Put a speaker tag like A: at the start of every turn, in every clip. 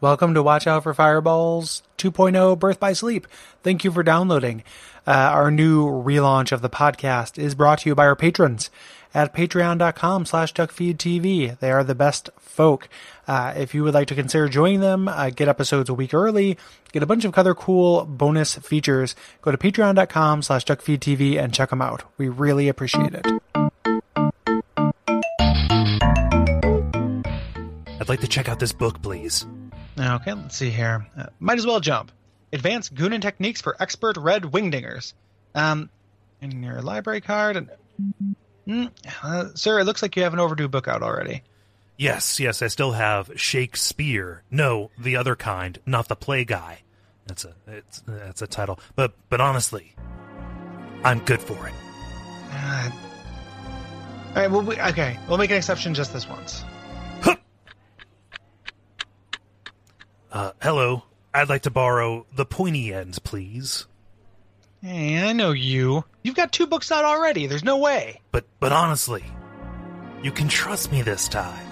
A: Welcome to Watch Out for Fireballs 2.0 Birth by Sleep. Thank you for downloading. Uh, our new relaunch of the podcast is brought to you by our patrons at patreon.com slash duckfeedtv. They are the best folk. Uh, if you would like to consider joining them, uh, get episodes a week early, get a bunch of other cool bonus features, go to patreon.com slash duckfeedtv and check them out. We really appreciate it.
B: I'd like to check out this book, please.
A: Okay, let's see here. Uh, might as well jump. Advanced Goonin techniques for expert red wingdingers. Um, in your library card. And, Mm, uh, sir, it looks like you have an overdue book out already.
B: Yes, yes, I still have Shakespeare. No, the other kind, not the play guy. That's a it's that's a title. But but honestly, I'm good for it.
A: Uh, all right. Well, we, okay. We'll make an exception just this once.
B: Uh, hello, I'd like to borrow the pointy end, please.
A: Hey, I know you. You've got two books out already. There's no way.
B: But but honestly, you can trust me this time.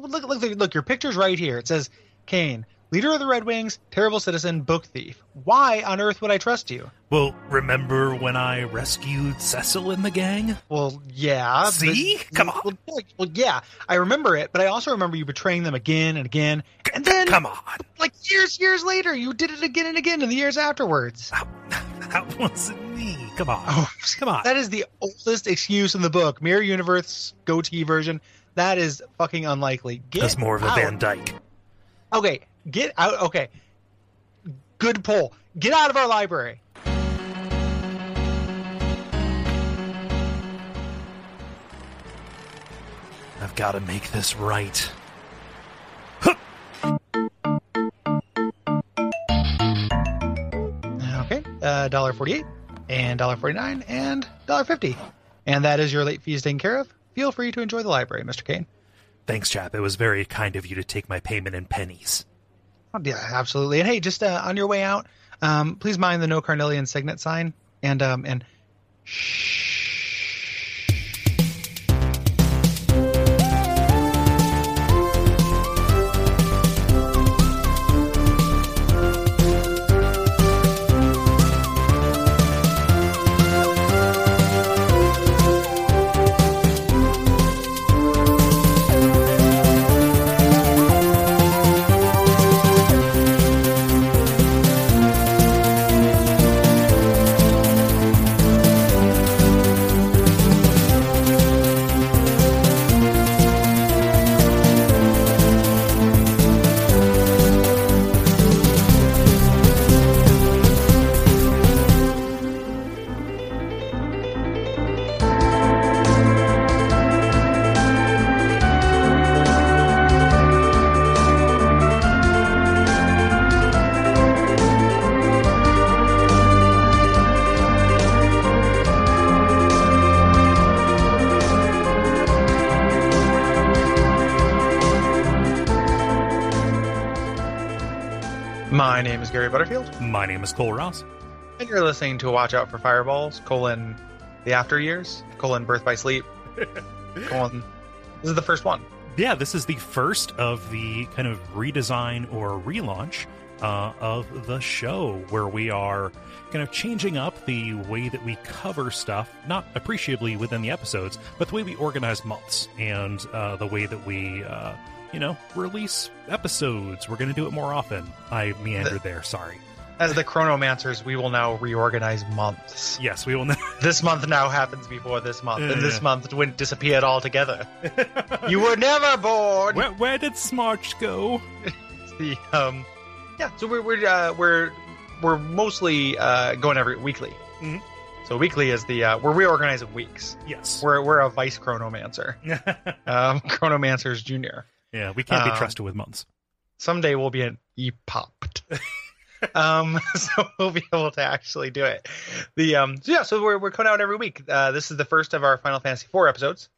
A: Look, look, look, look. Your picture's right here. It says Kane, leader of the Red Wings, terrible citizen, book thief. Why on earth would I trust you?
B: Well, remember when I rescued Cecil and the gang?
A: Well, yeah.
B: See? Come on.
A: Well, well, well, yeah, I remember it, but I also remember you betraying them again and again, and then
B: Come on.
A: like years, years later, you did it again and again in the years afterwards.
B: How- That wasn't me. Come on.
A: Oh,
B: Come on.
A: That is the oldest excuse in the book. Mirror Universe goatee version. That is fucking unlikely. Get
B: That's more of a
A: out.
B: Van Dyke.
A: Okay, get out. Okay, good pull. Get out of our library.
B: I've got to make this right.
A: Okay, uh, dollar forty-eight and dollar forty-nine and dollar fifty, and that is your late fees taken care of. Feel free to enjoy the library, Mister Kane.
B: Thanks, chap. It was very kind of you to take my payment in pennies.
A: Oh, Yeah, absolutely. And hey, just uh, on your way out, um, please mind the no carnelian signet sign and um and. My name is Gary Butterfield.
B: My name is Cole Ross.
A: And you're listening to Watch Out for Fireballs, colon, the after years, colon, birth by sleep, colon, this is the first one.
B: Yeah, this is the first of the kind of redesign or relaunch uh, of the show where we are kind of changing up the way that we cover stuff, not appreciably within the episodes, but the way we organize months and uh, the way that we, uh, you know, release episodes. We're going to do it more often. I meandered there. Sorry.
A: As the Chronomancers, we will now reorganize months.
B: Yes, we will. Now-
A: This month now happens before this month,
B: Yeah,
A: and this
B: yeah.
A: month wouldn't disappear altogether. you were never bored!
B: where, where did Smarch go?
A: It's the, um, yeah, so we're, we're, uh, we're, we're mostly uh, going every weekly.
B: Mhm.
A: So weekly is the, uh, we're reorganizing weeks.
B: Yes.
A: We're, we're a vice chronomancer, um, chronomancers junior.
B: yeah, we can't
A: Um,
B: be trusted with months.
A: someday we'll be an epopped. um, so we'll be able to actually do it. The um, so yeah, so we're we're coming out every week. Uh, this is the first of our Final Fantasy IV episodes,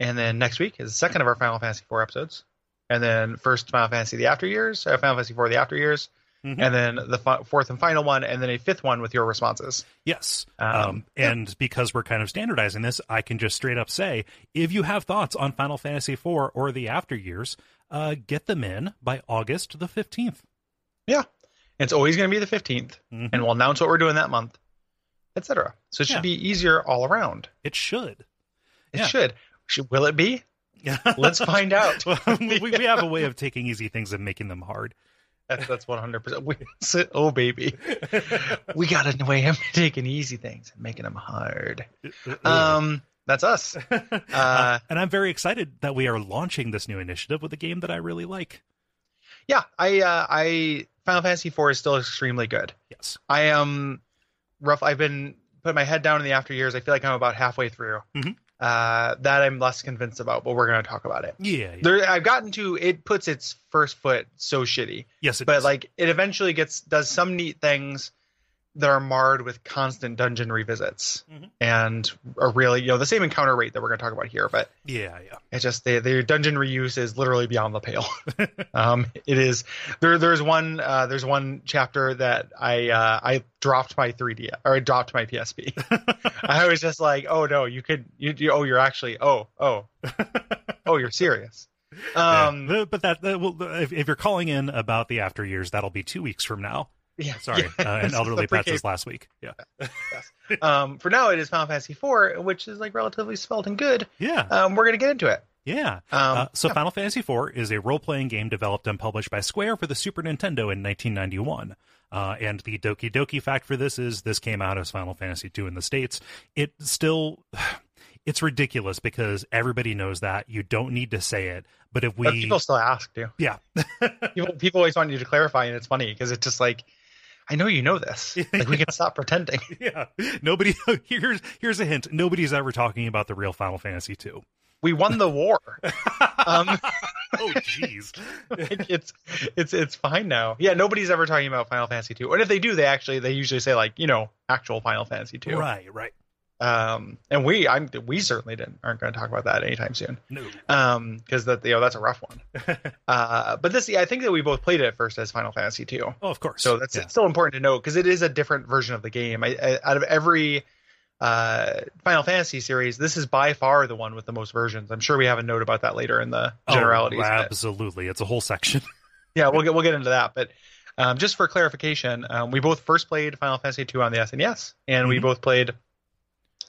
A: and then next week is the second of our Final Fantasy IV episodes, and then first Final Fantasy the After Years, uh, Final Fantasy IV the After Years,
B: Mhm.
A: and then the fi- fourth and final one, and then a fifth one with your responses.
B: Yes.
A: Um,
B: Um, and because we're kind of standardizing this, I can just straight up say if you have thoughts on Final Fantasy IV or the after years, uh, get them in by August the 15th.
A: Yeah. It's always going to be the 15th,
B: Mhm.
A: and we'll announce what we're doing that month, etc. So it should
B: Yeah.
A: be easier all around.
B: It should.
A: It
B: Yeah.
A: should. should. Will it be? Let's find out.
B: Well, we, we have a way of taking easy things and making them hard.
A: That's, that's 100%. We, oh, baby. We got a way of taking easy things and making them hard. Um, That's us.
B: Uh, and I'm very excited that we are launching this new initiative with a game that I really like.
A: Yeah, I uh, I Final Fantasy IV is still extremely good.
B: Yes.
A: I am rough. I've been putting my head down in the after years. I feel like I'm about halfway through.
B: Mhm.
A: Uh, that I'm less convinced about, but we're going to talk about it.
B: Yeah. yeah.
A: There, I've gotten to it puts its first foot so shitty,
B: yes. It
A: but
B: is.
A: like it eventually gets does some neat things that are marred with constant dungeon revisits
B: Mhm.
A: and a really you know the same encounter rate that we're going to talk about here, but
B: yeah, yeah.
A: it's just the their dungeon reuse is literally beyond the pale. um, it is there. There's one. Uh, there's one chapter that I uh, I dropped my 3D or I dropped my PSP. I was just like, oh no, you could. You, you oh, you're actually. Oh oh oh, you're serious. Um,
B: Yeah. But that, that will, if, if you're calling in about the after years, that'll be two weeks from now.
A: yeah,
B: Sorry.
A: yeah.
B: Uh, and elderly
A: That's
B: pets is last week. Yeah.
A: um, for now, it is Final Fantasy IV, which is like relatively spelt and good.
B: Yeah.
A: Um, we're gonna get into it.
B: Yeah.
A: Um,
B: Uh, so Final Fantasy IV is a role-playing game developed and published by Square for the Super Nintendo in 1991. Uh, and the Doki Doki fact for this is this came out as Final Fantasy II in the States. It still, it's ridiculous because everybody knows that. You don't need to say it. But if
A: but
B: we,
A: people still ask you.
B: yeah,
A: People, people always want you to clarify, and it's funny because it's just like, I know you know this. Like we can stop pretending.
B: yeah, nobody, here's, here's a hint. Nobody's ever talking about the real Final Fantasy II.
A: We won the war. Um,
B: Oh, jeez.
A: Like, it's it's it's fine now. Yeah, nobody's ever talking about Final Fantasy two, and if they do, they actually they usually say like you know actual Final Fantasy two.
B: right, right.
A: Um, and we I'm we certainly didn't aren't going to talk about that anytime soon.
B: No.
A: Um, because that you know that's a rough one. uh, but this I think that we both played it at first as Final Fantasy two,
B: Oh, of course.
A: so that's
B: Yeah.
A: it's still important to note because it is a different version of the game. I, I out of every uh Final Fantasy series, this is by far the one with the most versions. I'm sure we have a note about that later in the
B: Oh,
A: generalities. but-
B: absolutely. It's a whole section.
A: yeah, we'll get we'll get into that. But um, just for clarification, um, we both first played Final Fantasy II on the SNES, and we
B: Mhm.
A: both played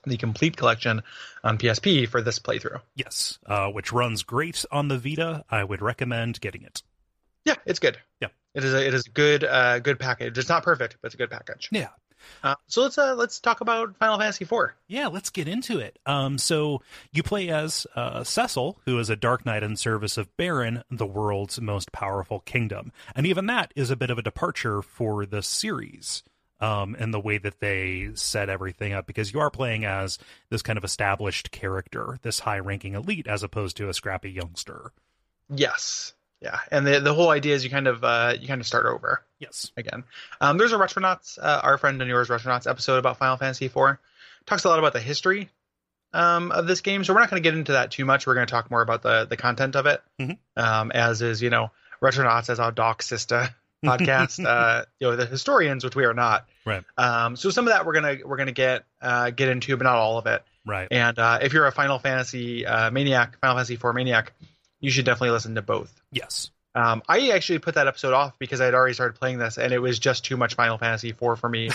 A: the complete collection on PSP for this playthrough.
B: Yes, uh, which runs great on the Vita. I would recommend getting it.
A: Yeah, it's good.
B: Yeah.
A: it is a it is a good uh, good package. It's not perfect, but it's a good package.
B: Yeah.
A: Uh, so let's uh, let's talk about Final Fantasy IV.
B: Yeah, let's get into it. Um, so you play as uh, Cecil, who is a Dark Knight in service of Baron, the world's most powerful kingdom, and even that is a bit of a departure for the series um, in the way that they set everything up because you are playing as this kind of established character, this high-ranking elite, as opposed to a scrappy youngster.
A: Yes. Yeah, and the the whole idea is you kind of uh, you kind of start over
B: Yes.
A: again. Um, there's a Retronauts, uh, our friend and yours Retronauts episode about Final Fantasy IV. Talks a lot about the history um, of this game, so we're not going to get into that too much. We're going to talk more about the the content of it,
B: Mhm.
A: um, as is you know Retronauts as our doc sister podcast. uh, you know the historians, which we are not.
B: Right.
A: Um, so some of that we're gonna we're gonna get uh, get into, but not all of it.
B: Right.
A: And uh, if you're a Final Fantasy uh, maniac, Final Fantasy IV maniac, you should definitely listen to both.
B: Yes.
A: Um, I actually put that episode off because I had already started playing this, and it was just too much Final Fantasy IV for me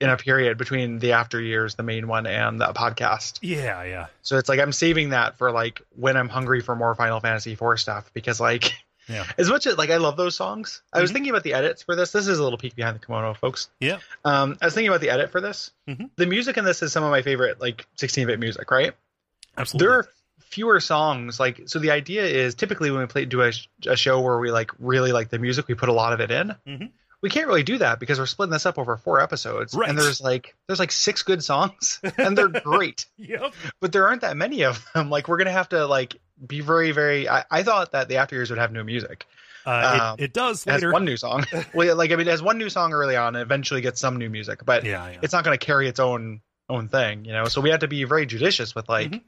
A: in a period between the after years, the main one, and the podcast.
B: Yeah. Yeah.
A: So it's like I'm saving that for like when I'm hungry for more Final Fantasy IV stuff because like
B: Yeah.
A: as much as like I love those songs, I was
B: Mhm.
A: thinking about the edits for this. This is a little peek behind the kimono, folks.
B: Yeah.
A: Um, I was thinking about the edit for this.
B: Mhm.
A: The music in this is some of my favorite like 16-bit music, right?
B: Absolutely.
A: there are fewer songs like so the idea is typically when we play do a, sh- a show where we like really like the music we put a lot of it in
B: Mhm.
A: we can't really do that because we're splitting this up over four episodes
B: Right.
A: and there's like there's like six good songs and they're great
B: Yep.
A: but there aren't that many of them like we're gonna have to like be very very i, I thought that the after years would have new music
B: Uh,
A: Um,
B: it, it does
A: it has
B: later.
A: one new song Well, yeah, like i mean it has one new song early on and eventually gets some new music but
B: yeah, yeah.
A: it's not going to carry its own own thing, you know. So we have to be very judicious with like
B: Mhm.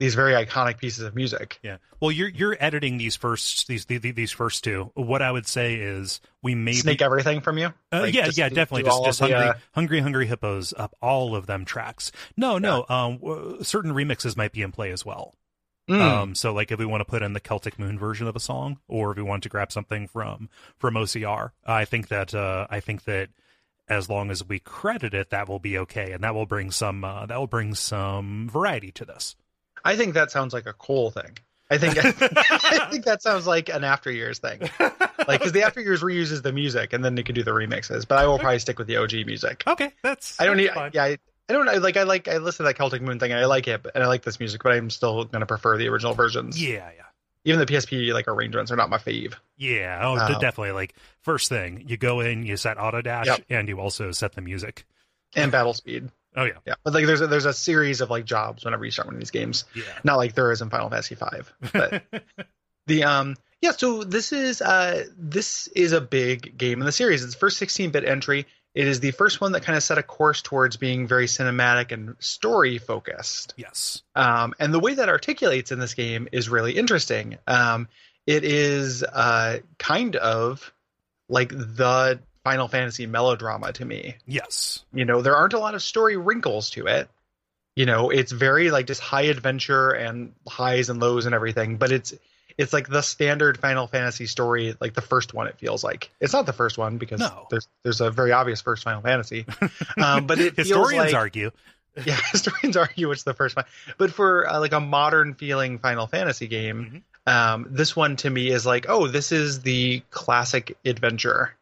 A: these very iconic pieces of music.
B: yeah. Well, you're you're editing these first these the, the- these first two. What I would say is we maybe
A: Sneak everything from you.
B: uh,
A: like,
B: yeah
A: just
B: yeah
A: do-
B: definitely
A: do
B: just
A: all
B: just
A: of the, uh,
B: hungry hungry hungry hippos up all of them tracks. No no um w- certain remixes might be in play as well.
A: Mm.
B: Um, so like if we want to put in the Celtic Moon version of a song, or if we want to grab something from from OCR, I think that uh, I think that as long as we credit it, that will be okay, and that will bring some uh, that will bring some variety to this.
A: I think that sounds like a cool thing. I think I think that sounds like an after years thing. Like because the after years reuses the music and then you can do the remixes. But I will probably stick with the OG music.
B: okay, that's
A: I don't
B: that's
A: need.
B: fine.
A: Yeah, I, I don't know. Like I like I listen to that Celtic Moon thing and I like it and I like this music, but I'm still gonna prefer the original versions.
B: yeah, yeah.
A: Even the PSP like arrangements are not my fave.
B: Yeah, oh,
A: Uh,
B: de- definitely. Like first thing, you go in, you set auto dash,
A: Yep.
B: and you also set the music.
A: And battle speed.
B: Oh yeah,
A: Yeah, but like there's a, there's a series of like jobs whenever you start one of these games.
B: yeah.
A: Not like there is in Final Fantasy Five, but the um yeah so this is uh this is a big game in the series it's the first 16-bit entry it is the first one that kind of set a course towards being very cinematic and story focused
B: yes,
A: um and the way that articulates in this game is really interesting um it is uh kind of like the final fantasy melodrama to me
B: yes,
A: you know there aren't a lot of story wrinkles to it you know it's very like just high adventure and highs and lows and everything but it's it's like the standard final fantasy story like the first one it feels like it's not the first one because
B: No.
A: there's there's a very obvious first final fantasy um, but it feels
B: historians
A: like-
B: argue.
A: yeah historians argue it's the first one but for uh, like a modern feeling final fantasy game
B: Mm-hmm.
A: um, this one to me is like oh this is the classic adventure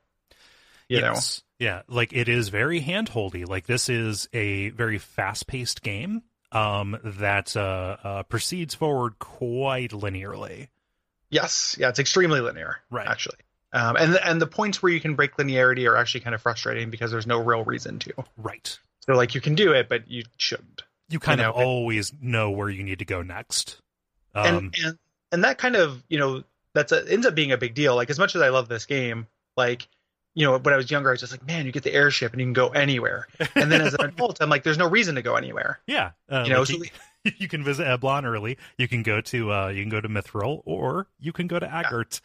A: you know
B: yes. yeah, like it is very handholdy. Like this is a very fast paced game um that uh, uh proceeds forward quite linearly.
A: Yes, yeah, it's extremely linear,
B: Right.
A: Actually, um, and and the points where you can break linearity are actually kind of frustrating because there's no real reason to.
B: Right.
A: So like you can do it, but you shouldn't.
B: You kind
A: know,
B: of
A: and-
B: always know where you need to go next. Um
A: and, and and that kind of you know that's a, ends up being a big deal. Like as much as I love this game, like you know when I was younger, I was just like, man, you get the airship and you can go anywhere. And then as an adult, I'm like, there's no reason to go anywhere.
B: yeah, uh,
A: You know,
B: like,
A: so
B: you, you can visit Eblon early. You can go to uh you can go to Mithril or you can go to Agert.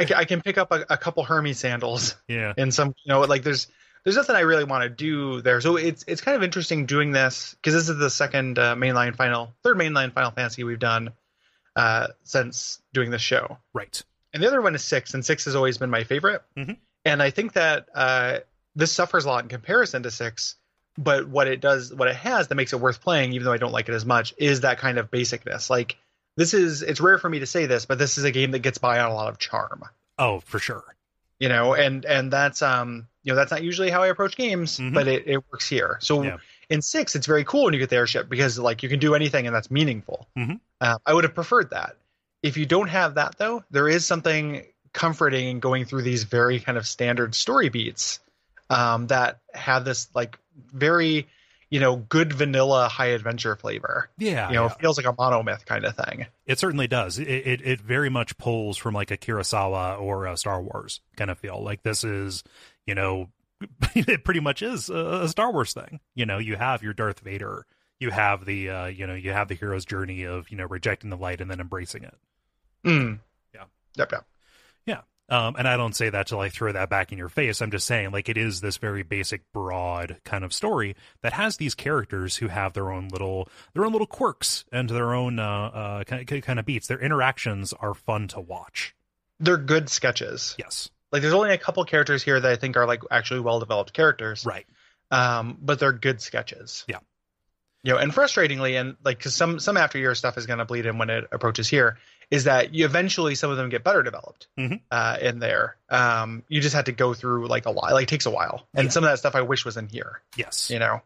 A: I, ca- I can pick up a, a couple Hermes sandals
B: Yeah.
A: and some you know like there's there's nothing I really want to do there. So it's it's kind of interesting doing this because this is the second uh, mainline final, third mainline Final Fantasy we've done uh, since doing this show,
B: Right.
A: and the other one is six, and six has always been my favorite.
B: Mhm.
A: And I think that uh, this suffers a lot in comparison to six, but what it does, what it has that makes it worth playing, even though I don't like it as much, is that kind of basicness. Like this is it's rare for me to say this, but this is a game that gets by on a lot of charm
B: Oh, for sure.
A: you know and and that's um you know that's not usually how i approach games
B: Mhm.
A: but it, it works here so
B: Yeah.
A: in six it's very cool when you get the airship because like you can do anything and that's meaningful
B: Mhm.
A: Uh, i would have preferred that if you don't have that though there is something comforting in going through these very kind of standard story beats um, that have this like very you know good vanilla high adventure flavor
B: Yeah.
A: you know
B: Ah, yeah.
A: it feels like a monomyth kind of thing
B: It certainly does. It, it it very much pulls from like a Kurosawa or a Star Wars kind of feel. Like this is, you know, it pretty much is a, a Star Wars thing. You know, you have your Darth Vader, you have the, uh, you know, you have the hero's journey of you know rejecting the light and then embracing it.
A: Mm.
B: Yeah.
A: yep yep
B: Um, and I don't say that to like throw that back in your face. I'm just saying like it is this very basic, broad kind of story that has these characters who have their own little their own little quirks and their own uh, uh kind of, kind of beats. Their interactions are fun to watch.
A: they're good sketches
B: Yes,
A: like there's only a couple characters here that I think are like actually well developed characters,
B: right.
A: um, but they're good sketches.
B: Yeah.
A: you know, and frustratingly, and like because some some after year stuff is going to bleed in when it approaches here, is that you eventually some of them get better developed
B: Mhm.
A: uh, in there. Um, you just had to go through like a while, like it takes a while, and
B: Yeah.
A: some of that stuff I wish was in here,
B: Yes,
A: you know,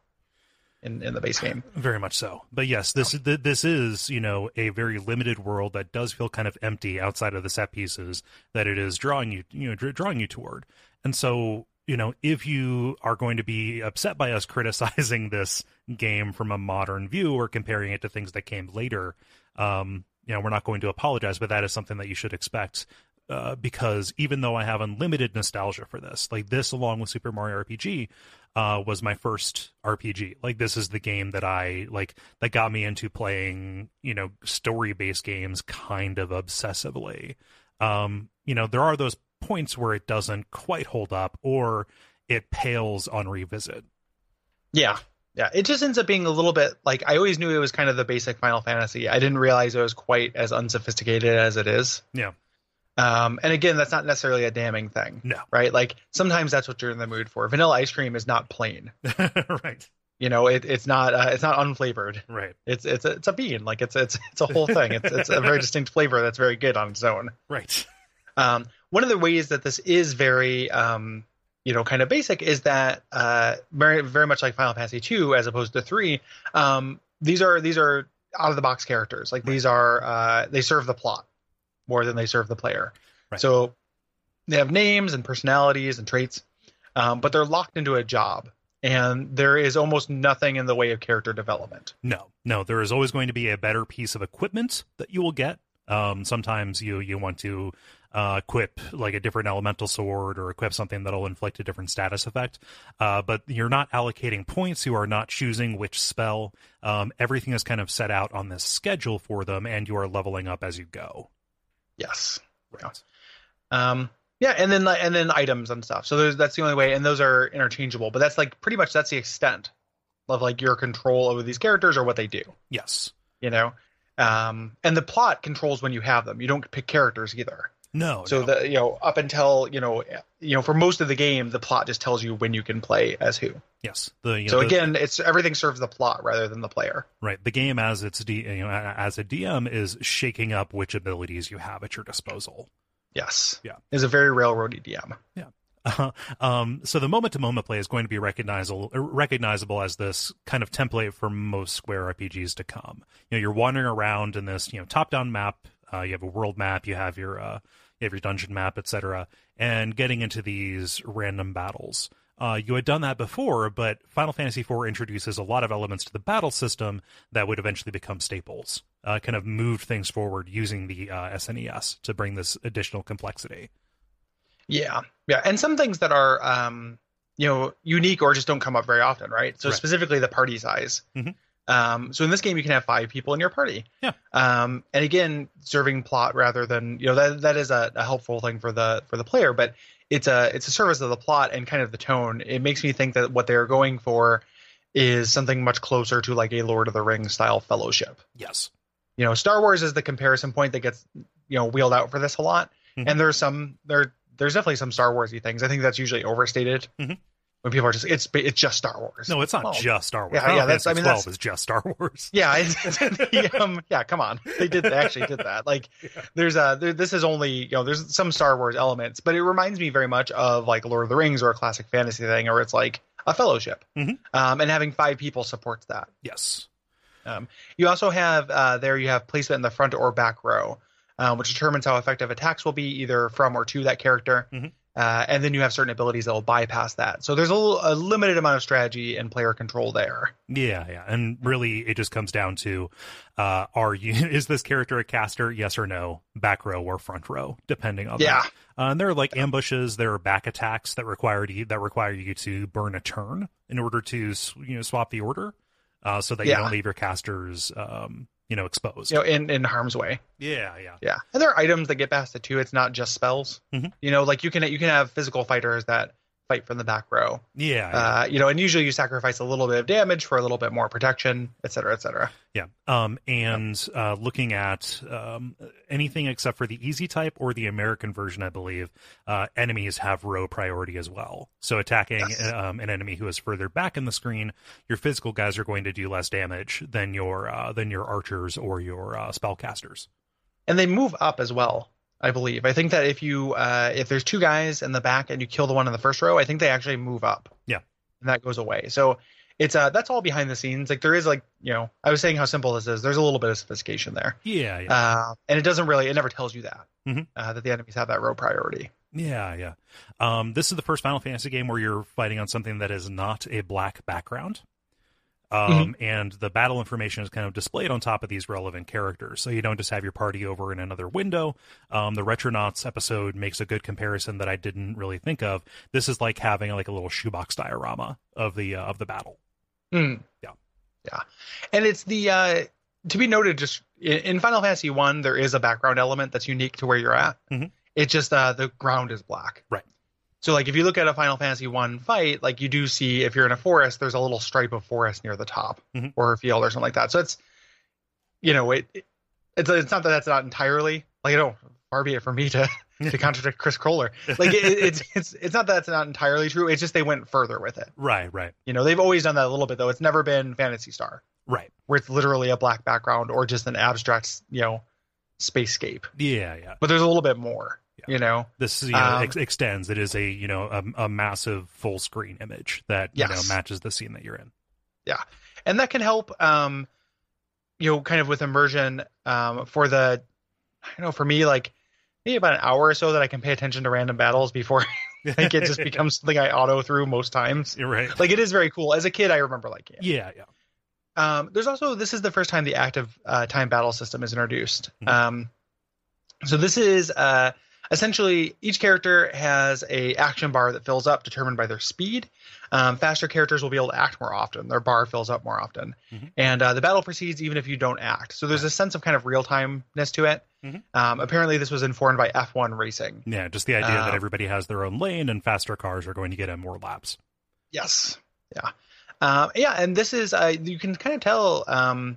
A: in in the base game.
B: very much so. But yes, this th- this is you know a very limited world that does feel kind of empty outside of the set pieces that it is drawing you you know dr- drawing you toward. And so you know if you are going to be upset by us criticizing this game from a modern view or comparing it to things that came later, um, you know we're not going to apologize, but that is something that you should expect. Uh, because even though I have unlimited nostalgia for this, like this, along with Super Mario RPG, uh, was my first RPG. Like this is the game that I like that got me into playing, you know, story based games kind of obsessively. Um, you know, there are those points where it doesn't quite hold up or it pales on revisit.
A: Yeah, Yeah, it just ends up being a little bit like I always knew it was kind of the basic Final Fantasy. I didn't realize it was quite as unsophisticated as it is.
B: Yeah.
A: Um, and again, that's not necessarily a damning thing,
B: No.
A: right? Like sometimes that's what you're in the mood for. Vanilla ice cream is not plain.
B: right.
A: You know, it, it's not uh, it's not unflavored.
B: Right.
A: It's it's a, it's a bean. Like it's it's it's a whole thing. It's it's a very distinct flavor that's very good on its own.
B: Right.
A: Um, one of the ways that this is very, um, you know, kind of basic is that uh, very, very much like Final Fantasy two as opposed to three. Um, these are these are out of the box characters. Like these are uh, they serve the plot more than they serve the player.
B: Right.
A: So they have names and personalities and traits, um, but they're locked into a job, and there is almost nothing in the way of character development.
B: No, no, there is always going to be a better piece of equipment that you will get. Um, sometimes you you want to uh, equip like a different elemental sword or equip something that'll inflict a different status effect. Uh, but you're not allocating points. You are not choosing which spell. Um, everything is kind of set out on this schedule for them, and you are leveling up as you go.
A: Yes. Um, yeah, and then and then items and stuff. So those, that's the only way, and those are interchangeable. But that's like pretty much that's the extent of like your control over these characters or what they do.
B: Yes.
A: You know, um, and the plot controls when you have them. You don't pick characters either.
B: No.
A: so
B: Oh, no.
A: the you know up until you know you know for most of the game, the plot just tells you when you can play as who.
B: yes. The you know,
A: so
B: the-
A: again, it's everything serves the plot rather than the player.
B: right the game as it's D, you know, a- as a DM is shaking up which abilities you have at your disposal.
A: Yes.
B: Yeah.
A: Is a very railroady DM.
B: um, so the moment to moment play is going to be recognizable er, recognizable as this kind of template for most square RPGs to come. You know, you're wandering around in this you know top down map. Uh, you have a world map. You have your uh, you have your dungeon map, etc. And getting into these random battles. Uh, you had done that before, but Final Fantasy IV introduces a lot of elements to the battle system that would eventually become staples. Uh, kind of moved things forward using the uh, SNES to bring this additional complexity.
A: Yeah, yeah, and some things that are um, you know unique or just don't come up very often, right? So
B: Right.
A: specifically the party size.
B: Mhm.
A: Um, so in this game, you can have five people in your party.
B: Yeah.
A: Um, and again, serving plot rather than you know that that is a, a helpful thing for the for the player, but it's a it's a service of the plot and kind of the tone. It makes me think that what they're going for is something much closer to like a Lord of the Rings style fellowship
B: Yes.
A: you know star wars is the comparison point that gets you know wheeled out for this a lot
B: Mhm.
A: and there's some there there's definitely some star warsy things i think that's usually overstated
B: Mhm.
A: when people are just it's it's just star wars
B: No, it's not
A: Well,
B: just Star Wars.
A: yeah,
B: Final
A: yeah, that's-
B: Fantasy
A: I mean,
B: twelve
A: that's-
B: is just Star Wars.
A: yeah it's, the, um, yeah come on they did they actually did that like there's a there, this is only you know there's some star wars elements but it reminds me very much of like lord of the rings or a classic fantasy thing or it's like a fellowship
B: Mhm.
A: um, and having five people supports that
B: Yes.
A: You also have uh, there you have placement in the front or back row, uh, which determines how effective attacks will be either from or to that character.
B: Mhm.
A: Uh, and then you have certain abilities that will bypass that. So there's a, little, a limited amount of strategy and player control there.
B: Yeah, yeah. And really it just comes down to uh are you is this character a caster? Yes or no? Back row or front row, depending on
A: yeah,
B: that. Uh, and there are like ambushes, there are back attacks that require you that require you to burn a turn in order to s- you know swap the order uh so that
A: Yeah.
B: you don't leave your casters um you know exposed.
A: you know, in in harm's way.
B: Yeah, yeah.
A: Yeah, and there are items that get past it too. It's not just spells.
B: Mhm.
A: You know, like you can you can have physical fighters that fight from the back row.
B: Yeah. yeah.
A: Uh, you know, and usually you sacrifice a little bit of damage for a little bit more protection, et cetera, et cetera.
B: Yeah. Um, and uh, looking at um, anything except for the easy type or the American version, I believe, uh, enemies have row priority as well. So attacking
A: Yes.
B: um, an enemy who is further back in the screen, your physical guys are going to do less damage than your uh, than your archers or your uh, spellcasters.
A: and they move up as well i believe i think that if you uh if there's two guys in the back and you kill the one in the first row i think they actually move up
B: Yeah.
A: and that goes away so it's uh that's all behind the scenes like there is like you know i was saying how simple this is there's a little bit of sophistication there
B: Yeah. Yeah.
A: uh and it doesn't really it never tells you that
B: Mhm.
A: uh, that the enemies have that row priority
B: Yeah, yeah. Um, this is the first Final Fantasy game where you're fighting on something that is not a black background. Um,
A: Mm-hmm.
B: And the battle information is kind of displayed on top of these relevant characters. So you don't just have your party over in another window. Um, the Retronauts episode makes a good comparison that I didn't really think of. This is like having like a little shoebox diorama of the uh, of the battle.
A: Mm.
B: Yeah.
A: Yeah. And it's the uh to be noted just in, in Final Fantasy 1 there is a background element that's unique to where you're at.
B: Mhm.
A: It's just uh the ground is black.
B: Right.
A: So like if you look at a Final Fantasy one fight, like you do see if you're in a forest, there's a little stripe of forest near the top
B: Mhm.
A: or a field or something like that. So it's you know it, it- it's it's not that that's not entirely like I don't far be it for me to to contradict Chris Kohler. Like it, it's it's it's not that it's not entirely true. It's just they went further with it.
B: Right, right,
A: You know they've always done that a little bit though. It's never been Fantasy Star
B: right.
A: where it's literally a black background or just an abstract you know spacescape.
B: Yeah, yeah.
A: But there's a little bit more.
B: Yeah.
A: You know.
B: This you know,
A: Um,
B: ex- extends. It is a you know a, a massive full screen image that you know
A: Yes.
B: matches the scene that you're in.
A: and that can help um you know kind of with immersion um for the i don't know for me like maybe about an hour or so that i can pay attention to random battles before like it just becomes something i auto through most times
B: You're right.
A: like it is very cool as a kid i remember liking it
B: Yeah, yeah.
A: um there's also this is the first time the active uh, time battle system is introduced
B: Mhm.
A: um so this is uh essentially each character has a action bar that fills up determined by their speed um, faster characters will be able to act more often their bar fills up more often
B: Mhm.
A: and uh, the battle proceeds even if you don't act so there's a sense of kind of real-timeness to it
B: Mhm.
A: um, apparently this was informed by f1 racing
B: Yeah, just the idea that
A: Um,
B: everybody has their own lane and faster cars are going to get in more laps.
A: Yes. Yeah. Um, yeah, and this is uh, you can kind of tell um,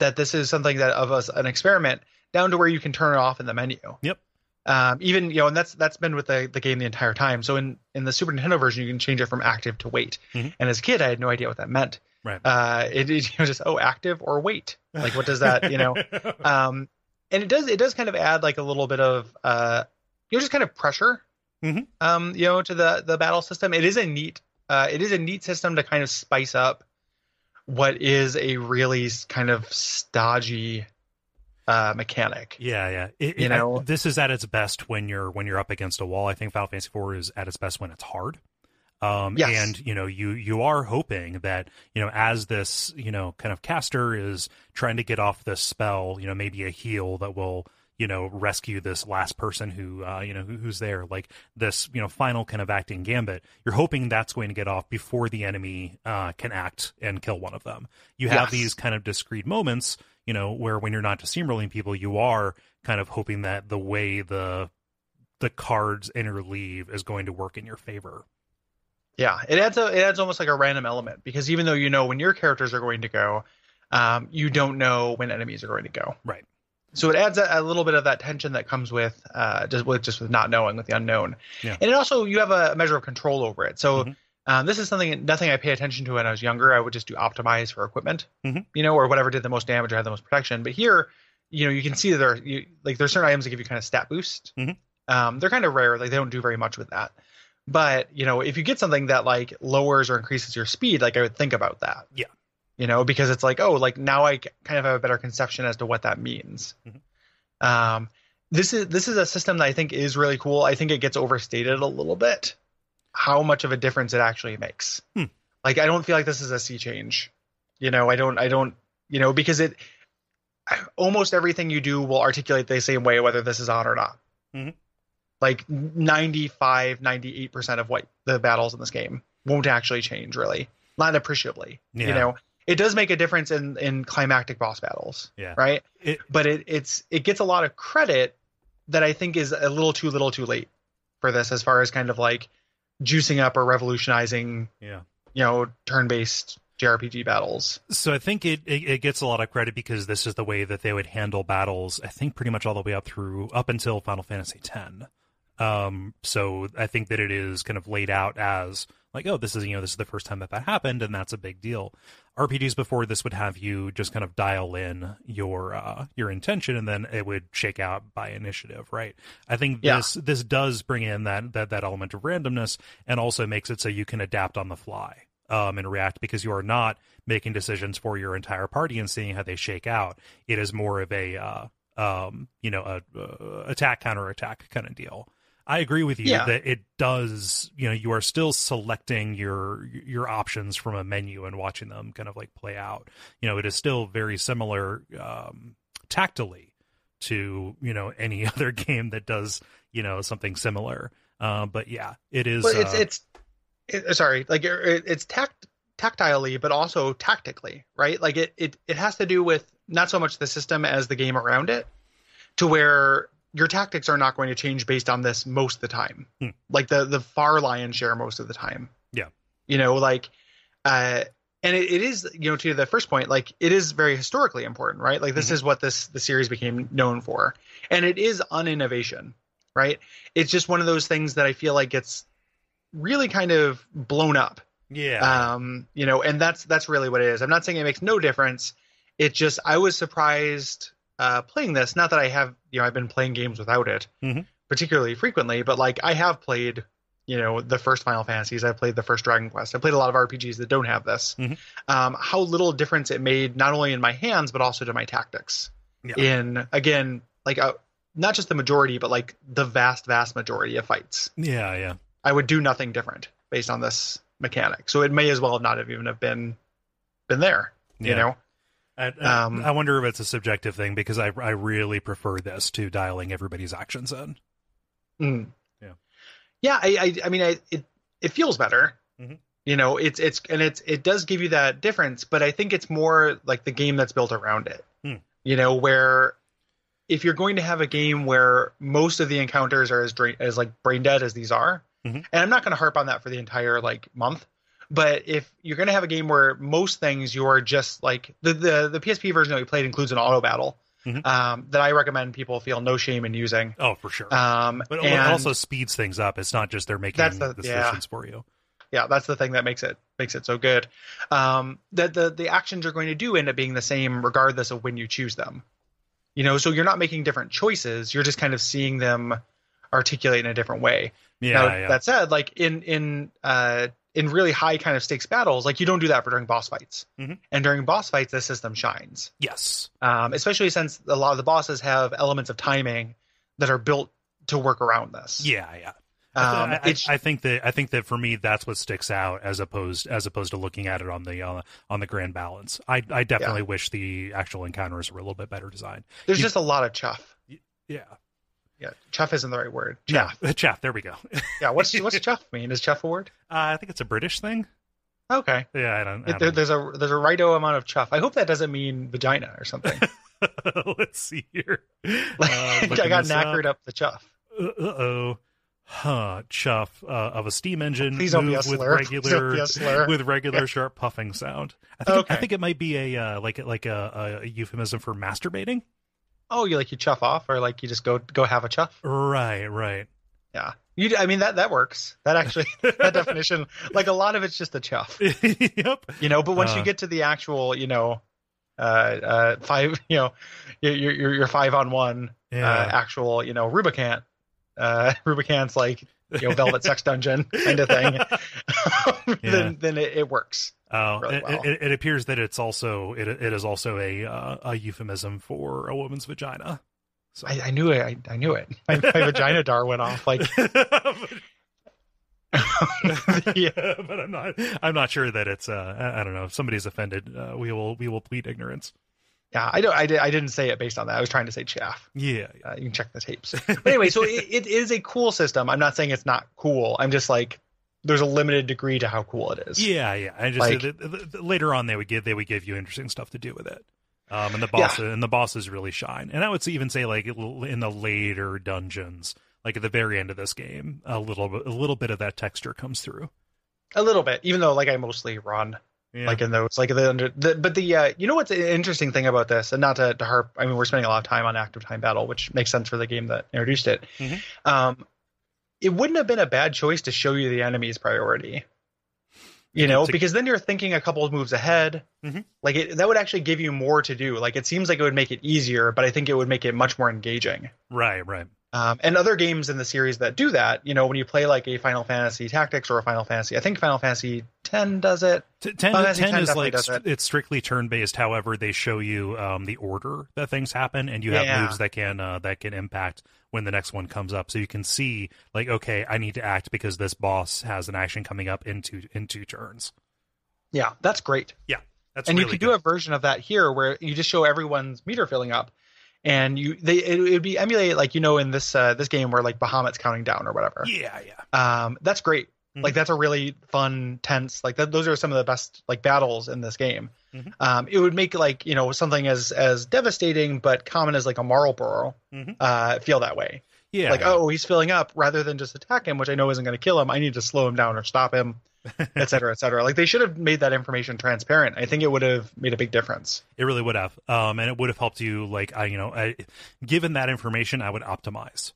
A: that this is something that of us an experiment down to where you can turn it off in the menu.
B: Yep.
A: Um, even you know, and that's that's been with the, the game the entire time. So in in the Super Nintendo version, you can change it from active to wait.
B: Mhm.
A: And as a kid, I had no idea what that meant.
B: Right.
A: Uh, it, it was just oh, active or wait. Like what does that you know? um, and it does it does kind of add like a little bit of uh, you know just kind of pressure
B: Mhm.
A: um, you know to the the battle system it is a neat uh, it is a neat system to kind of spice up what is a really s- kind of stodgy uh, mechanic
B: Yeah, yeah. It,
A: You
B: it-
A: know?
B: this is at its best when you're when you're up against a wall. I think Final Fantasy IV is at its best when it's hard. Um,
A: Yes.
B: and you know, you you are hoping that you know, as this you know kind of caster is trying to get off this spell, you know, maybe a heal that will you know rescue this last person who uh, you know who, who's there, like this you know final kind of acting gambit. You're hoping that's going to get off before the enemy uh, can act and kill one of them. You have
A: Yes.
B: these kind of discrete moments you know, where when you're not just steamrolling people, you are kind of hoping that the way the the cards interleave is going to work in your favor.
A: yeah it adds a it adds almost like a random element because even though you know when your characters are going to go um, you don't know when enemies are going to go
B: Right.
A: so it adds a, a little bit of that tension that comes with uh, just with just with not knowing with the unknown
B: Yeah.
A: and it also you have a measure of control over it so
B: Mhm.
A: um, this is something nothing i pay attention to when i was younger i would just do optimize for equipment
B: Mhm.
A: you know or whatever did the most damage or had the most protection but here you know you can see that there you, like there's certain items that give you kind of stat boost
B: Mhm.
A: um, they're kind of rare like they don't do very much with that but you know if you get something that like lowers or increases your speed like i would think about that
B: Yeah.
A: you know because it's like oh like now i c- kind of have a better conception as to what that means
B: Mhm.
A: um this is this is a system that i think is really cool i think it gets overstated a little bit how much of a difference it actually makes
B: Hmm.
A: like i don't feel like this is a sea change you know i don't i don't you know because it almost everything you do will articulate the same way whether this is on or not
B: Mhm.
A: like 95 98% of what the battles in this game won't actually change really not appreciably
B: Yeah.
A: you know it does make a difference in in climactic boss battles
B: Yeah.
A: right
B: It-
A: but it it's it gets a lot of credit that i think is a little too little too late for this as far as kind of like juicing up or revolutionizing
B: Yeah.
A: you know turn-based jrpg battles
B: So I think it, it it gets a lot of credit because this is the way that they would handle battles. I think pretty much all the way up through up until Final Fantasy X. Um, so I think that it is kind of laid out as like, oh, this is you know this is the first time that that happened, and that's a big deal. RPGs before this would have you just kind of dial in your uh, your intention, and then it would shake out by initiative, right? I think
A: Yeah.
B: this this does bring in that that that element of randomness, and also makes it so you can adapt on the fly um, and react because you are not making decisions for your entire party and seeing how they shake out. It is more of a uh, um, you know a uh, attack counter attack kind of deal. I agree with you
A: Yeah.
B: that it does. You know, you are still selecting your your options from a menu and watching them kind of like play out. You know, it is still very similar um, tactily to you know any other game that does you know something similar. Uh, but yeah, it is.
A: but it's
B: uh,
A: it's it, uh, sorry like it, it- it's tact tactilely but also tactically right like it, it it has to do with not so much the system as the game around it to where your tactics are not going to change based on this most of the time.
B: Hmm.
A: Like the the far lion share most of the time.
B: Yeah.
A: You know, like uh and it, it is, you know, to the first point, like it is very historically important, right? Like this
B: Mhm.
A: is what this the series became known for. And it is uninnovation, right? It's just one of those things that I feel like gets really kind of blown up
B: Yeah.
A: um you know and that's that's really what it is i'm not saying it makes no difference it just i was surprised uh playing this not that i have you know i've been playing games without it
B: Mhm.
A: particularly frequently but like i have played you know the first final fantasies i've played the first dragon quest i played a lot of rpgs that don't have this
B: Mhm.
A: um how little difference it made not only in my hands but also to my tactics
B: Yeah.
A: in again like uh, not just the majority but like the vast vast majority of fights
B: yeah. Yeah.
A: I would do nothing different based on this mechanic. So it may as well not have even have been been there.
B: Yeah.
A: You know,
B: I, I-
A: Um,
B: I wonder if it's a subjective thing because I I really prefer this to dialing everybody's actions in.
A: Mm.
B: Yeah.
A: yeah. I, I, I mean, I, it it feels better.
B: Mhm.
A: You know, it's it's and it's it does give you that difference, but I think it's more like the game that's built around it.
B: Hmm.
A: You know, where if you're going to have a game where most of the encounters are as drain, as like brain dead as these are,
B: Mhm.
A: and I'm not going to harp on that for the entire like month. But if you're going to have a game where most things you are just like the, the the PSP version that we played includes an auto battle,
B: Mhm.
A: um, that I recommend people feel no shame in using.
B: Oh, for sure.
A: Um,
B: but it
A: and
B: also speeds things up. It's not just they're making
A: That's the- yeah.
B: decisions for you.
A: yeah, that's the thing that makes it makes it so good. Um, that the the actions you're going to do end up being the same regardless of when you choose them. You know, so you're not making different choices. You're just kind of seeing them articulate in a different way.
B: Yeah.
A: now,
B: yeah.
A: that said, like in in uh, in really high kind of stakes battles, like you don't do that for during boss fights.
B: Mhm.
A: And during boss fights, the system shines,
B: yes.
A: um, especially since a lot of the bosses have elements of timing that are built to work around this.
B: Yeah. Yeah.
A: um,
B: I, I-
A: it's
B: I think that I think that for me that's what sticks out as opposed as opposed to looking at it on the uh, on the grand balance. I I definitely wish the actual encounters were a little bit better designed.
A: there's
B: you-
A: just a lot of chuff.
B: Yeah,
A: Yeah, chuff isn't the right word.
B: yeah,
A: Chaff.
B: chaff. There we go. Uh,
A: Yeah, what's what's chuff mean? Is chuff a word?
B: I think it's a British thing.
A: Okay.
B: Yeah, I don't. I
A: There-
B: don't
A: there's a there's a righto amount of chuff. I hope that doesn't mean vagina or something.
B: Let's see here. Uh,
A: Like, I got knackered
B: knackered
A: up the chuff.
B: Uh oh. Huh. Chuff uh, of a steam engine.
A: Please don't be a
B: moved with
A: slur. Please don't be
B: regular
A: a slur.
B: with regular sharp puffing sound. I think I
A: Okay.
B: think it might be a uh, like like a, a euphemism for masturbating.
A: Oh, you like you chuff off, or like you just go go have a chuff.
B: Right. Right.
A: Yeah, you. I mean that that works. That actually that definition. Like a lot of it's just a chuff,
B: yep.
A: you know. But once
B: Uh.
A: you get to the actual, you know, uh, uh, five, you know, your your your five on one uh,
B: Yeah.
A: actual, you know, Rubicant. Uh, Rubicant's like you know Velvet Sex Dungeon kind of thing.
B: Yeah.
A: then then it, it works.
B: Oh,
A: really
B: it,
A: well.
B: it, it appears that it's also it it is also a uh, a euphemism for a woman's vagina. So.
A: I, I knew it. I, I knew it. My, my vagina dar went off. Like
B: yeah, but I'm not. I'm not sure that it's. Uh, I, I don't know. If somebody's offended, uh, we will. We will plead ignorance.
A: yeah, I don't. I, did, I didn't say it based on that. I was trying to say chaff.
B: Yeah.
A: Uh, you can check the tapes. But anyway, so it, it is a cool system. I'm not saying it's not cool. I'm just like there's a limited degree to how cool it is.
B: Yeah. Yeah. I just
A: Like-
B: th- th- th- later on they would give they would give you interesting stuff to do with it. Um, and the boss and the bosses really shine. And I would even say like in the later dungeons, like at the very end of this game, a little bit- a little bit of that texture comes through.
A: A little bit, even though like I mostly run.
B: Yeah.
A: like in those like the under the, but the uh you know what's an interesting thing about this and not to, to harp i mean we're spending a lot of time on active time battle which makes sense for the game that introduced it
B: Mhm.
A: um it wouldn't have been a bad choice to show you the enemy's priority you
B: To-
A: know
B: to-
A: because then you're thinking a couple of moves ahead
B: Mhm.
A: like it, that would actually give you more to do like it seems like it would make it easier but i think it would make it much more engaging
B: right. Right.
A: um, and other games in the series that do that, you know, when you play like a Final Fantasy Tactics or a Final Fantasy, I think Final Fantasy X does it.
B: T- 10,
A: Final Fantasy
B: 10
A: X
B: is
A: definitely
B: like
A: does
B: st-
A: that.
B: it's strictly turn based. However, they show you um, the order that things happen, and you have
A: Yeah.
B: moves that can uh, that can impact when the next one comes up. So you can see like, okay, I need to act because this boss has an action coming up in two in two turns.
A: Yeah, that's great.
B: That's
A: and
B: really
A: you could
B: good.
A: do a version of that here where you just show everyone's meter filling up and you they it would be emulate like you know in this uh this game where like bahamut's counting down or whatever
B: yeah, yeah,
A: um that's great
B: Mm-hmm.
A: Like that's a really fun, tense. Like that, those are some of the best like battles in this game.
B: Mhm.
A: Um, it would make like you know something as as devastating but common as like a Marlboro
B: Mhm.
A: uh, feel that way.
B: Yeah.
A: Like oh he's filling up rather than just attack him, which I know isn't going to kill him. I need to slow him down or stop him, et cetera, et cetera. Like they should have made that information transparent. I think it would have made a big difference.
B: It really would have, um, and it would have helped you. Like I, you know, I, given that information, I would optimize.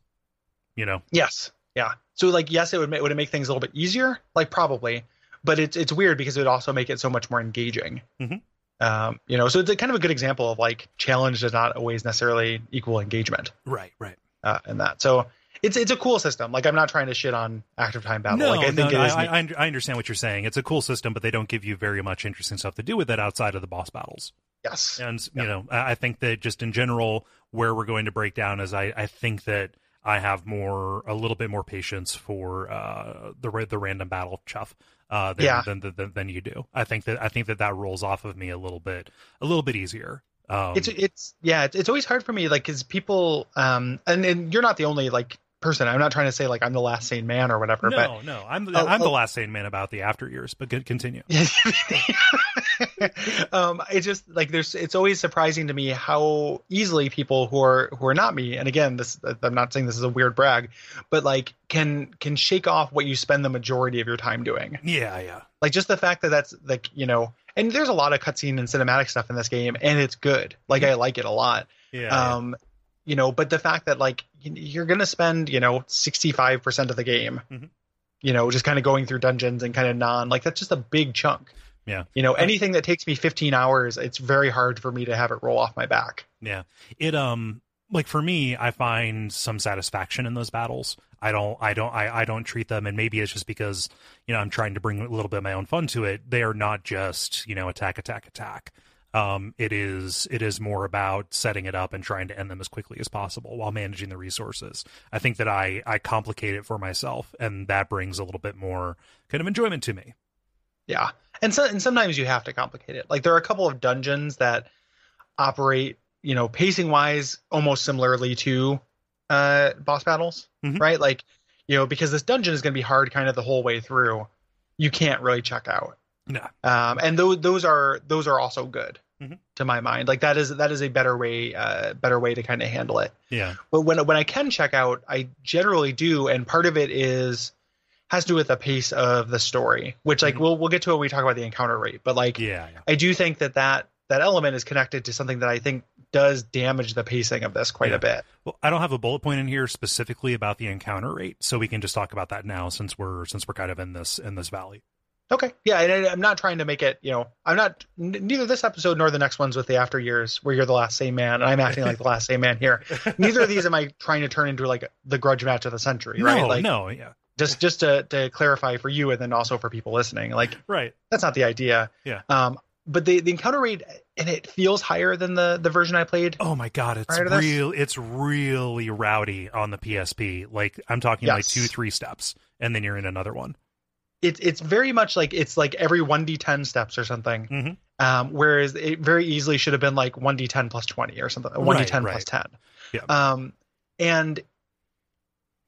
B: You know,
A: Yes. Yeah. So like yes, it would make would it make things a little bit easier? Like probably, but it's it's weird because it would also make it so much more engaging.
B: Mhm.
A: Um, you know, so it's a kind of a good example of like challenge does not always necessarily equal engagement
B: right, right.
A: uh, in that. So it's it's a cool system. Like I'm not trying to shit on active time battle.
B: No,
A: like I
B: no,
A: think
B: no,
A: it is.
B: I, I, I understand what you're saying. It's a cool system, but they don't give you very much interesting stuff to do with it outside of the boss battles.
A: yes.
B: And
A: Yeah.
B: you know, I, I think that just in general, where we're going to break down is I, I think that I have more, a little bit more patience for uh, the ra- the random battle chuff. Uh, than,
A: Yeah.
B: than, than than you do. I think that I think that that rolls off of me a little bit, a little bit easier. Um,
A: it's it's yeah it's, it's always hard for me like because people um and, and you're not the only like person i'm not trying to say like i'm the last sane man or whatever but
B: No, no, I'm
A: Oh,
B: I'm the
A: oh.
B: last sane man about the after years, but good, continue.
A: um, it's just like there's. It's always surprising to me how easily people who are who are not me, and again, this I'm not saying this is a weird brag, but like can can shake off what you spend the majority of your time doing.
B: Yeah, yeah,
A: Like just the fact that that's like you know, and there's a lot of cutscene and cinematic stuff in this game, and it's good. Like I like it a lot.
B: yeah.
A: um, you know, but the fact that like y- you're gonna spend you know 65 percent of the game.
B: Mhm.
A: You know, just kind of going through dungeons and kind of non like that's just a big chunk.
B: yeah.
A: You know, anything that takes me 15 hours, it's very hard for me to have it roll off my back.
B: Yeah. It um like for me, I find some satisfaction in those battles. I don't I don't I, I don't treat them and maybe it's just because, you know, I'm trying to bring a little bit of my own fun to it. They are not just, you know, attack, attack, attack. Um, it is it is more about setting it up and trying to end them as quickly as possible while managing the resources. I think that I I complicate it for myself and that brings a little bit more kind of enjoyment to me.
A: Yeah. And so, and sometimes you have to complicate it. Like there are a couple of dungeons that operate, you know, pacing wise almost similarly to uh boss battles,
B: Mhm.
A: right? Like, you know, because this dungeon is going to be hard kind of the whole way through. You can't really check out.
B: No.
A: Um and those those are those are also good
B: Mhm.
A: to my mind. Like that is that is a better way uh better way to kind of handle it.
B: Yeah.
A: but when when I can check out, I generally do, and part of it is has to do with the pace of the story, which like
B: Mhm.
A: we'll we'll get to when we talk about the encounter rate. But like
B: Yeah. yeah.
A: I do think that that that element is connected to something that I think does damage the pacing of this quite
B: Yeah.
A: a bit.
B: Well, I don't have a bullet point in here specifically about the encounter rate, so we can just talk about that now since we're since we're kind of in this in this valley.
A: Okay, yeah, and I, I'm not trying to make it. You know, I'm not n- neither this episode nor the next ones with the after years where you're the last same man, and I'm acting like the last same man here. Neither of these am I trying to turn into like the grudge match of the century, right?
B: No,
A: Like
B: no, yeah,
A: just just to to clarify for you and then also for people listening, like
B: right.
A: that's not the idea.
B: Yeah.
A: Um, but the the encounter rate and it feels higher than the the version I played.
B: Oh my god, it's
A: Prior to this-
B: real. It's really rowdy on the PSP. Like I'm talking like
A: Yes.
B: two, three steps, and then you're in another one.
A: It's it's very much like it's like every one d ten steps or something.
B: Mhm.
A: Um, whereas it very easily should have been like one d ten plus twenty or something, one d ten
B: Right,
A: plus ten.
B: Yeah.
A: Um, and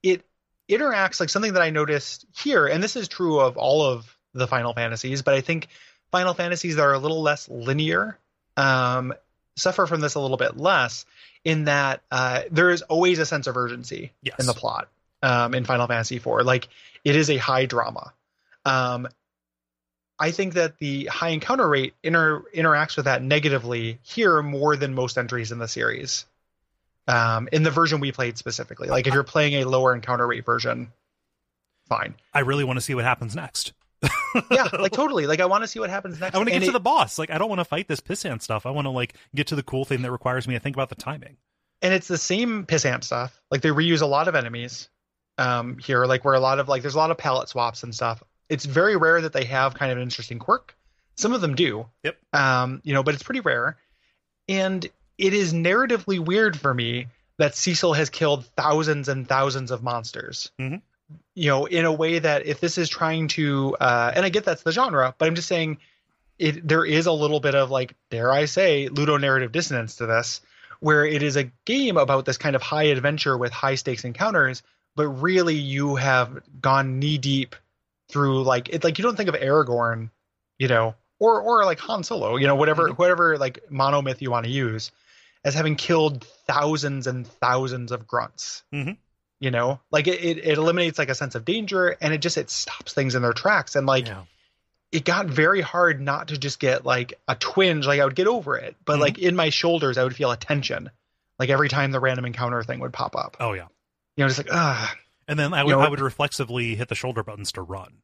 A: it interacts like something that I noticed here, and this is true of all of the Final Fantasies, but I think Final Fantasies that are a little less linear um, suffer from this a little bit less in that uh, there is always a sense of urgency
B: Yes.
A: in the plot um, in Final Fantasy IV. Like it is a high drama. Um, I think that the high encounter rate inter- interacts with that negatively here more than most entries in the series. Um, in the version we played specifically, like if you're playing a lower encounter rate version, fine.
B: I really want to see what happens next.
A: Yeah, like totally. Like I want to see what happens next.
B: I want to get
A: And
B: to
A: it-
B: the boss. Like I don't want to fight this pissant stuff. I want to like get to the cool thing that requires me to think about the timing.
A: and it's the same pissant stuff. Like they reuse a lot of enemies um, here, like where a lot of like there's a lot of palette swaps and stuff. It's very rare that they have kind of an interesting quirk. Some of them do.
B: Yep.
A: Um, you know, but it's pretty rare. And it is narratively weird for me that Cecil has killed thousands and thousands of monsters.
B: Mhm.
A: You know, in a way that if this is trying to, uh, and I get that's the genre, but I'm just saying, it there is a little bit of like, dare I say, ludonarrative dissonance to this, where it is a game about this kind of high adventure with high stakes encounters, but really you have gone knee deep through like it like you don't think of Aragorn, you know, or or like Han Solo, you know, whatever whatever like monomyth you want to use, as having killed thousands and thousands of grunts.
B: Mhm.
A: You know, like it, it it eliminates like a sense of danger, and it just it stops things in their tracks, and like
B: yeah.
A: it got very hard not to just get like a twinge like i would get over it but
B: Mhm.
A: like in my shoulders i would feel a tension like every time the random encounter thing would pop up
B: Oh yeah.
A: you know just like ah
B: And then I would
A: You know-
B: I would reflexively hit the shoulder buttons to run.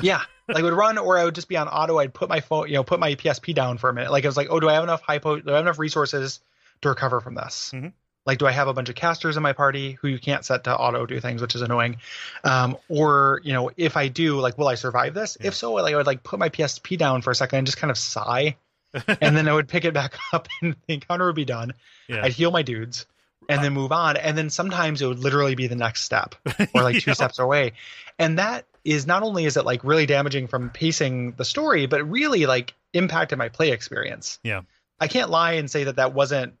A: yeah like I would run or i would just be on auto i'd put my phone you know put my psp down for a minute like i was like oh do i have enough hypo do i have enough resources to recover from this
B: Mhm.
A: like do i have a bunch of casters in my party who you can't set to auto do things which is annoying um or you know if i do like will i survive this
B: Yeah.
A: if so like i would like put my psp down for a second and just kind of sigh and then I would pick it back up, and the encounter would be done.
B: Yeah. Uh,
A: I'd heal my dudes, and then move on. And then sometimes it would literally be the next step, or like two
B: Yeah.
A: steps away. And that is not only is it like really damaging from pacing the story, but really like impacted my play experience.
B: Yeah.
A: I can't lie and say that that wasn't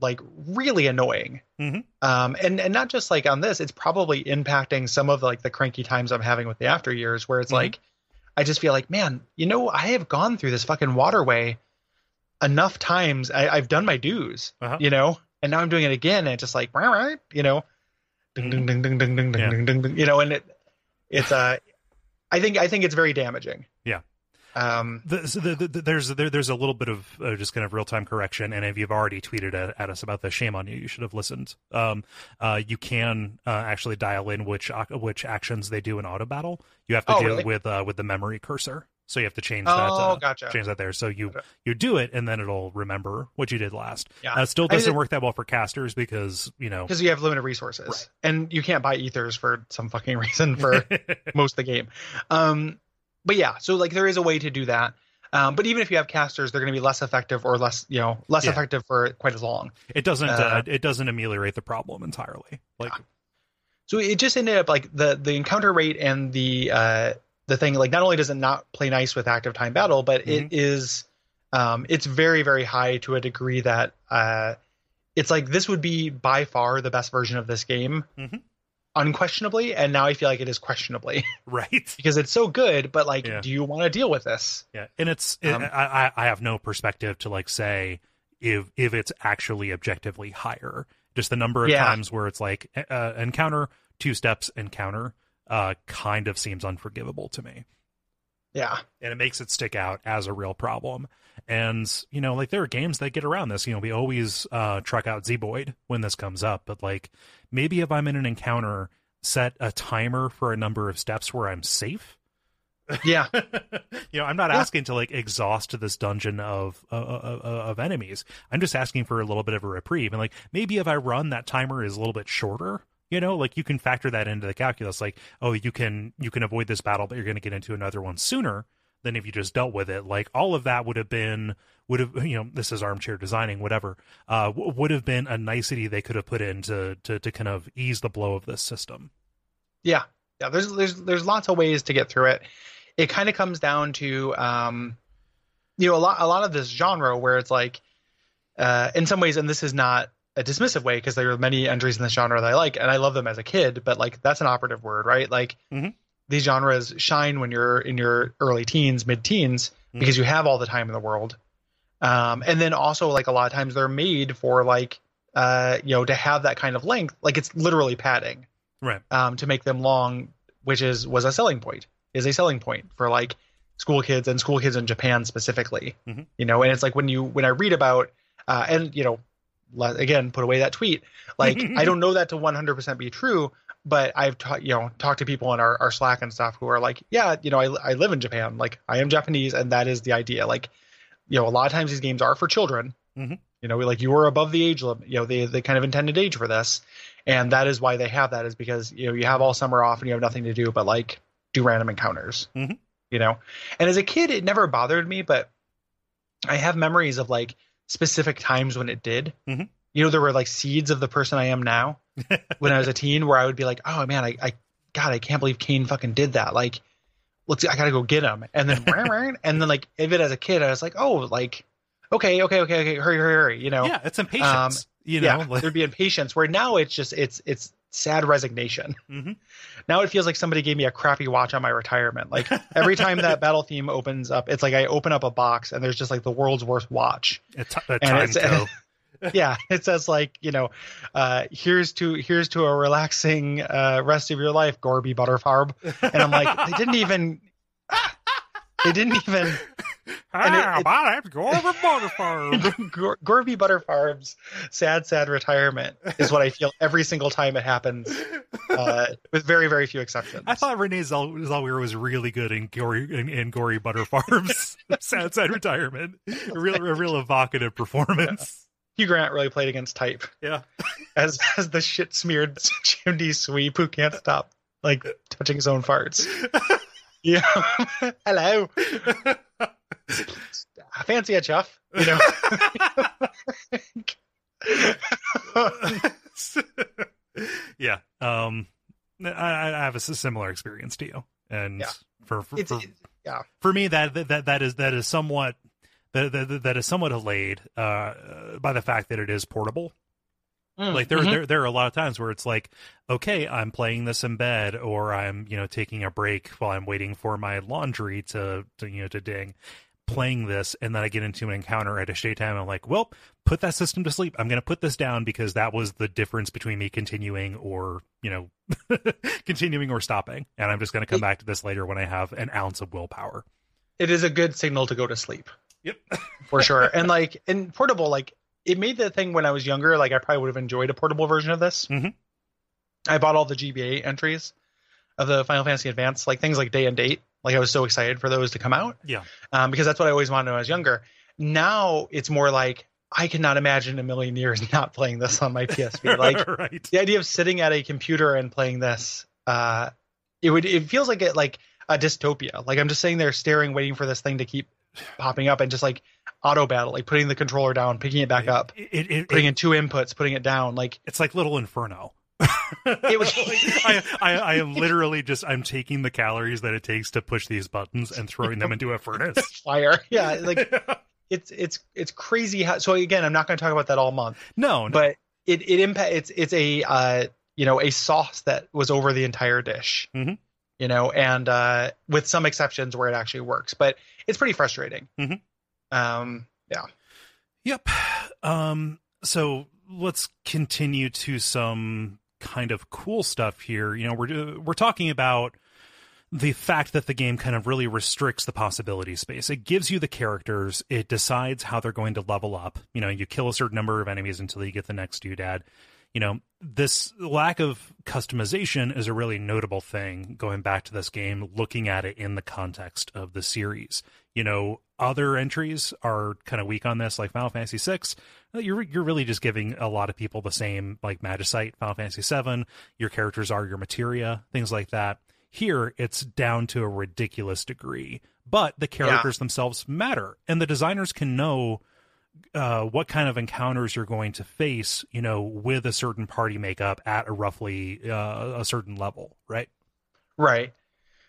A: like really annoying.
B: Mhm.
A: Um, and and not just like on this, it's probably impacting some of like the cranky times I'm having with the after years, where it's
B: Mhm.
A: like, I just feel like, man, you know, I have gone through this fucking waterway enough times. I, I've done my dues,
B: Uh-huh.
A: you know, and now I'm doing it again, and it's just like, all right, you know, ding ding ding ding ding ding
B: Mm-hmm. Yeah.
A: ding ding ding, ding, you know, and it, it's uh, I think I think it's very damaging.
B: Yeah.
A: Um.
B: The, so the, the, there's there, there's a little bit of uh, just kind of real time correction, and if you've already tweeted at, at us about this, shame on you. You should have listened. Um, uh, you can uh, actually dial in which ac- which actions they do in auto battle. You have to
A: Oh,
B: do
A: really?
B: it with uh, with the memory cursor, so you have to change that.
A: Oh,
B: Uh,
A: gotcha.
B: Change that there, so you
A: Gotcha.
B: you do it, and then it'll remember what you did last.
A: Yeah.
B: Uh, still
A: I mean,
B: doesn't
A: it-
B: work that well for casters because you know
A: because you have limited resources
B: Right.
A: and you can't buy ethers for some fucking reason for most of the game um but yeah so like there is a way to do that um but even if you have casters they're going to be less effective or less you know less
B: Yeah.
A: effective for quite as long
B: it doesn't uh,
A: Uh,
B: it doesn't ameliorate the problem entirely. Like
A: so it just ended up like the the encounter rate and the uh the thing like not only does it not play nice with active time battle but it is um it's very very high to a degree that uh it's like this would be by far the best version of this game
B: Mhm.
A: unquestionably and now i feel like it is questionably
B: right.
A: because it's so good but like
B: Yeah.
A: do you want to deal with this
B: Yeah, and it's it,
A: Um,
B: I I I have no perspective to like say if if it's actually objectively higher. Just the number of
A: Yeah.
B: times where it's like uh, encounter two steps encounter uh, kind of seems unforgivable to me,
A: yeah
B: and it makes it stick out as a real problem. And you know, like there are games that get around this. You know, we always uh, truck out Zboid when this comes up, but like maybe if I'm in an encounter, set a timer for a number of steps where I'm safe
A: yeah
B: you know, I'm not
A: Yeah.
B: asking to like exhaust this dungeon of uh, uh, uh, of enemies. I'm just asking for a little bit of a reprieve, and like maybe if I run, that timer is a little bit shorter. You know, like you can factor that into the calculus. Like, oh, you can you can avoid this battle, but you're going to get into another one sooner than if you just dealt with it. Like all of that would have been would have you know this is armchair designing whatever uh w- would have been a nicety they could have put in to to to kind of ease the blow of this system.
A: yeah yeah there's there's there's lots of ways to get through it it kind of comes down to um you know a lot a lot of this genre where it's like uh in some ways and this is not a dismissive way because there are many entries in this genre that I like and I love them as a kid but like that's an operative word right like
B: Mhm.
A: these genres shine when you're in your early teens mid teens
B: Mhm.
A: because you have all the time in the world um and then also like a lot of times they're made for like uh you know to have that kind of length like it's literally padding
B: Right.
A: um, to make them long, which is was a selling point, is a selling point for like school kids and school kids in Japan specifically.
B: Mhm.
A: You know, and it's like when you when I read about uh, and you know, le- again, put away that tweet. Like I don't know that to one hundred percent be true, but I've ta- you know talked to people in our, our Slack and stuff who are like, yeah, you know, I I live in Japan, like I am Japanese, and that is the idea. Like, you know, a lot of times these games are for children.
B: Mhm.
A: You know, like you were above the age limit, you know, the the kind of intended age for this and that is why they have that is because you know you have all summer off and you have nothing to do but like do random encounters
B: Mhm.
A: you know and as a kid it never bothered me but i have memories of like specific times when it did
B: Mhm.
A: you know there were like seeds of the person i am now when i was a teen where i would be like oh man i, I god i can't believe kane fucking did that like let's i gotta go get him and then and then like if it as a kid i was like oh like okay okay okay okay hurry hurry hurry you know
B: Yeah, it's impatience. you know,
A: yeah, there'd be impatience where now it's just it's it's sad resignation.
B: hmm
A: Now it feels like somebody gave me a crappy watch on my retirement. Like every time that battle theme opens up, it's like I open up a box and there's just like the world's worst watch.
B: A, t- a time
A: it's-
B: co.
A: yeah, it says like you know, uh, here's to here's to a relaxing uh, rest of your life, Gorby Butterfarb. And I'm like, they didn't even. They didn't even and it- it-
B: my name's Gordon Butterfarm.
A: Gor- Gorby Butterfarb's sad, sad retirement is what I feel every single time it happens, uh, with very, very few exceptions.
B: I thought Renee Zell- Zellweger was really good in Gory in, in Gory Butterfarm's Sad Sad Retirement. A real, a real evocative performance.
A: Hugh Grant really played against type.
B: Yeah.
A: As as the shit smeared chimney sweep who can't stop like touching his own farts. Yeah. Hello. I fancy a chuff. You know.
B: yeah. Um, I, I I have a s- similar experience to you, and
A: Yeah.
B: for for,
A: It's
B: for,
A: it- yeah.
B: for me that that that is that is somewhat that that, that is somewhat allayed uh, by the fact that it is portable. like
A: Mm-hmm.
B: there, there there are a lot of times where it's like okay i'm playing this in bed or i'm you know taking a break while i'm waiting for my laundry to, to you know to ding playing this and then i get into an encounter at a shade time i'm like well put that system to sleep i'm going to put this down because that was the difference between me continuing or you know continuing or stopping and i'm just going to come back to this later when i have an ounce of willpower
A: it is a good signal to go to sleep.
B: Yep.
A: for sure. And like in portable, like it made the thing when I was younger, like I probably would have enjoyed a portable version of this.
B: Mhm.
A: I bought all the GBA entries of the Final Fantasy Advance, like things like day and date. Like I was so excited for those to come out.
B: Yeah.
A: Um, because that's what I always wanted when I was younger. Now it's more like I cannot imagine a million years not playing this on my PSP. Like
B: right
A: the idea of sitting at a computer and playing this uh it would it feels like it like a dystopia like i'm just sitting there staring waiting for this thing to keep popping up and just like auto battle like putting the controller down picking it back up
B: It- it- it-
A: putting in two inputs putting it down like
B: it's like little inferno
A: It was-
B: I, I i am literally just i'm taking the calories that it takes to push these buttons and throwing them into a furnace
A: fire yeah like it's it's it's crazy how so again i'm not going to talk about that all month
B: Oh, no, no
A: but it it impact it's it's a uh you know a sauce that was over the entire dish
B: Mhm.
A: you know and uh with some exceptions where it actually works but it's pretty frustrating
B: Mhm.
A: um yeah
B: yep um so let's continue to some kind of cool stuff here you know we're we're talking about the fact that the game kind of really restricts the possibility space. It gives you the characters, it decides how they're going to level up. You know, you kill a certain number of enemies until you get the next doodad. You know, this lack of customization is a really notable thing going back to this game, looking at it in the context of the series. You know, other entries are kind of weak on this, like Final Fantasy VI. You're you're really just giving a lot of people the same, like Magicite, Final Fantasy VII. Your characters are your materia, things like that here it's down to a ridiculous degree but the characters themselves matter and the designers can know uh, what kind of encounters you're going to face you know with a certain party makeup at a roughly uh, a certain level right
A: Right.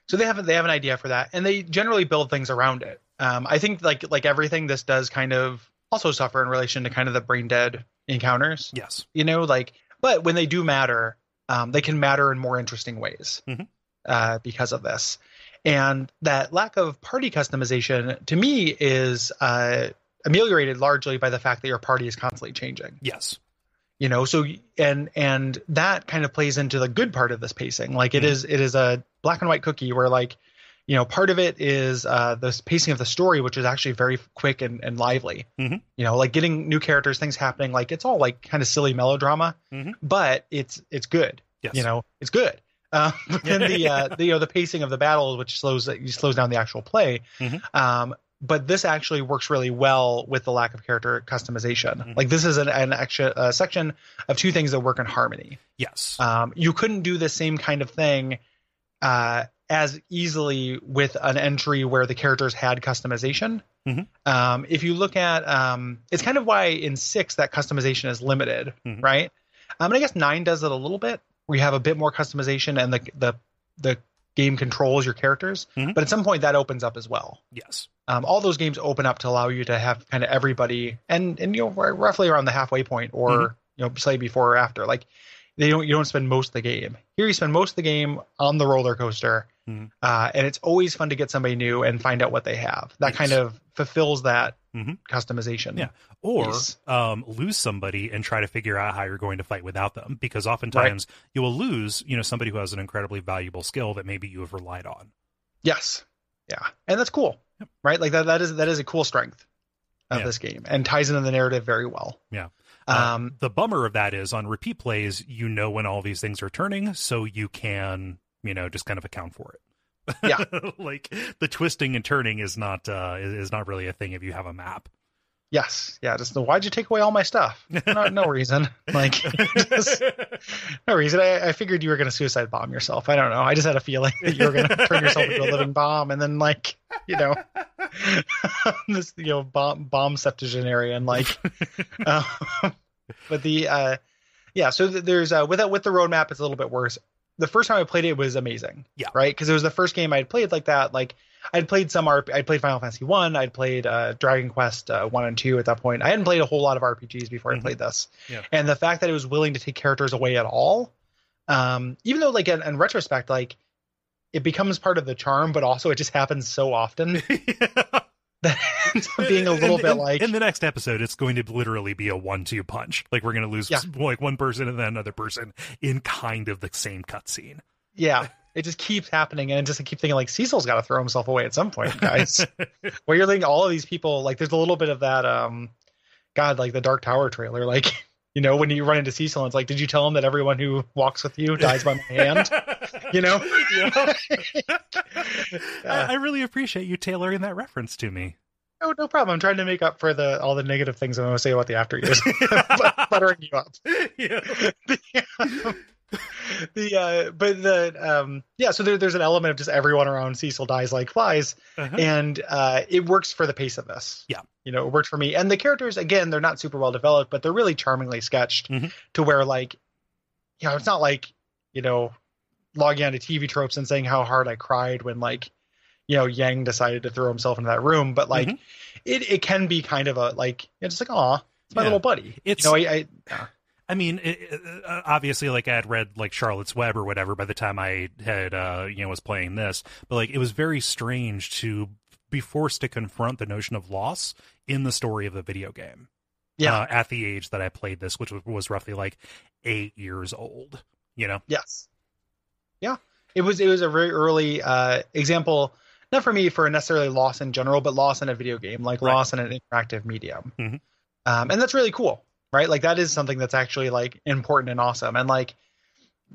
A: So they have they have an idea for that, and they generally build things around it. Um, I think like like everything, this does kind of also suffer in relation to kind of the brain dead encounters.
B: yes
A: You know, like but when they do matter, um, they can matter in more interesting ways
B: Mhm.
A: uh, because of this. And that lack of party customization to me is uh, ameliorated largely by the fact that your party is constantly changing
B: yes
A: you know so and and that kind of plays into the good part of this pacing like it
B: Mhm.
A: is it is a black and white cookie where like you know part of it is uh the pacing of the story which is actually very quick and, and lively
B: Mhm.
A: you know like getting new characters things happening like it's all like kind of silly melodrama
B: Mhm.
A: but it's it's good
B: yes
A: you know it's good um, but then the, uh, the you know the pacing of the battles which slows slows down the actual play
B: Mhm.
A: um, but this actually works really well with the lack of character customization
B: Mhm.
A: like this is an, an action, a section of two things that work in harmony
B: yes
A: um, you couldn't do the same kind of thing uh, as easily with an entry where the characters had customization
B: Mhm.
A: um, if you look at um, it's kind of why in six that customization is limited
B: Mhm.
A: right um, and i guess nine does it a little bit where you have a bit more customization and the the, the game controls your characters
B: Mhm.
A: but at some point that opens up as well
B: yes
A: um, all those games open up to allow you to have kind of
B: Mm-hmm.
A: everybody and and you know we're roughly around the halfway point or you know slightly before or after like they don't you don't spend most of the game here you spend most of the game on the roller coaster
B: Mhm.
A: uh, and it's always fun to get somebody new and find out what they have that
B: Yes.
A: kind of fulfills that
B: Mhm.
A: customization
B: Yeah. or
A: Yes.
B: um, lose somebody and try to figure out how you're going to fight without them because oftentimes you will lose you know somebody who has an incredibly valuable skill that maybe you have relied on
A: yes yeah and that's cool right like that that is that is a cool strength of
B: Yeah.
A: this game and ties into the narrative very well
B: Yeah. Uh,
A: um
B: the bummer of that is on repeat plays you know when all these things are turning so you can you know just kind of account for it yeah like the twisting and turning is not uh is, is not really a thing if you have a map
A: yes yeah just the why'd you take away all my stuff no, no reason like just- No reason. I, I figured you were going to suicide bomb yourself. I don't know. I just had a feeling that you were going to turn yourself into a living bomb, and then like you know, this you know bomb bomb septuagenarian like. um, but the uh, yeah, so th- there's uh, with that with the roadmap, it's a little bit worse. The first time I played it was amazing.
B: Yeah.
A: Right, because it was the first game I'd played like that. Like I'd played some RP. I'd played Final Fantasy One. I'd played uh, Dragon Quest uh, One and Two at that point. I hadn't played a whole lot of RPGs before
B: Mhm.
A: I played this
B: Yeah.
A: and the fact that it was willing to take characters away at all um even though like in, in retrospect like it becomes part of the charm but also it just happens so often that it ends up being a little
B: In-
A: bit
B: in-
A: like
B: in the next episode it's going to literally be a one-two punch like we're going to lose
A: Yeah.
B: like one person and then another person in kind of the same cutscene
A: yeah it just keeps happening and just I keep thinking like cecil's got to throw himself away at some point guys where you're thinking all of these people like there's a little bit of that um god like the dark tower trailer like you know when you run into cecil and it's like did you tell him that everyone who walks with you dies by my hand you know
B: Yeah.
A: Uh,
B: I, I really appreciate you tailoring that reference to me.
A: No, no problem. I'm trying to make up for the all the negative things I'm going to say about the after years, But- buttering you up.
B: Yeah.
A: The uh, but the um, yeah. So there, there's an element of just everyone around Cecil dies like flies,
B: Uh-huh.
A: and uh, it works for the pace of this.
B: Yeah.
A: you know, it worked for me. And the characters, again, they're not super well developed, but they're really charmingly sketched
B: Mhm.
A: to where like, you know, it's not like you know, logging onto TV tropes and saying how hard I cried when like, you know, Yang decided to throw himself into that room, but like.
B: Mhm.
A: it it can be kind of a like it's just like aw it's my
B: Yeah.
A: little buddy
B: It's-
A: you know, I, I
B: I mean, it, it, uh, obviously, like I had read like Charlotte's Web or whatever by the time I had uh, you know was playing this, but like it was very strange to be forced to confront the notion of loss in the story of the video game.
A: Yeah.
B: uh, at the age that I played this, which was, was roughly like eight years old. You know,
A: yes yeah it was it was a very early uh example not for me for necessarily loss in general but loss in a video game like
B: Right.
A: loss in an interactive medium
B: Mhm.
A: um and that's really cool right like that is something that's actually like important and awesome and like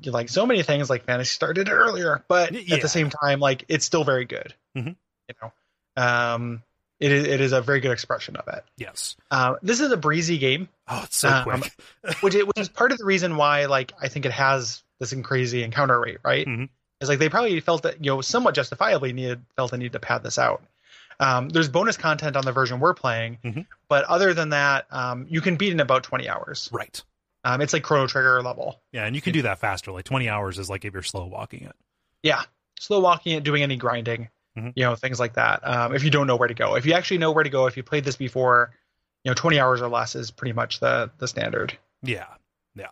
A: you- like so many things like fantasy started earlier but
B: Y-
A: at
B: yeah.
A: the same time like it's still very good
B: Mhm.
A: you know um it is, it is a very good expression of it
B: yes.
A: uh, this is a breezy game
B: Oh, it's so
A: Um,
B: quick.
A: which it, which is part of the reason why like I think it has this in- crazy encounter rate, right?
B: Mhm.
A: It's like they probably felt that you know somewhat justifiably needed felt the need to pad this out. Um, there's bonus content on the version we're playing,
B: Mhm.
A: but other than that, um, you can beat in about 20 hours.
B: Right.
A: Um, it's like Chrono Trigger level.
B: Yeah, and you can do that faster. Like twenty hours is like if you're slow walking it.
A: Yeah, slow walking it, doing any grinding,
B: Mhm.
A: you know, things like that. Um, if you don't know where to go, if you actually know where to go, if you played this before, you know, 20 hours or less is pretty much the the standard.
B: Yeah. Yeah.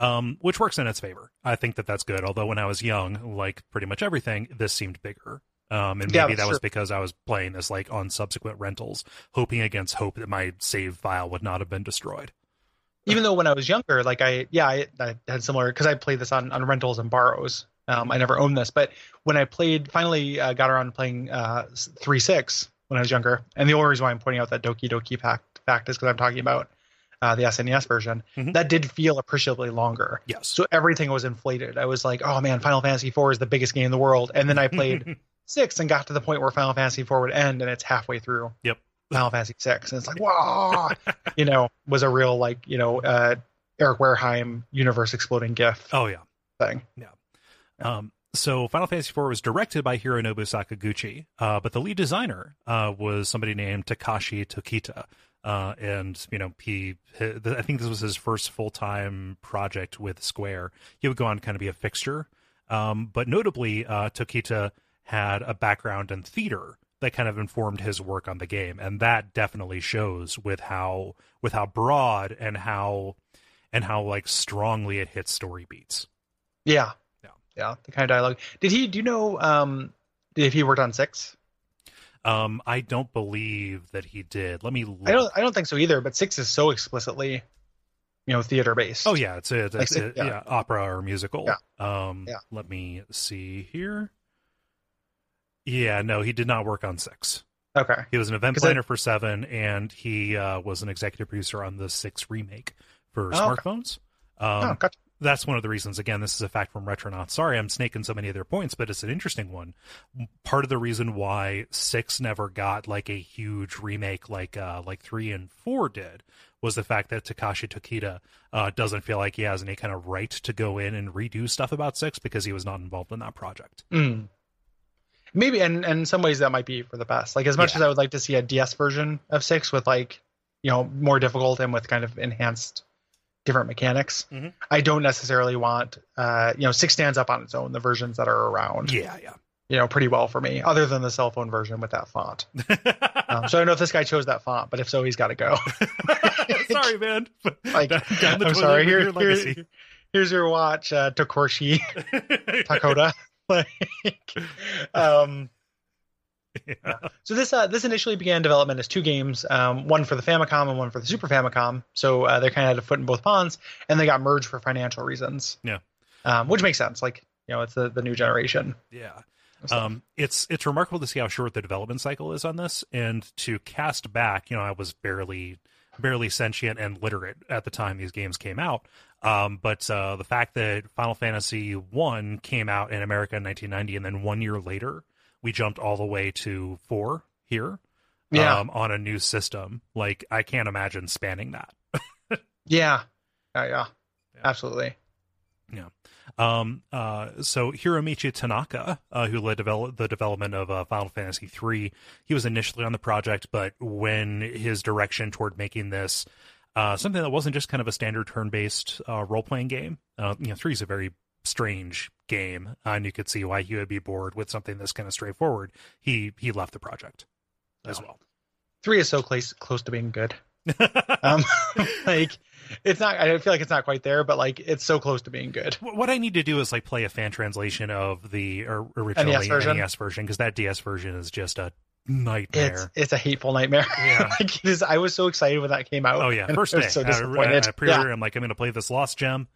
B: Um, which works in its favor. I think that that's good. Although when I was young, like pretty much everything, this seemed bigger. Um, and maybe
A: Yeah,
B: that
A: that's
B: was
A: true.
B: because I was playing this like on subsequent rentals, hoping against hope that my save file would not have been destroyed.
A: even though when I was younger, like I, yeah, I, I had similar because I played this on, on rentals and borrows. Um, I never owned this, but when I played, finally uh, got around to playing uh, three six when I was younger. And the only reason why I'm pointing out that Doki Doki Pact fact is because I'm talking about uh, the SNES version.
B: Mhm.
A: That did feel appreciably longer.
B: Yes.
A: So everything was inflated. I was like, oh man, Final Fantasy IV is the biggest game in the world. And then I played six and got to the point where Final Fantasy IV would end, and it's halfway through.
B: Yep.
A: Final Fantasy six, and it's like, wow, you know, was a real like, you know, uh, Eric Wareheim universe exploding gif
B: oh yeah.
A: thing.
B: Um, so Final Fantasy IV was directed by Hironobu Sakaguchi, uh, but the lead designer uh, was somebody named Takashi Tokita. Uh, and you know he, he I think this was his first full time project with Square. He would go on to kind of be a fixture, um, but notably uh, Tokita had a background in theater that kind of informed his work on the game, and that definitely shows with how with how broad and how and how like strongly it hits story beats.
A: Yeah.
B: Yeah.
A: Yeah. The kind of dialogue. Did he, do you know, um, if he worked on six?
B: Um, I don't believe that he did. Let me. Look.
A: I don't, I don't think so either, but six is so explicitly, you know, theater based.
B: Oh yeah, it's a, it's a yeah.
A: yeah.
B: opera or musical. Um,
A: Yeah.
B: let me see here. Yeah, no, he did not work on six.
A: Okay.
B: He was an event
A: 'Cause I-
B: planner for Seven, and he uh, was an executive producer on the Six remake for
A: Oh, okay.
B: smartphones.
A: oh,
B: Um,
A: gotcha.
B: That's one of the reasons. Again, this is a fact from Retronauts. Sorry, I'm snaking so many of their points, but it's an interesting one. Part of the reason why Six never got like a huge remake like uh, like three and four did was the fact that Takashi Tokita uh, doesn't feel like he has any kind of right to go in and redo stuff about Six because he was not involved in that project.
A: Mm. Maybe, and, and in some ways that might be for the best. Like as much
B: Yeah.
A: as I would like to see a DS version of six with like, you know, more difficult and with kind of enhanced different mechanics.
B: Mhm.
A: I don't necessarily want, uh, you know, six stands up on its own. The versions that are around,
B: Yeah, yeah.
A: you know, pretty well for me. Other than the cell phone version with that font. Um, so I don't know if this guy chose that font, but if so, he's got to go.
B: sorry, man.
A: Like,
B: down the
A: I'm
B: toilet
A: sorry.
B: with your
A: Here,
B: legacy.
A: here, here's your watch, uh, Takorshi Takoda. like, um,
B: Yeah.
A: So this uh, this initially began development as two games, um, one for the Famicom and one for the Super Famicom. So uh, they kind of had a foot in both ponds, and they got merged for financial reasons.
B: Yeah.
A: um, which makes sense. Like you know, it's the, the new generation.
B: Yeah.
A: and stuff.
B: Um, it's it's remarkable to see how short the development cycle is on this, and to cast back, you know, I was barely barely sentient and literate at the time these games came out. Um, but uh, the fact that Final Fantasy One came out in America in 1990, and then one year later we jumped all the way to four here,
A: yeah,
B: um, on a new system. Like I can't imagine spanning that.
A: yeah, yeah, yeah,
B: Yeah.
A: absolutely.
B: Um, uh, so Hiromichi Tanaka, uh, who led develop- the development of uh, Final Fantasy III, he was initially on the project, but when his direction toward making this uh, something that wasn't just kind of a standard turn-based uh, role-playing game, uh, you know, three is a very strange game, and you could see why he would be bored with something this kind of straightforward. He he left the project as
A: Yeah.
B: well.
A: Three is so close close to being good. Um, like it's not. I feel like it's not quite there, but like it's so close to being good.
B: Wh- What I need to do is like play a fan translation of the or, original
A: NES E version?
B: NES version because that DS version is just a nightmare.
A: It's it's a hateful nightmare.
B: Yeah.
A: like it is, I was so excited when that came out.
B: Oh yeah,
A: and
B: first
A: I
B: day.
A: was so
B: I-
A: disappointed.
B: I, I
A: yeah.
B: pre-order. I'm like, I'm gonna play this lost gem.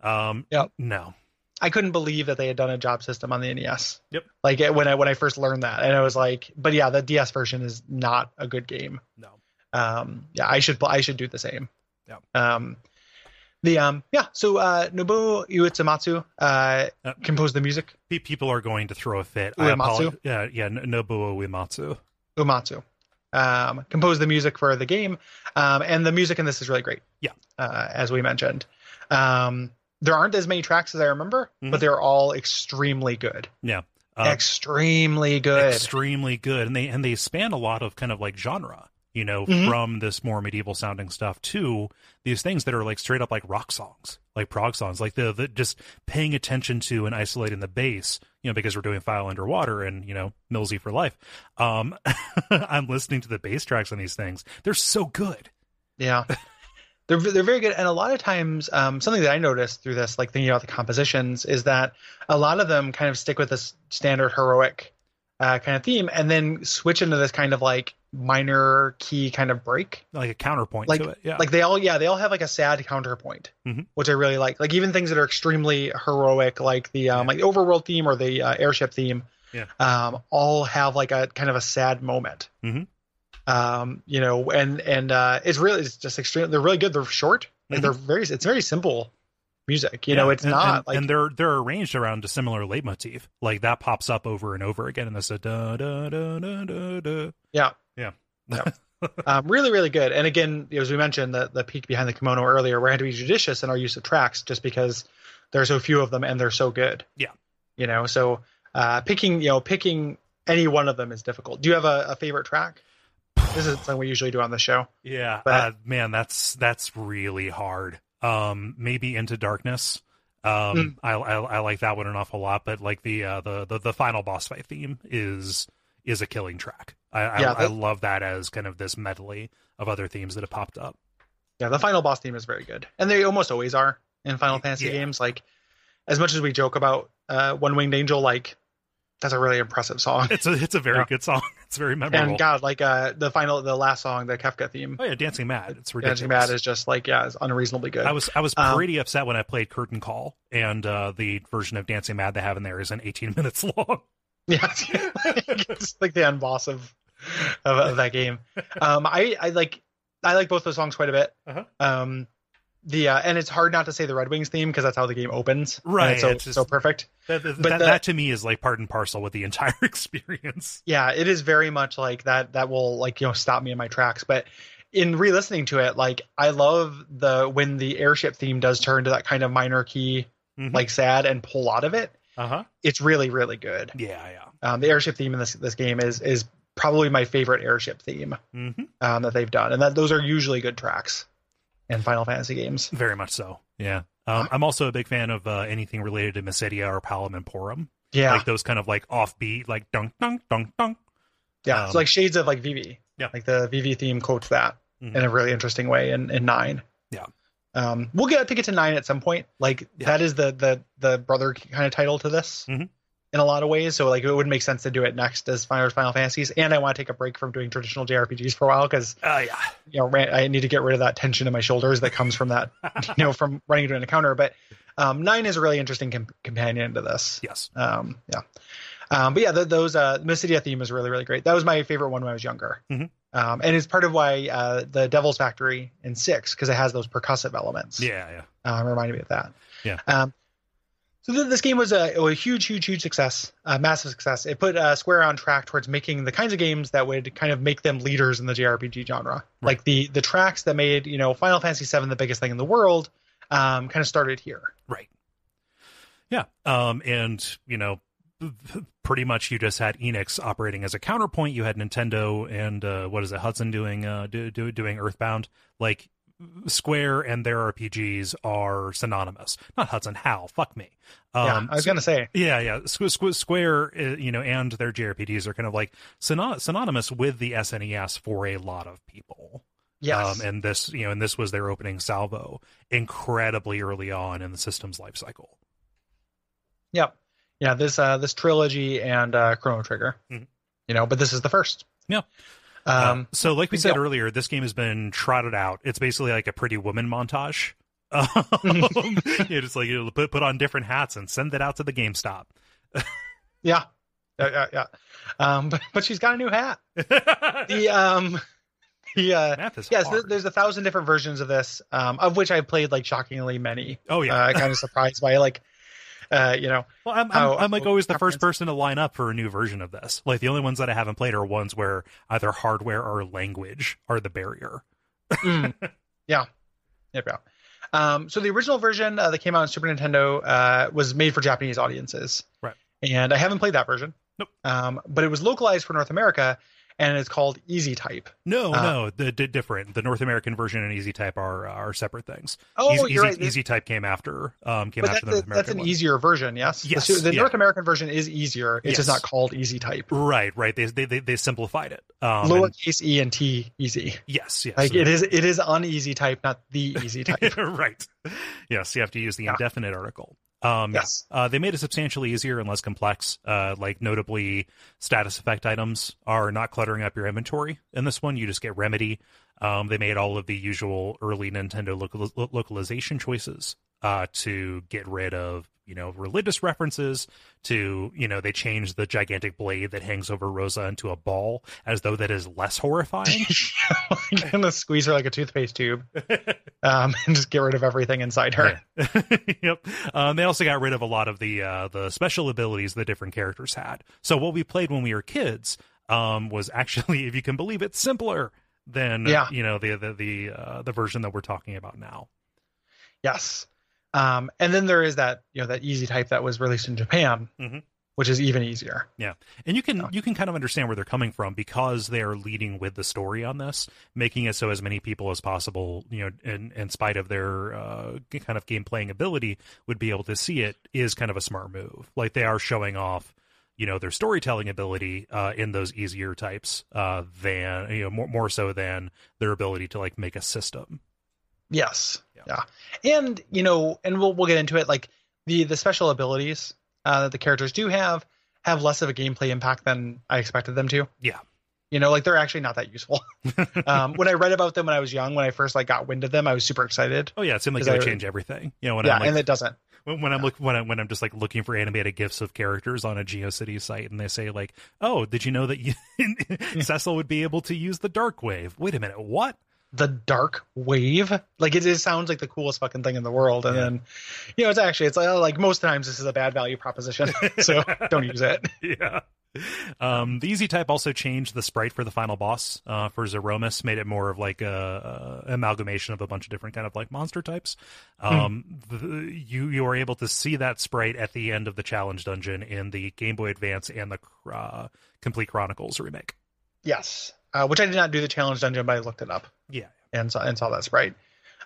B: Um,
A: Yep.
B: no,
A: I couldn't believe that they had done a job system on the NES.
B: Yep.
A: Like it- when I when I first learned that, and I was like, but yeah, the DS version is not a good game.
B: no.
A: Um, yeah, I should pl- I should do the same.
B: Yep.
A: Um, the um yeah, so uh, Nobuo Uematsu uh,
B: Uh,
A: composed the music.
B: Pe- people are going to throw a fit. I
A: Uematsu?
B: apologize. Yeah, yeah. N- Nobuo Uematsu.
A: Uematsu um, composed the music for the game, um, and the music in this is really great.
B: Yeah.
A: Uh, as we mentioned, um, there aren't as many tracks as I remember,
B: Mhm.
A: but they're all extremely good.
B: Uh,
A: extremely good.
B: Extremely good, and they and they span a lot of kind of like genre. You know,
A: Mhm.
B: from this more medieval sounding stuff to these things that are like straight up like rock songs, like prog songs, like the, the just paying attention to and isolating the bass. You know, because we're doing File Underwater and you know Millsy for life. Um, I'm listening to the bass tracks on these things. They're so good.
A: Yeah. They're, they're very good. And a lot of times, um, something that I noticed through this, like thinking about the compositions, is that a lot of them kind of stick with this standard heroic uh, kind of theme and then switch into this kind of like minor key kind of break.
B: like a counterpoint
A: Like-
B: to it. Yeah.
A: Like they all, yeah, they all have like a sad counterpoint,
B: Mhm.
A: which I really like. Like even things that are extremely heroic, like the um,
B: Yeah.
A: like the overworld theme or the uh, airship theme,
B: Yeah.
A: um, all have like a kind of a sad moment.
B: Mhm.
A: Um, you know, and and uh, it's really it's just extreme. They're really good. They're short. Like
B: Mhm.
A: they're very. It's very simple music. You
B: Yeah,
A: know, it's
B: and-
A: not
B: and,
A: like
B: and they're they're arranged around a similar leitmotif. Like that pops up over and over again, and it's a da da da da da da.
A: Yeah.
B: yeah,
A: um, really really good. And again, as we mentioned, the the peek behind the kimono earlier, we're going to be judicious in our use of tracks, just because there are so few of them and they're so good.
B: Yeah.
A: You know, so uh, picking you know picking any one of them is difficult. Do you have a, a favorite track? This is something we usually do on the show.
B: yeah.
A: But-
B: uh, man, that's that's really hard. Um, maybe into darkness. Um,
A: Mm.
B: I, I I like that one an awful lot, but like the uh the the, the final boss fight theme is is a killing track. I I,
A: Yeah,
B: I
A: that-
B: love that as kind of this medley of other themes that have popped up.
A: Yeah, the final boss theme is very good, and they almost always are in Final Fantasy
B: Yeah.
A: games. Like, as much as we joke about uh, One Winged Angel, like that's a really impressive song.
B: It's a it's a very
A: Yeah.
B: good song. It's very memorable.
A: and God, like uh, the final, the last song, the Kafka theme,
B: oh yeah, Dancing Mad. It's ridiculous.
A: Dancing Mad is just like yeah, it's unreasonably good.
B: I was I was
A: Um,
B: pretty upset when I played Curtain Call, and uh, the version of Dancing Mad they have in there is an 18 minutes long.
A: Yeah, it's like the end boss of of, of that game. Um, I I like I like both those songs quite a bit.
B: Uh-huh.
A: Um, the uh, and it's hard not to say the Red Wings theme because that's how the game opens. And
B: Right,
A: it's so
B: it's just-
A: so perfect.
B: That, that,
A: But
B: that,
A: the-
B: that to me is like part and parcel with the entire experience.
A: Yeah, it is very much like that. That will like you know stop me in my tracks, but. In re-listening to it, like I love the when the airship theme does turn to that kind of minor key,
B: Mhm.
A: like sad, and pull out of it.
B: Uh huh.
A: It's really, really good.
B: Yeah, yeah.
A: Um, the airship theme in this this game is is probably my favorite airship theme.
B: hmm
A: um, that they've done, and that those are usually good tracks in Final Fantasy games.
B: Very much so. Yeah. Um, I'm also a big fan of uh, anything related to Mysidia or Palum and Porum.
A: Yeah,
B: Like those kind of like offbeat, like dunk, dunk, dunk, dunk.
A: yeah,
B: um,
A: it's like shades of like Vivi.
B: Yeah.
A: like the Vivi theme quotes that
B: Mhm.
A: in a really interesting way in, in nine.
B: Yeah.
A: um, we'll get to get to nine at some point. Like
B: Yeah.
A: that is the the the brother kind of title to this.
B: Mhm.
A: In a lot of ways, so like it would make sense to do it next as Final Final Fantasies, and I want to take a break from doing traditional JRPGs for a while because
B: Uh, yeah.
A: you know, ran, I need to get rid of that tension in my shoulders that comes from that, you know, from running into an encounter. But um, nine is a really interesting com- companion to this.
B: Yes.
A: Um, yeah. Um, but yeah, th those uh, Mysidia theme is really really great. That was my favorite one when I was younger,
B: Mhm.
A: um, and it's part of why uh, the Devil's Factory in six because it has those percussive elements.
B: Yeah, yeah.
A: um, reminded me of that.
B: Yeah.
A: Um, so th- this game was a, a huge, huge, huge success, a massive success. It put uh, Square on track towards making the kinds of games that would kind of make them leaders in the JRPG genre. Like the the tracks that made you know Final Fantasy VII the biggest thing in the world, um, kind of started here.
B: Right. Yeah. Um, and you know, pretty much you just had Enix operating as a counterpoint. You had Nintendo and uh, what is it, Hudson doing uh, do, do, doing Earthbound. Like Square and their RPGs are synonymous. Not Hudson, Hal. Fuck me. Um,
A: yeah, I was gonna say.
B: yeah, yeah. Squ- squ- Square, uh, you know, and their JRPGs are kind of like synony- synonymous with the SNES for a lot of people.
A: Yes.
B: Um, and this, you know, and this was their opening salvo, incredibly early on in the system's life cycle.
A: Yep. Yeah, this uh this trilogy and uh Chrono Trigger.
B: Mhm.
A: You know, but this is the first.
B: Yeah.
A: Um
B: Uh, so, like we
A: yeah.
B: said earlier, this game has been trotted out. It's basically like a Pretty Woman montage. Um, you just like you put put on different hats and send it out to the GameStop.
A: yeah. Yeah, yeah, yeah. Um but, but she's got a new hat. The um the uh
B: Math is
A: yes, there-
B: hard.
A: there's a thousand different versions of this, um of which I played like shockingly many.
B: oh yeah.
A: Uh, kind of surprised by like uh you know,
B: Well, I'm, I'm,
A: how-
B: I'm like
A: how
B: always the first
A: comprehensive-
B: person to line up for a new version of this. Like the only ones that I haven't played are ones where either hardware or language are the barrier.
A: Mm. yeah. Yep. Yeah. Um, so the original version uh, that came out on Super Nintendo uh, was made for Japanese audiences.
B: Right.
A: And I haven't played that version.
B: Nope.
A: Um, but it was localized for North America, and it's called Easy Type.
B: No,
A: Uh,
B: no, the, the different. The North American version and Easy Type are uh, are separate things.
A: Oh,
B: Easy,
A: you're
B: Easy-
A: right.
B: Easy Type came after um came
A: but that's,
B: after the North
A: a, that's
B: American
A: an
B: one.
A: easier version, yes. The
B: Yes,
A: su- The,
B: yeah.
A: North American version is easier. It's just
B: Yes.
A: not called Easy Type.
B: Right, right. They they they, they simplified it. Um, and-
A: Lowercase e and t easy.
B: yes, yes.
A: Like it is. It is on Easy Type, not the Easy Type.
B: right. Yes, you have to use the
A: Yeah.
B: indefinite article. Um,
A: Yes.
B: Uh, they made it substantially easier and less complex. Uh, like notably, status effect items are not cluttering up your inventory. In this one, you just get remedy. Um, they made all of the usual early Nintendo local- lo- localization choices uh, to get rid of you know religious references. To you know, they changed the gigantic blade that hangs over Rosa into a ball, as though that is less horrifying.
A: like, gonna squeeze her like a toothpaste tube, um, and just get rid of everything inside her.
B: Yeah. yep. Um, they also got rid of a lot of the uh, the special abilities the different characters had. So what we played when we were kids um, was actually, if you can believe it, simpler than
A: Yeah.
B: you know the the the, uh, the version that we're talking about now.
A: Yes. Um, and then there is that, you know, that easy type that was released in Japan,
B: Mhm.
A: which is even easier.
B: And you can
A: Oh.
B: you can kind of understand where they're coming from because they're leading with the story on this, making it so as many people as possible, you know, in in spite of their uh, g- kind of game playing ability, would be able to see it is kind of a smart move. Like they are showing off, you know, their storytelling ability uh, in those easier types uh, than you know more more so than their ability to like make a system.
A: Yes.
B: Yeah.
A: Yeah. And you know, and we'll we'll get into it. Like the the special abilities uh, that the characters do have have less of a gameplay impact than I expected them to.
B: Yeah.
A: You know, like they're actually not that useful. um, when I read about them when I was young, when I first like got wind of them, I was super excited.
B: Oh yeah, it seemed like
A: Is
B: it would
A: that-
B: change everything. You know, when
A: yeah,
B: I'm like
A: and it doesn't.
B: when, when I'm look when I'm when I'm just like looking for animated gifs of characters on a GeoCity site, and they say like, "Oh, did you know that you, Cecil would be able to use the Dark Wave?" Wait a minute, what?
A: The dark wave, like it, it sounds like the coolest fucking thing in the world, and
B: Yeah.
A: then, you know, it's actually it's like, oh, like most times this is a bad value proposition, so don't use it.
B: yeah. Um, the easy type also changed the sprite for the final boss uh, for Zeromus, made it more of like a, a amalgamation of a bunch of different kind of like monster types. Um, th- you you are able to see that sprite at the end of the challenge dungeon in the Game Boy Advance and the uh, Complete Chronicles remake.
A: Yes, uh, which I did not do the challenge dungeon, but I looked it up.
B: Yeah.
A: and saw and saw that sprite.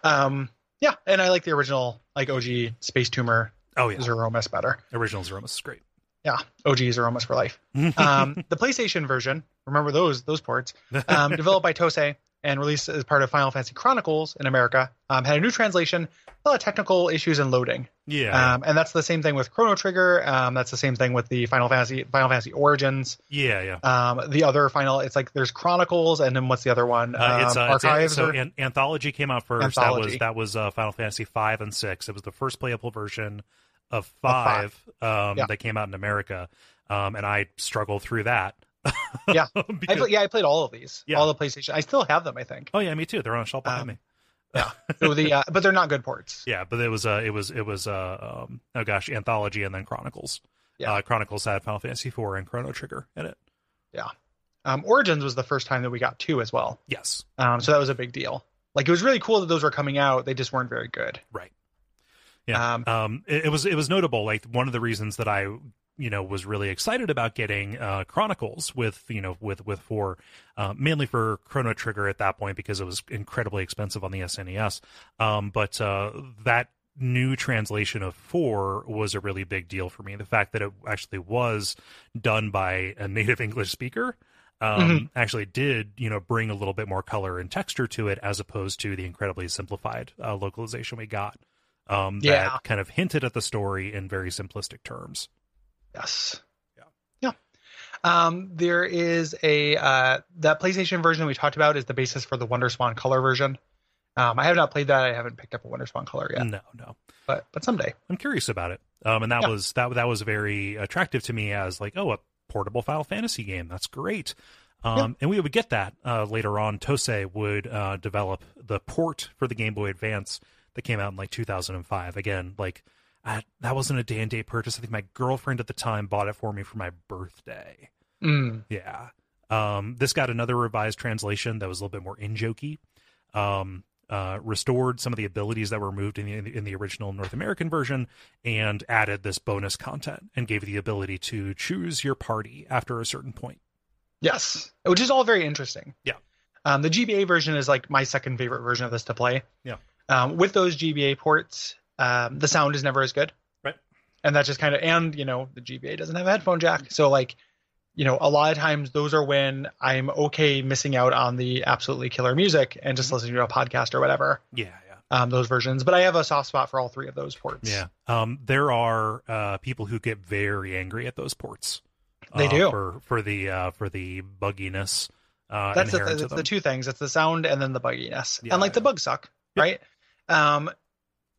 A: Um, yeah, and I like the original like OG Space Tumor
B: Oh yeah,
A: Zeromus better.
B: original Zeromus is great.
A: Yeah, OG Zeromus for life. Um, the PlayStation version, remember those those ports, um, developed by Tosei and released as part of Final Fantasy Chronicles in America, um, had a new translation, a lot of technical issues and loading.
B: yeah,
A: Um, and that's the same thing with Chrono Trigger. Um, that's the same thing with the Final Fantasy Final Fantasy Origins.
B: yeah, yeah.
A: Um, the other final, it's like there's Chronicles, and then what's the other one?
B: Uh, it's,
A: Um,
B: uh, it's an-
A: Archives.
B: so
A: or-
B: an, anthology came out first.
A: Anthology.
B: That was that was uh, Final Fantasy five and six. It was the first playable version of
A: five.
B: five, um,
A: Yeah.
B: that came out in America, um, and I struggled through that.
A: Yeah. I
B: Because-
A: play, yeah, I played all of these,
B: Yeah.
A: all the PlayStation. I still have them, I think.
B: oh yeah, me too. They're on a shelf behind
A: Um,
B: me.
A: So the, uh, but they're not good ports.
B: Yeah, but it was uh, it was it was uh, um, oh gosh, anthology and then Chronicles.
A: Yeah.
B: Uh, Chronicles had Final Fantasy four and Chrono Trigger in it.
A: Um, Origins was the first time that we got two as well,
B: Yes.
A: um, so that was a big deal. Like it was really cool that those were coming out. They just weren't very good.
B: Yeah.
A: Um,
B: Um, it, it was it was notable. Like one of the reasons that I you know was really excited about getting uh Chronicles with you know with with four uh, mainly for Chrono Trigger at that point because it was incredibly expensive on the SNES. Um, but uh, that new translation of four was a really big deal for me. The fact that it actually was done by a native English speaker um actually did you know bring a little bit more color and texture to it as opposed to the incredibly simplified uh, localization we got um
A: Yeah.
B: that kind of hinted at the story in very simplistic terms
A: Yes.
B: Yeah.
A: Yeah. Um, there is a uh, that PlayStation version we talked about is the basis for the Wonder Swan Color version. Um, I have not played that. I haven't picked up a Wonder Swan Color yet,
B: no no
A: but but someday.
B: I'm curious about it. Um, and that
A: Yeah.
B: was that that was very attractive to me as like, oh, a portable Final Fantasy game. That's great. Um, and we would get that uh, later on. Tosei would uh, develop the port for the Game Boy Advance that came out in like 2005. Again, like I, that wasn't a day and date purchase. I think my girlfriend at the time bought it for me for my birthday.
A: Mm.
B: Yeah. Um, this got another revised translation that was a little bit more in jokey. Um, uh, restored some of the abilities that were removed in the in the original North American version, and added this bonus content and gave you the ability to choose your party after a certain point.
A: Yes, which is all very interesting.
B: Yeah.
A: Um, the GBA version is like my second favorite version of this to play.
B: Yeah.
A: Um, with those GBA ports, um, the sound is never as good.
B: Right.
A: And that's just kind of, and you know, the GBA doesn't have a headphone jack, so like, you know, a lot of times those are when I'm okay missing out on the absolutely killer music and
B: Mm-hmm.
A: just listening to a podcast or whatever.
B: Yeah, yeah.
A: Um, those versions, but I have a soft spot for all three of those ports.
B: Yeah. Um, there are uh, people who get very angry at those ports.
A: They
B: uh,
A: do.
B: for for the uh, for the bugginess. Uh,
A: that's the,
B: inherent to
A: it's the
B: them.
A: two things it's the sound and then the bugginess
B: Yeah,
A: and like the
B: yeah.
A: bugs suck right um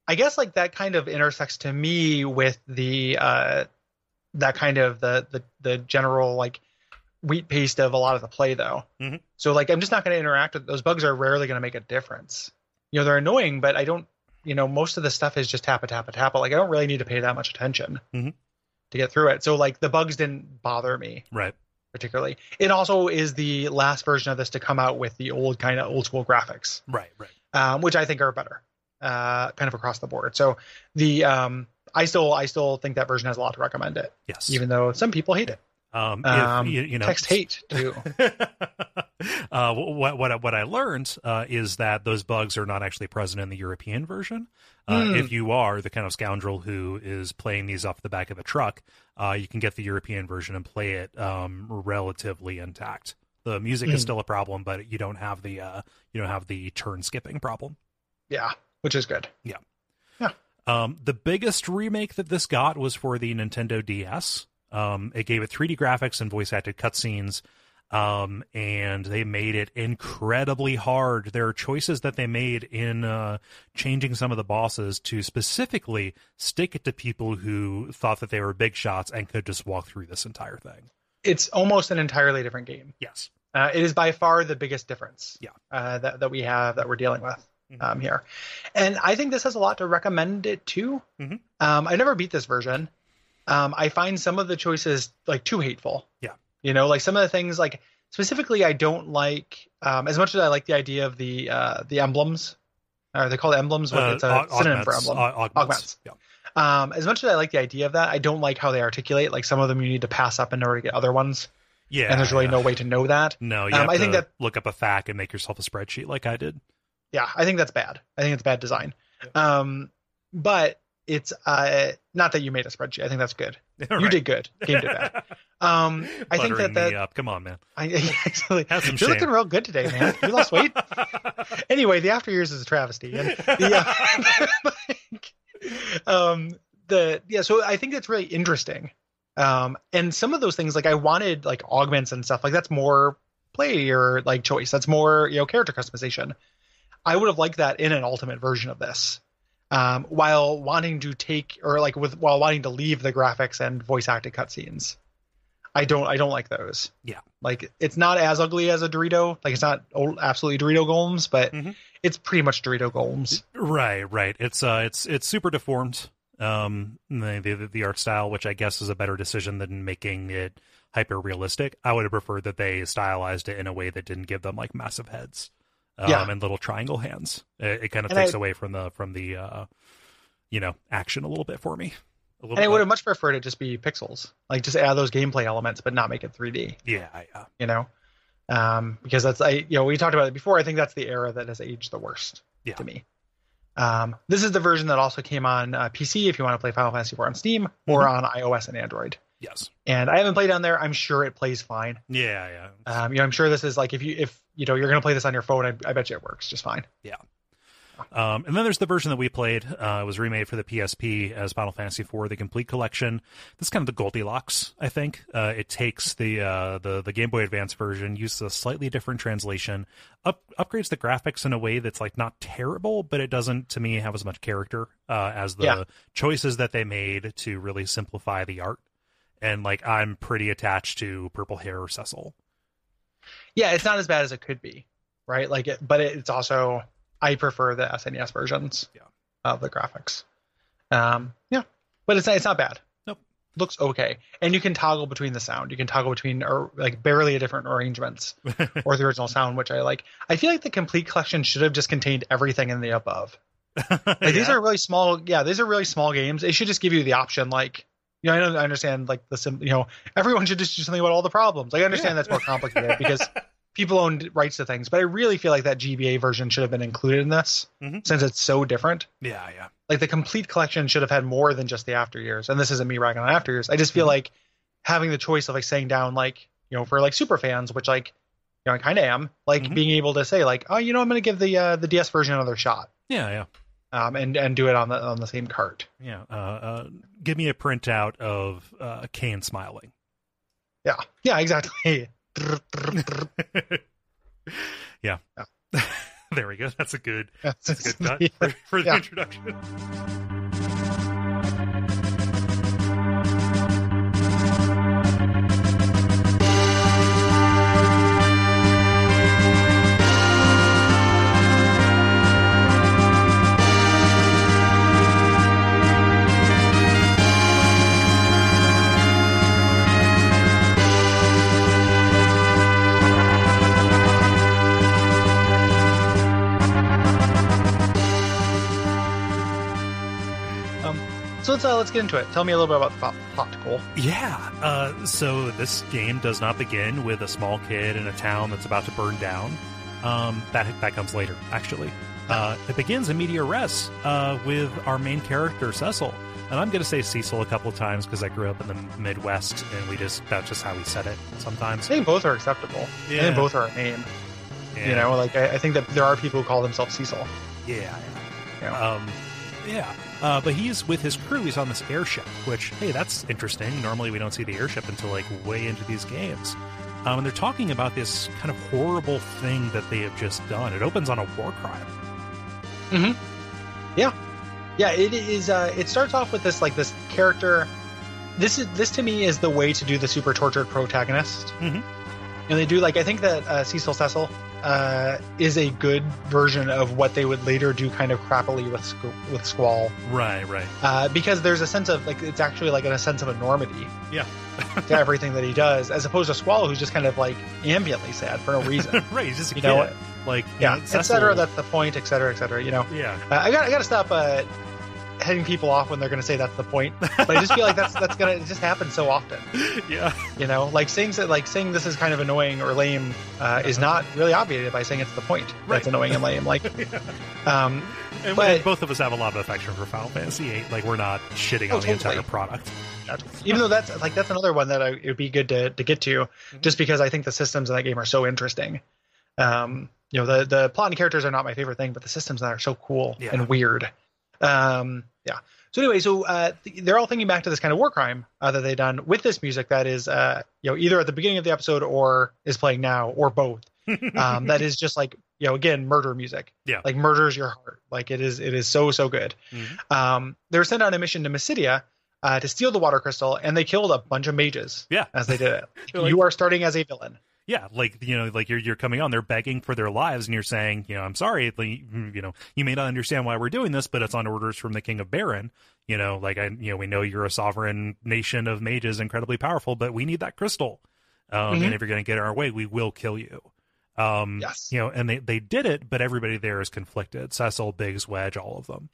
A: i guess like that kind of intersects to me with the uh that kind of the the, the general like wheat paste of a lot of the play though
B: Mhm.
A: so like i'm just not going to interact with those bugs are rarely going to make a difference you know they're annoying but i don't you know most of the stuff is just tap a tap a tap like i don't really need to pay that much attention
B: Mhm.
A: to get through it so like the bugs didn't bother me
B: right.
A: particularly. It also is the last version of this to come out with the old kind of old school graphics,
B: Right. Right.
A: um, which I think are better, uh, kind of across the board. So the um, I still I still think that version has a lot to recommend it,
B: Yes.
A: even though some people hate it.
B: um, if,
A: Um,
B: you, you know,
A: Text hate too.
B: uh, what what I- what I learned uh, is that those bugs are not actually present in the European version. Uh,
A: Hmm.
B: If you are the kind of scoundrel who is playing these off the back of a truck, uh, you can get the European version and play it um, relatively intact. The music
A: Hmm.
B: is still a problem, but you don't have the uh, you don't have the turn skipping problem.
A: Yeah, which is good.
B: Um, the biggest remake that this got was for the Nintendo DS. Um, it gave it 3D graphics and voice acted cutscenes, um, and they made it incredibly hard. There are choices that they made in uh, changing some of the bosses to specifically stick it to people who thought that they were big shots and could just walk through this entire thing.
A: It's almost an entirely different game.
B: Yes.
A: Uh, it is by far the biggest difference
B: Yeah.
A: uh, that, that we have that we're dealing with
B: Mhm.
A: um, here. And I think this has a lot to recommend it to.
B: Mhm.
A: Um, I never beat this version. Um, I find some of the choices like too hateful.
B: Yeah.
A: You know, like some of the things like specifically I don't like um, as much as I like the idea of the uh, the emblems. Or they call it emblems, but
B: Uh,
A: it's a
B: aug-
A: synonym for
B: augments.
A: emblem.
B: Au- augments.
A: Augments.
B: Yeah.
A: Um, as much as I like the idea of that, I don't like how they articulate. Like some of them, you need to pass up in order to get other ones,
B: Yeah.
A: and there's really
B: yeah.
A: no way to know that.
B: No, you
A: Um,
B: have
A: I
B: to
A: think that-
B: look up a fact and make yourself a spreadsheet like I did.
A: yeah, I think that's bad. I think it's bad design. Um, but it's uh, not that you made a spreadsheet. I think that's good. You did good. Game did bad. Um, I think that
B: Buttering
A: that
B: me up. Come on, man.
A: I, exactly.
B: Have some
A: You're
B: shame.
A: looking real good today, man. You lost weight. anyway, the after years is a travesty. And the, uh, um, the yeah, so I think that's really interesting. Um, and some of those things, like I wanted like augments and stuff, like that's more play or like choice. That's more you know character customization. I would have liked that in an ultimate version of this. Um, while wanting to take or like with while wanting to leave the graphics and voice acted cutscenes, I don't I don't like those.
B: Yeah.
A: like it's not as ugly as a Dorito. Like it's not old, absolutely Dorito golems, but
B: Mhm.
A: it's pretty much Dorito golems.
B: Right, right. It's uh, it's it's super deformed. Um, the, the the art style, which I guess is a better decision than making it hyper realistic. I would have preferred that they stylized it in a way that didn't give them like massive heads, um,
A: Yeah.
B: and little triangle hands. It, it kind of
A: And
B: takes
A: I-
B: away from the from the uh, you know, action a little bit for me. A little
A: And I
B: bit.
A: would have much preferred it just be pixels, like just add those gameplay elements, but not make it 3D.
B: Yeah, uh, yeah.
A: You know, um, because that's I you know we talked about it before. I think that's the era that has aged the worst
B: Yeah.
A: to me. Um, this is the version that also came on uh, PC if you want to play Final Fantasy IV on Steam or on iOS and Android.
B: Yes.
A: And I haven't played on there. I'm sure it plays fine.
B: Yeah, yeah.
A: Um, you know, I'm sure this is like if you if you know you're gonna play this on your phone, I, I bet you it works just fine.
B: Um, and then there's the version that we played. Uh, it was remade for the PSP as Final Fantasy IV: The Complete Collection. This is kind of the Goldilocks, I think. Uh, it takes the uh, the the Game Boy Advance version, uses a slightly different translation, up, upgrades the graphics in a way that's like not terrible, but it doesn't, to me, have as much character uh, as the
A: Yeah.
B: choices that they made to really simplify the art. And like, I'm pretty attached to Purple Hair or Cecil.
A: yeah, it's not as bad as it could be, right? Like, it, but it's also I prefer the SNES versions
B: Yeah.
A: of the graphics. Um, yeah, but it's not, it's not bad.
B: Nope.
A: looks okay, and you can toggle between the sound. You can toggle between or like barely a different arrangements or the original sound, which I like. I feel like the complete collection should have just contained everything in the above. Like these
B: Yeah.
A: are really small. Yeah, these are really small games. It should just give you the option, like. You know, I, know, I understand like the sim, you know everyone should just do something about all the problems. Like, I understand
B: Yeah.
A: that's more complicated because people owned rights to things, but I really feel like that GBA version should have been included in this
B: Mhm.
A: since it's so different.
B: yeah, yeah.
A: Like the complete collection should have had more than just the after years. And this isn't me ragging on after years. I just feel
B: Mhm.
A: like having the choice of like saying down like, you know, for like super fans, which like you know, I kinda am, like
B: Mhm.
A: being able to say like, oh, you know, I'm gonna give the uh, the DS version another shot.
B: Yeah, yeah.
A: Um and, and do it on the on the same cart.
B: Yeah. Uh, uh, give me a printout of uh, Kane smiling.
A: Yeah. Yeah, exactly.
B: yeah.
A: Yeah.
B: there we go. That's a good, that's a good cut
A: Yeah.
B: for, for the
A: Yeah.
B: introduction.
A: So let's uh, let's get into it. Tell me a little bit about the plot, plot Cole.
B: Yeah. Uh, so this game does not begin with a small kid in a town that's about to burn down. Um, that that comes later, actually. Uh, it begins in media res uh, with our main character Cecil, and I'm going to say Cecil a couple of times because I grew up in the Midwest, and we just that's just how we said it sometimes.
A: I think both are acceptable. I
B: Yeah.
A: think both are a name. You know, like I, I think that there are people who call themselves Cecil.
B: Yeah. yeah.
A: Yeah.
B: Um, yeah. Uh, but he's with his crew. He's on this airship, which, hey, that's interesting. Normally we don't see the airship until like way into these games. Um, and they're talking about this kind of horrible thing that they have just done. It opens on a war crime.
A: yeah it is uh it starts off with this like this character this is this to me is the way to do the super tortured protagonist
B: Mhm.
A: and they do like i think that uh, cecil cecil uh, is a good version of what they would later do kind of crappily with Squ- with squall
B: Right, right.
A: uh, because there's a sense of like it's actually like a sense of enormity
B: Yeah.
A: to everything that he does as opposed to squall who's just kind of like ambiently sad for no reason
B: right, he's just a
A: You
B: kid.
A: know
B: like,
A: yeah
B: you know,
A: etc
B: Cecil-
A: that's the point etc etc you know
B: Yeah.
A: Uh, I got I got to stop uh, heading people off when they're going to say that's the point. But I just feel like that's that's gonna it just happen so often.
B: Yeah.
A: You know, like saying that like saying this is kind of annoying or lame uh, is not really obviated by saying it's the point
B: Right.
A: that's annoying and lame. Like, um,
B: And
A: But-
B: and both of us have a lot of affection for Final Fantasy VIII. Like, we're not shitting
A: Oh,
B: on the entire
A: totally.
B: product.
A: even though that's like that's another one that I, it would be good to to get to,
B: Mhm.
A: just because I think the systems in that game are so interesting. Um, you know, the the plot and characters are not my favorite thing, but the systems that are so cool
B: Yeah.
A: and weird. Um, yeah. So anyway, so uh, th- they're all thinking back to this kind of war crime uh, that they done with this music that is, uh, you know, either at the beginning of the episode or is playing now or both. Um, that is just like you know, again, murder music.
B: Yeah.
A: Like murders your heart. Like it is. It is so so good
B: Mhm.
A: um, they were sent on a mission to Mysidia uh, to steal the water crystal, and they killed a bunch of mages
B: Yeah.
A: as they did it.
B: They're like-
A: you are starting as a villain.
B: Yeah, like you know, like you're you're coming on, they're begging for their lives, and you're saying, you know, I'm sorry, like, mm, you know, you may not understand why we're doing this, but it's on orders from the King of Baron. You know, like I, you know, we know you're a sovereign nation of mages, incredibly powerful, but we need that crystal, um,
A: Mhm.
B: and if you're going to get in our way, we will kill you. Um,
A: Yes.
B: you know, and they they did it, but everybody there is conflicted. Cecil, Biggs, Wedge, all of them.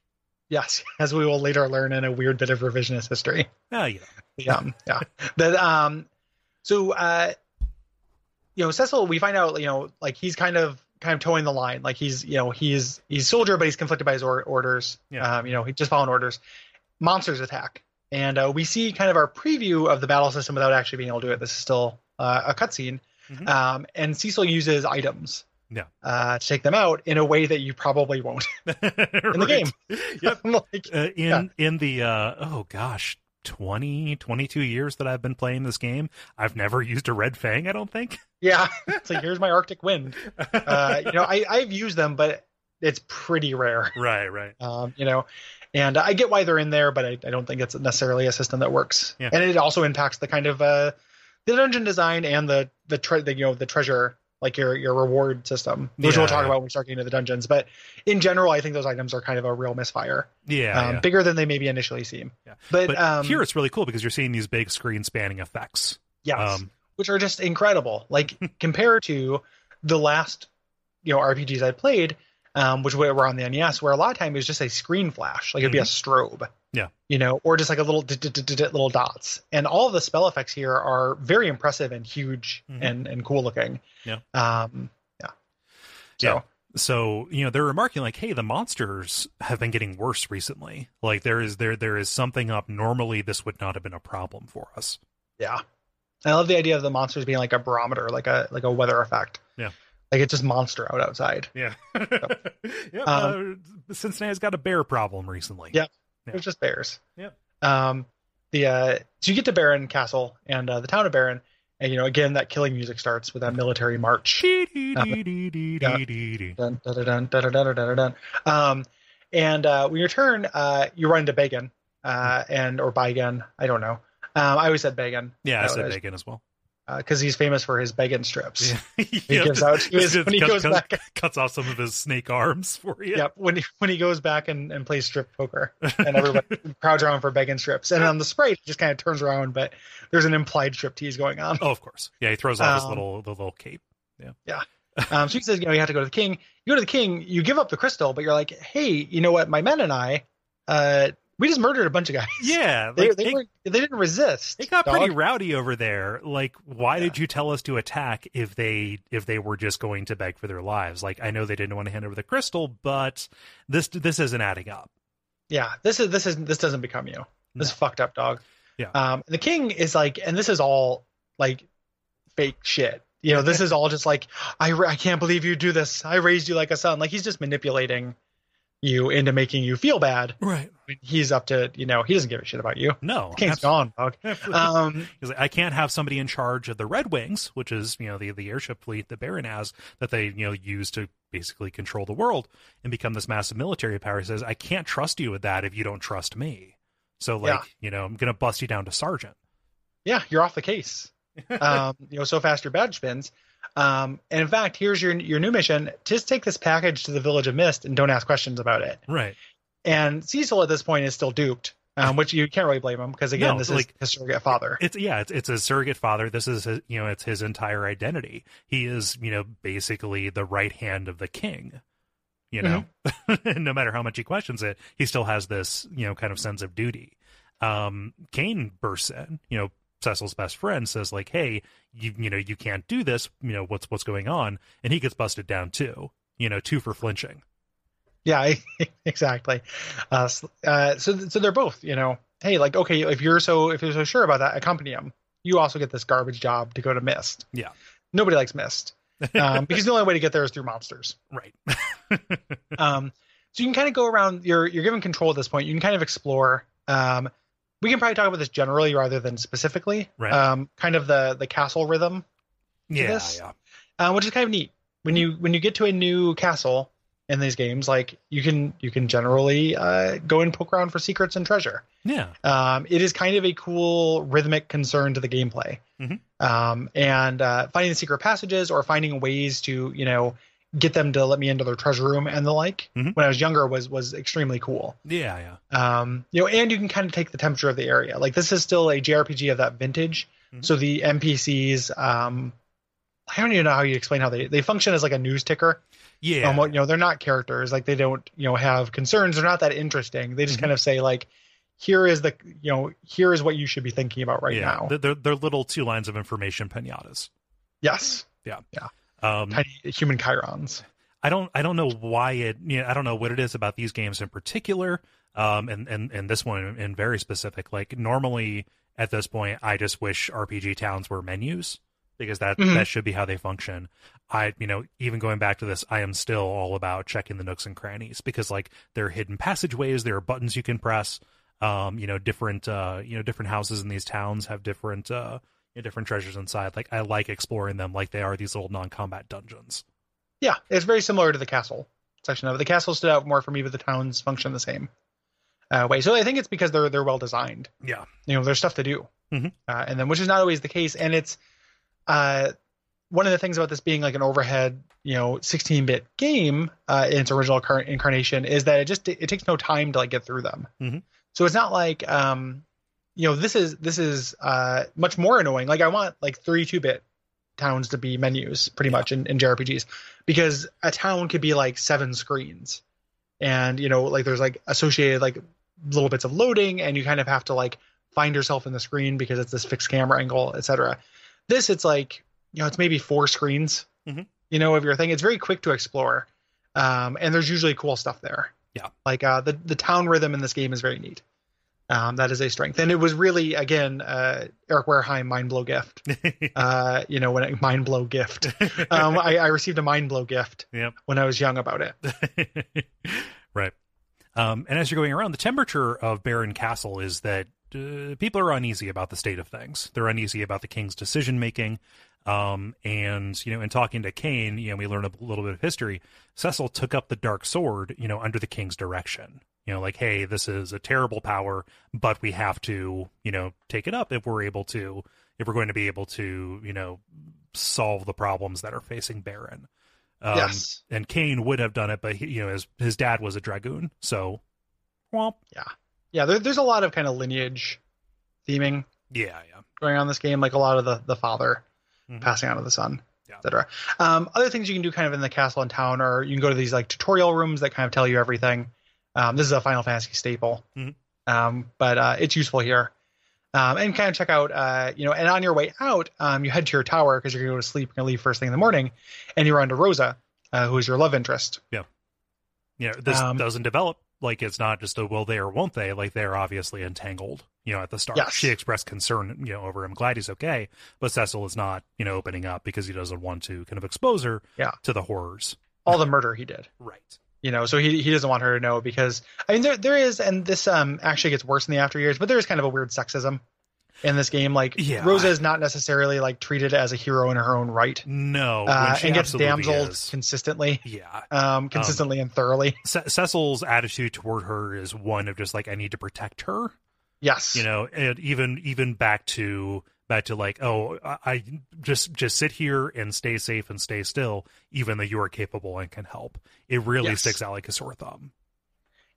A: Yes, as we will later learn in a weird bit of revisionist history.
B: Ah, Yeah, you know,
A: Yeah, yeah. That um, so uh, you know, Cecil, we find out you know, like he's kind of kind of towing the line. Like he's you know he's he's soldier, but he's conflicted by his or- orders.
B: Yeah.
A: Um, you know, he just following orders. Monsters attack, and uh, we see kind of our preview of the battle system without actually being able to do it. This is still uh, a cutscene.
B: Mhm.
A: Um, and Cecil uses items.
B: Yeah.
A: Uh, to take them out in a way that you probably won't in the game.
B: Yep.
A: I'm like,
B: uh, in in the uh, oh gosh 20 22 years that i've been playing this game i've never used a red fang i don't think
A: yeah. It's like here's my Arctic wind. uh, you know, I, I've used them, but it's pretty rare.
B: right right
A: Um, you know, and I get why they're in there, but I, I don't think it's necessarily a system that works.
B: Yeah.
A: And it also impacts the kind of uh, the dungeon design and the the, tre- the you know the treasure like your your reward system, which
B: Yeah,
A: we'll talk
B: yeah.
A: about when we start getting to the dungeons. But in general, I think those items are kind of a real misfire,
B: yeah,
A: um,
B: yeah.
A: bigger than they maybe initially seem.
B: Yeah.
A: But,
B: but
A: um,
B: here it's really cool because you're seeing these big screen spanning effects
A: yes,
B: um
A: which are just incredible. Like
B: Hmm.
A: compared to the last, you know, RPGs I played, um, which were were on the NES, where a lot of time it was just a screen flash, like it'd be a strobe,
B: Hmm. Yeah.
A: you know, or just like a little d- d- d- d- d- little dots. And all of the spell effects here are very impressive and huge
B: Mhm.
A: and and cool looking.
B: Yeah.
A: Um. Yeah. So
B: Yeah. so you know they're remarking like hey the monsters have been getting worse recently like there is there there is something up normally this would not have been a problem for us
A: yeah, I love the idea of the monsters being like a barometer, like a like a weather effect.
B: Yeah.
A: Like it's just monster out outside.
B: yeah yeah uh, cincinnati's got a bear problem recently
A: Um, Yeah.
B: Yeah.
A: There's just bears.
B: Yeah.
A: Um, the uh, so you get to Baron Castle and uh, the town of Baron, and you know again that killing music starts with that military march. Uh,
B: yeah
A: Dun, dun, dun, dun, dun, dun, dun, dun, dun. Um, and uh, when you return, uh, you run into Bagan, uh, and or Bagan, I don't know. Um, I always said Bagan
B: i said
A: was-
B: bacon as well
A: because he's famous for his Bagan strips. He
B: Yeah,
A: gives out to his,
B: just
A: when he
B: cut-
A: goes
B: cut-
A: back.
B: cuts off some of his snake arms for you.
A: Yep, when he, when he goes back and, and plays strip poker, and everybody crowds around for begging strips, and on the sprite he just kind of turns around, but there's an implied strip tease going on.
B: Oh, of course. Yeah, he throws off his
A: Um,
B: little the little cape.
A: Um, so he says, you know, you have to go to the king. You go to the king, you give up the crystal, but you're like, hey, you know what? My men and I, uh, we just murdered a bunch of guys.
B: Yeah,
A: they,
B: like,
A: they,
B: it,
A: were, they didn't resist.
B: it got
A: dog.
B: pretty rowdy over there. Like, why
A: Yeah.
B: did you tell us to attack if they if they were just going to beg for their lives? Like, I know they didn't want to hand over the crystal, but this this isn't adding up.
A: Yeah, this is this is this doesn't become you. This
B: No.
A: fucked up dog.
B: Yeah.
A: Um, the king is like, and this is all like fake shit. You know, this is all just like, I ra- I can't believe you do this. I raised you like a son. Like he's just manipulating you into making you feel bad.
B: Right.
A: when He's up to you know he doesn't give a shit about you.
B: No.
A: King's
B: absolutely.
A: gone, dog. Um,
B: He's like, I can't have somebody in charge of the Red Wings, which is you know the the airship fleet that Baron has that they you know use to basically control the world and become this massive military power. He says I can't trust you with that if you don't trust me. So like
A: Yeah.
B: you know I'm gonna bust you down to sergeant.
A: yeah, you're off the case. Um, you know, so fast your badge spins. Um, and in fact, here's your your new mission: just take this package to the village of Mist and don't ask questions about it.
B: Right.
A: And Cecil at this point is still duped, um, which you can't really blame him because again,
B: No,
A: this
B: like-
A: is his surrogate father.
B: It's yeah. It's it's a surrogate father. This is his, you know it's his entire identity. He is you know basically the right hand of the king. You know,
A: Mm-hmm.
B: no matter how much he questions it, he still has this you know kind of sense of duty. Um, Kane bursts in. You know, Cecil's best friend says like, "Hey, you you know you can't do this. You know what's what's going on?" And he gets busted down too. You know, two for flinching.
A: Yeah, exactly. Uh, s- uh, so, th- so they're both, you know, hey, like, okay, if you're so, if you're so sure about that, accompany him. You also get this garbage job to go to Mist.
B: Yeah.
A: Nobody likes Mist um, because the only way to get there is through monsters.
B: Right.
A: Um, so you can kind of go around. You're you're given control at this point. You can kind of explore. Um, we can probably talk about this generally rather than specifically.
B: Right.
A: Um, kind of the the castle rhythm
B: yeah.
A: this?
B: Yeah.
A: uh, which is kind of neat. When you when you get to a new castle in these games, like you can you can generally uh, go and poke around for secrets and treasure.
B: Yeah.
A: Um, it is kind of a cool rhythmic concern to the gameplay,
B: Mhm.
A: um, and uh, finding the secret passages or finding ways to you know get them to let me into their treasure room and the like.
B: Mhm.
A: When I was younger, was was extremely cool.
B: Yeah. Yeah.
A: Um, you know, and you can kind of take the temperature of the area. Like this is still a JRPG of that vintage,
B: Mhm.
A: so the NPCs. Um, I don't even know how you explain how they they function as like a news ticker.
B: Yeah.
A: Um, you know, they're not characters. Like they don't you know have concerns. They're not that interesting. They just
B: Mhm.
A: kind of say like, here is the you know here is what you should be thinking about right
B: yeah.
A: now.
B: They're- They're they're little two lines of information pinatas.
A: yes,
B: Um,
A: tiny human chirons.
B: I don't I don't know why it you know, I don't know what it is about these games in particular um and and and this one in, very specific like normally at this point I just wish RPG towns were menus because that
A: Mhm.
B: that should be how they function. I you know even going back to this I am still all about checking the nooks and crannies because like there are hidden passageways, there are buttons you can press. Um you know different uh you know different houses in these towns have different uh you know, different treasures inside. Like I like exploring them like they are these little non-combat dungeons.
A: Yeah, it's very similar to the castle section of it. The castle stood out more for me, but the towns function the same uh, way. So I think it's because they're they're well designed.
B: Yeah.
A: you know there's stuff to do
B: Mhm.
A: uh, and then which is not always the case and it's uh one of the things about this being like an overhead you know 16-bit game uh, in its original car- incarnation is that it just it takes no time to like get through them
B: Mhm.
A: so it's not like um you know this is this is uh much more annoying like i want like 32-bit towns to be menus pretty
B: Yeah.
A: much in, in jrpgs because a town could be like seven screens and you know like there's like associated like little bits of loading and you kind of have to like find yourself in the screen because it's this fixed camera angle etc this it's like you know it's maybe four screens
B: Mhm.
A: you know of your thing it's very quick to explore um, and there's usually cool stuff there
B: Yeah.
A: like uh, the, the town rhythm in this game is very neat um, that is a strength and it was really again uh, eric wareheim mind blow gift uh, you know when it mind blow gift um, I, I received a mind blow gift
B: Yep.
A: when i was young about it
B: right. Um, and as you're going around, the temperature of Baron Castle is that uh, people are uneasy about the state of things. They're uneasy about the king's decision making. Um, and you know, in talking to Kane, you know, we learn a little bit of history. Cecil took up the dark sword, you know, under the king's direction. You know, like, hey, this is a terrible power, but we have to, you know, take it up if we're able to, if we're going to be able to, you know, solve the problems that are facing Baron. Um,
A: yes
B: and Kane would have done it, but he, you know his his dad was a dragoon, so well,
A: yeah there, there's a lot of kind of lineage theming
B: yeah, yeah,
A: going on in this game, like a lot of the the father
B: Mhm.
A: passing on to the son,
B: Yeah.
A: etc. Um, other things you can do kind of in the castle and town, or you can go to these like tutorial rooms that kind of tell you everything. Um, this is a Final Fantasy staple,
B: Mhm.
A: um, but uh, it's useful here. Um, and kind of check out, uh, you know, and on your way out, um, you head to your tower because you're going to go to sleep. You're going to leave first thing in the morning, and you run to Rosa, uh, who is your love interest.
B: you know this
A: Um,
B: doesn't develop like it's not just a will they or won't they like they're obviously entangled. You know, at the start,
A: Yes.
B: she expressed concern, you know, over him. Glad he's okay, but Cecil is not, you know, opening up because he doesn't want to kind of expose her
A: Yeah.
B: to the horrors.
A: All the murder he did.
B: Right.
A: you know so he, he doesn't want her to know because i mean there there is and this um actually gets worse in the after years but there is kind of a weird sexism in this game like
B: Yeah.
A: rosa is not necessarily like treated as a hero in her own right
B: No, when
A: uh,
B: she
A: and gets
B: absolutely
A: damseled
B: is.
A: consistently
B: yeah,
A: um consistently and thoroughly
B: Ce- Cecil's attitude toward her is one of just like I need to protect her.
A: yes
B: you know and even even back to back to like oh I, I just just sit here and stay safe and stay still even though you are capable and can help it really
A: Yes.
B: sticks out like a sore thumb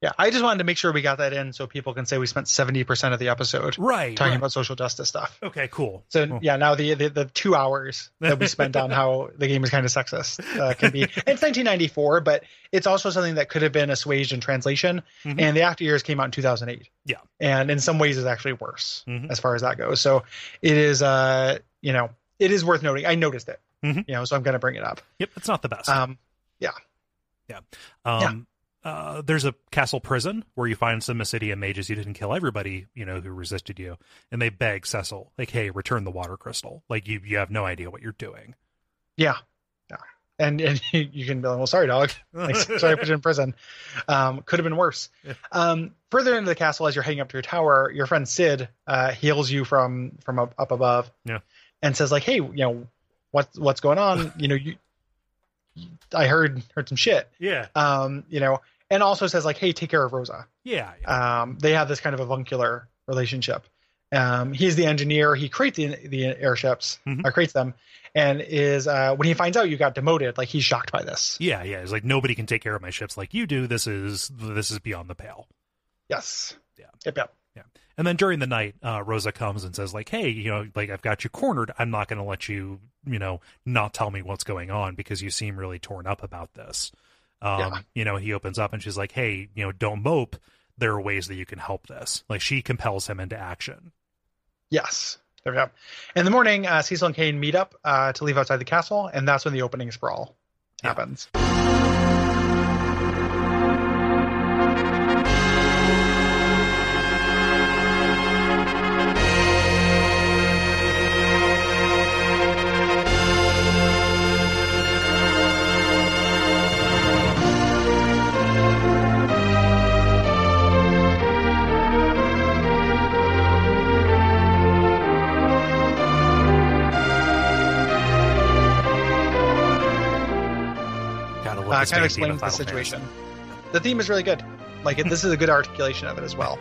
A: yeah i just wanted to make sure we got that in so people can say we spent 70% of the episode
B: right,
A: talking
B: right.
A: about social justice stuff
B: okay cool
A: so
B: Cool.
A: yeah now the, the the two hours that we spent on how the game is kind of sexist uh, can be and it's 1994 but it's also something that could have been assuaged in translation
B: Mhm.
A: and the after years came out in 2008
B: Yeah.
A: and in some ways is actually worse
B: Mhm.
A: as far as that goes so it is uh you know it is worth noting i noticed it
B: Mhm.
A: you know so i'm gonna bring it up
B: yep it's not the best
A: um
B: um uh, there's a castle prison where you find some Mysidian mages who didn't kill everybody, you know, who resisted you, and they beg Cecil, like, "Hey, return the water crystal. Like, you you have no idea what you're doing."
A: yeah yeah and and you, you can be like well sorry dog like, sorry, I put you in prison. Um, could have been worse.
B: Yeah.
A: Um, further into the castle, as you're hanging up to your tower, your friend Sid uh, hails you from from up, up above.
B: Yeah.
A: And says like, "Hey, you know, what's what's going on? you know, you, I heard heard some shit.
B: yeah,
A: Um, you know." And also says like, "Hey, take care of Rosa."
B: yeah, yeah.
A: Um, they have this kind of avuncular relationship. Um, he's the engineer. He creates the the airships,
B: Mhm.
A: or creates them, and is uh, when he finds out you got demoted, like he's shocked by this.
B: Yeah, yeah. It's like nobody can take care of my ships like you do. This is this is beyond the pale.
A: Yes.
B: Yeah.
A: Yep. Yep.
B: And then during the night, uh, Rosa comes and says like, "Hey, you know, like I've got you cornered. I'm not going to let you, you know, not tell me what's going on because you seem really torn up about this." Um,
A: Yeah.
B: you know, he opens up and she's like, "Hey, you know, don't mope. There are ways that you can help this." Like she compels him into action.
A: Yes. There we go. In the morning, uh, Cecil and Kane meet up uh, to leave outside the castle, and that's when the opening sprawl
B: Yeah.
A: happens.
B: Gotta love
A: Uh, kind of
B: this main theme
A: explains the
B: Final Fantasy.
A: situation. The theme is really good. Like it, this is a good articulation of it as well.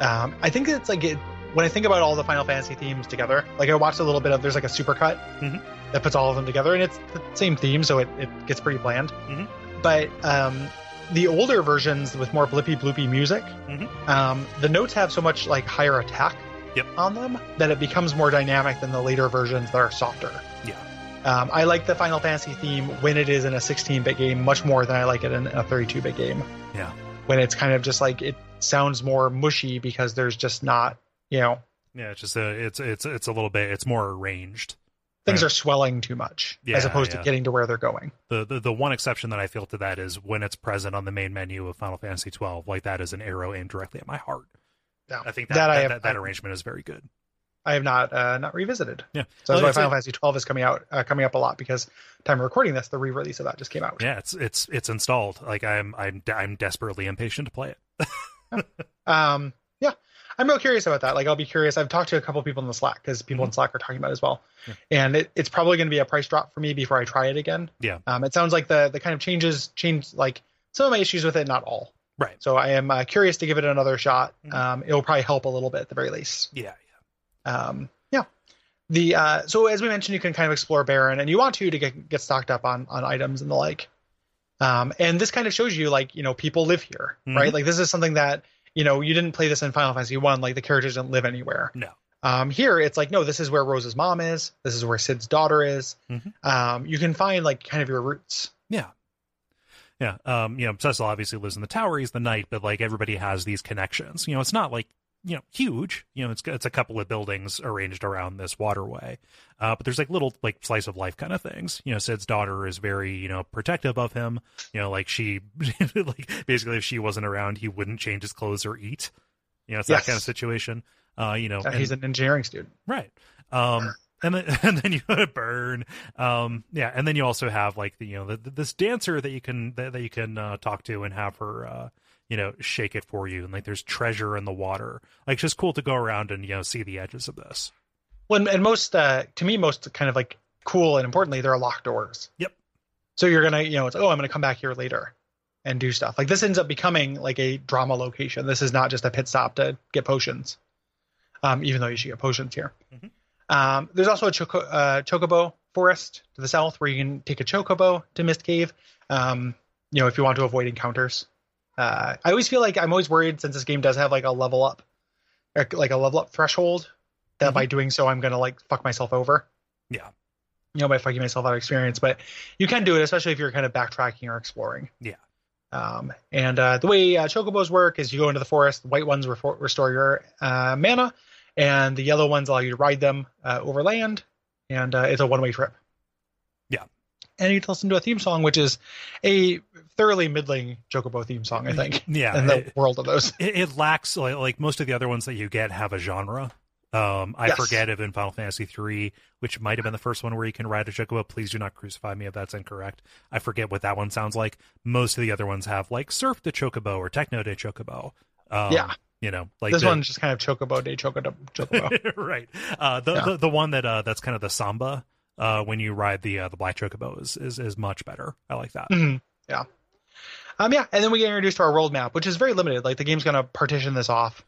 A: um, I think it's like it, when I think about all the Final Fantasy themes together. Like I watched a little bit of there's like a supercut
B: Mhm.
A: that puts all of them together, and it's the same theme, so it, it gets pretty bland.
B: Mhm.
A: But um, the older versions with more blippy bloopy music,
B: Mhm.
A: um, the notes have so much like higher attack
B: Yep.
A: on them that it becomes more dynamic than the later versions that are softer.
B: Yeah.
A: Um, I like the Final Fantasy theme when it is in a 16-bit game much more than I like it in a 32-bit game.
B: Yeah.
A: When it's kind of just like it sounds more mushy because there's just not, you know,
B: Yeah, it's just a, it's it's it's a little bit. It's more arranged.
A: things
B: Right.
A: are swelling too much as
B: Yeah,
A: opposed
B: yeah.
A: to getting to where they're going.
B: the, the the one exception that I feel to that is when it's present on the main menu of Final Fantasy twelve, like that is an arrow aimed directly at my heart.
A: Yeah.
B: I think that
A: That
B: that,
A: I
B: that,
A: have-
B: that arrangement is very good.
A: I have not uh, not revisited.
B: Yeah.
A: So that's
B: Well,
A: why
B: it's
A: Final
B: a-
A: Fantasy 12 is coming out uh, coming up a lot because time of recording this the re-release of that just came out.
B: Yeah, it's it's it's installed. Like I'm I'm de- I'm desperately impatient to play it.
A: um yeah i'm real curious about that like i'll be curious i've talked to a couple people in the slack because people in slack are talking about it as well
B: Mm-hmm. Yeah.
A: and it, it's probably going to be a price drop for me before i try it again
B: Yeah.
A: um it sounds like the the kind of changes change like some of my issues with it not all
B: Right.
A: so i am uh, curious to give it another shot
B: Mhm.
A: um it'll probably help a little bit at the very least
B: Yeah,
A: um yeah the uh so as we mentioned you can kind of explore baron and you want to to get get stocked up on on items and the like um and this kind of shows you like you know people live here
B: Mhm.
A: right like this is something that you know you didn't play this in final fantasy one like the characters didn't live anywhere
B: No.
A: um here it's like no this is where rose's mom is this is where sid's daughter is
B: Mhm.
A: um you can find like kind of your roots Uh,
B: yeah, yeah. Um, you know, Cecil obviously lives in the tower. He's the knight, but like everybody has these connections. You know, it's not like you know huge. You know, it's it's a couple of buildings arranged around this waterway. Uh, but there's like little like slice of life kind of things. You know, Sid's daughter is very you know protective of him. You know, like she like basically if she wasn't around, he wouldn't change his clothes or eat. You know, it's
A: Yes.
B: that kind of situation. Uh, you know,
A: Uh,
B: and-
A: he's an engineering student
B: right. Um, and then and then you burn um yeah and then you also have like the you know the, the- this dancer that you can that, that you can uh, talk to and have her uh you know shake it for you and like there's treasure in the water like it's just cool to go around and you know see the edges of this
A: Well, and- and most uh, to me, most kind of like cool and importantly, there are locked doors.
B: Yep.
A: So you're gonna, you know, it's oh, I'm gonna come back here later and do stuff. Like this ends up becoming like a drama location. This is not just a pit stop to get potions, um, even though you should get potions here.
B: Mhm.
A: Um, there's also a choco- uh, chocobo forest to the south where you can take a chocobo to Mist Cave. Um, you know, if you want to avoid encounters. Uh, I always feel like I'm always worried since this game does have like a level up, like a level up threshold that by doing so I'm gonna like fuck myself over.
B: Mm-hmm. Yeah.
A: You know, by fucking myself out of experience, but you can do it, especially if you're kind of backtracking or exploring.
B: Yeah.
A: Um, and uh, the way uh, chocobos work is you go into the forest. The white ones refor- restore your uh, mana, and the yellow ones allow you to ride them uh, over land, and uh, it's a one-way trip.
B: Yeah.
A: And you can listen to a theme song, which is a thoroughly middling chocobo theme song, I think,
B: yeah
A: in the
B: it,
A: world of those.
B: it, it lacks like, like most of the other ones that you get have a genre um i
A: Yes.
B: forget if in final fantasy 3 which might have been the first one where you can ride a chocobo please do not crucify me if that's incorrect i forget what that one sounds like most of the other ones have like surf to chocobo or techno de chocobo um,
A: Yeah.
B: you know like
A: this
B: the-
A: one's just kind of chocobo day chocobo. chocobo.
B: right. Uh, the,
A: Yeah.
B: the the one that uh, that's kind of the samba uh, when you ride the uh, the black chocobo is, is is much better. I like that.
A: Mhm. Yeah. Um, yeah, and then we get introduced to our world map, which is very limited. Like the game's gonna partition this off,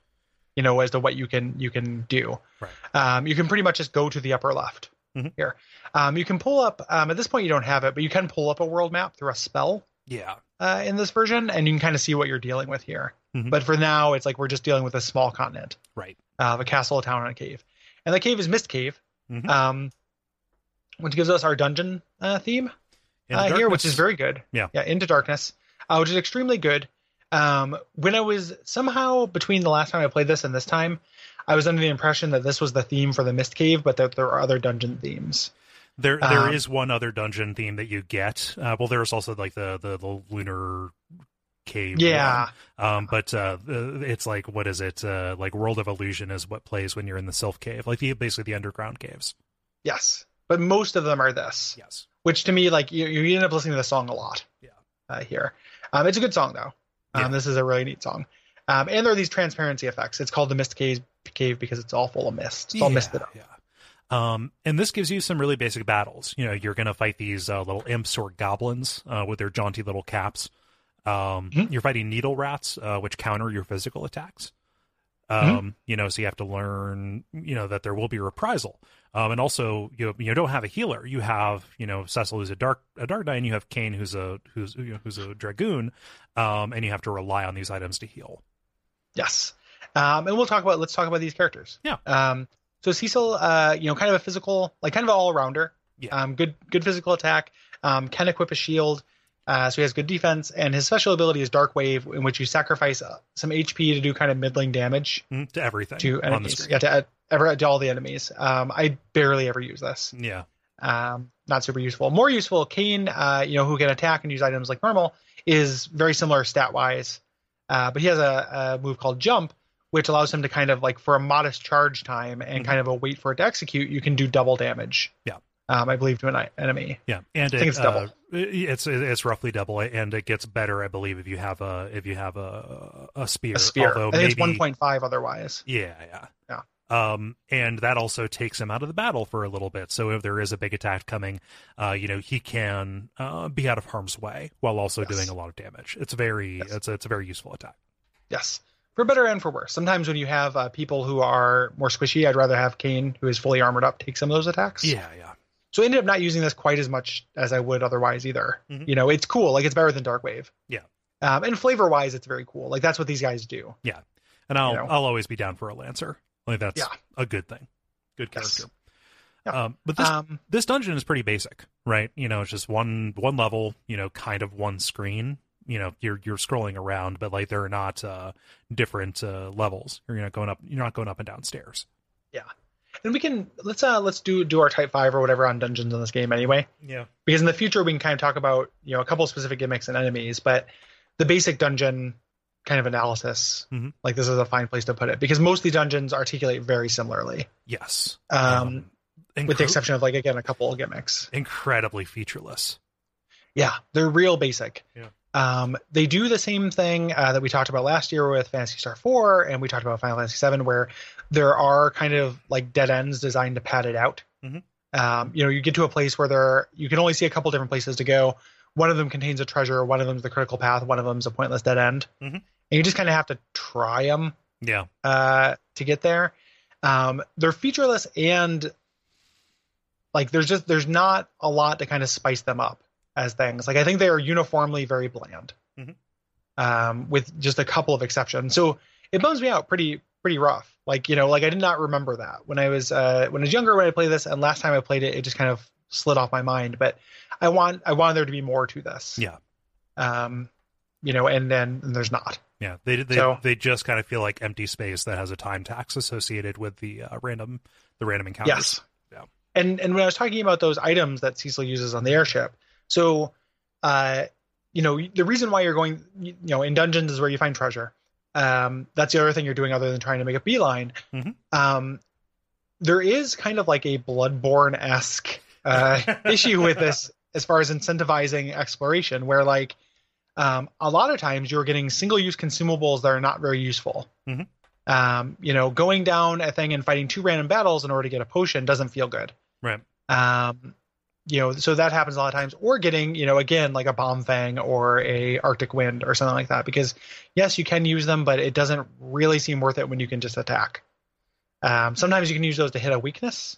A: you know, as to what you can you can do.
B: Right.
A: Um, you can pretty much just go to the upper left
B: Mhm.
A: here. Um, you can pull up. Um, at this point, you don't have it, but you can pull up a world map through a spell
B: Yeah.
A: uh, in this version, and you can kind of see what you're dealing with here.
B: Mhm.
A: But for now, it's like we're just dealing with a small continent
B: Right.
A: uh, a castle, a town, and a cave. And the cave is Mist Cave,
B: Mhm.
A: um, which gives us our dungeon uh, theme
B: In
A: uh,
B: the
A: here, which
B: darkness.
A: is very good.
B: Yeah.
A: yeah, Into Darkness, uh, which is extremely good. Um, when I was somehow between the last time I played this and this time, I was under the impression that this was the theme for the Mist Cave, but that there are other dungeon themes.
B: there. There
A: um,
B: is one other dungeon theme that you get. Uh, well, there's also like the the, the lunar cave.
A: Yeah,
B: one. Um, but uh, the- it's like what is it? Uh, like World of Illusion is what plays when you're in the Sylph Cave, like the basically the underground caves.
A: yes, but most of them are this,
B: Yes.
A: which to me, like you, you end up listening to the song a lot.
B: Yeah.
A: uh, here, um, it's a good song though. Um,
B: Yeah.
A: This is a really neat song, um, and there are these transparency effects. It's called the Mist Cave cave because it's all full of mist. It's all misted up.
B: Yeah. Um, and this gives you some really basic battles. You know, you're going to fight these uh, little imps or goblins uh, with their jaunty little caps. Um,
A: Mhm.
B: You're fighting needle rats, uh, which counter your physical attacks.
A: Mm-hmm.
B: Um, You know, so you have to learn, you know, that there will be reprisal. Um, and also, you you don't have a healer. You have, you know, Cecil who's a dark a dark knight, and you have Kane who's a who's you know, who's a dragoon, um, and you have to rely on these items to heal.
A: Yes. Um, and we'll talk about let's talk about these characters.
B: Yeah.
A: Um, so Cecil, uh, you know, kind of a physical, like kind of an all rounder.
B: Yeah.
A: Um, good good physical attack. Um, can equip a shield, uh, so he has good defense, and his special ability is Dark Wave, in which you sacrifice uh, some HP to do kind of middling damage
B: Mhm, to everything
A: to
B: on
A: enemies.
B: this.
A: Yeah, to add, ever to all the enemies. Um, I barely ever use this
B: Yeah.
A: um, not super useful. More useful, Kane, uh, you know, who can attack and use items like normal, is very similar stat wise, uh, but he has a, a move called Jump, which allows him to kind of like for a modest charge time and
B: Mhm.
A: kind of a wait for it to execute, you can do double damage.
B: Yeah.
A: um, I believe to an i- enemy.
B: Yeah, and
A: I
B: it,
A: think it's double.
B: uh, it's it's roughly double, and it gets better, I believe, if you have a if you have a a spear.
A: A spear.
B: Although
A: I think it's
B: maybe-
A: one point five otherwise.
B: Yeah, yeah, yeah. Um, and that also takes him out of the battle for a little bit. So if there is a big attack coming, uh, you know, he can uh, be out of harm's way while also
A: Yes.
B: doing a lot of damage. It's very
A: Yes.
B: it's a, it's a very useful attack.
A: Yes, for better and for worse. Sometimes when you have uh, people who are more squishy, I'd rather have Kane, who is fully armored up, take some of those attacks.
B: Yeah, yeah.
A: So I ended up not using this quite as much as I would otherwise either.
B: Mhm.
A: You know, it's cool. Like it's better than Dark Wave.
B: Yeah.
A: Um, and flavor wise, it's very cool. Like that's what these guys do.
B: And I'll
A: You know.
B: I'll always be down for a lancer. Like that's
A: Yeah.
B: a good thing, good
A: Yes.
B: character.
A: Yeah.
B: Um, but this
A: Um,
B: this dungeon is pretty basic, right? You know, it's just one one level, you know, kind of one screen. You know, you're you're scrolling around, but like there are not uh, different uh, levels. You're not going up. You're not going up and down stairs.
A: and we can let's uh let's do do our type five or whatever on dungeons in this game anyway,
B: Yeah,
A: because in the future we can kind of talk about you know a couple specific gimmicks and enemies, but the basic dungeon kind of analysis
B: Mhm.
A: like this is a fine place to put it because most of the dungeons articulate very similarly.
B: Yes.
A: Um, with the exception of like again a couple of gimmicks.
B: incredibly featureless.
A: Yeah, they're real basic.
B: Yeah.
A: Um, they do the same thing uh, that we talked about last year with Fantasy Star 4 and we talked about Final Fantasy 7 where there are kind of like dead ends designed to pad it out.
B: Mhm.
A: Um, you know, you get to a place where there are, you can only see a couple different places to go. One of them contains a treasure, one of them's the critical path, one of them's a pointless dead end.
B: Mhm.
A: And you just kind of have to try them
B: Yeah,
A: uh, to get there. Um, they're featureless and like there's just there's not a lot to kind of spice them up as things. Like I think they are uniformly very bland,
B: Mhm.
A: um, with just a couple of exceptions. So it bums me out pretty pretty rough. Like you know, like I did not remember that when I was uh, when I was younger when I played this, and last time I played it, it just kind of slid off my mind. But I want I wanted there to be more to this.
B: Yeah.
A: Um, you know, and then and there's not.
B: yeah. They they
A: So-
B: they just kind of feel like empty space that has a time tax associated with the uh, random the random encounters.
A: Yes.
B: Yeah.
A: And and when I was talking about those items that Cecil uses on the airship, so uh, you know the reason why you're going, you know, in dungeons is where you find treasure. Um, that's the other thing you're doing other than trying to make a beeline.
B: Mhm.
A: Um, there is kind of like a bloodborne esque uh, issue with this as far as incentivizing exploration, where like um, a lot of times you're getting single use consumables that are not very useful.
B: Mhm.
A: Um, you know, going down a thing and fighting two random battles in order to get a potion doesn't feel good.
B: Right.
A: Um, you know, so that happens a lot of times, or getting you know again like a bomb fang or a Arctic wind or something like that. Because yes, you can use them, but it doesn't really seem worth it when you can just attack. Um, sometimes you can use those to hit a weakness,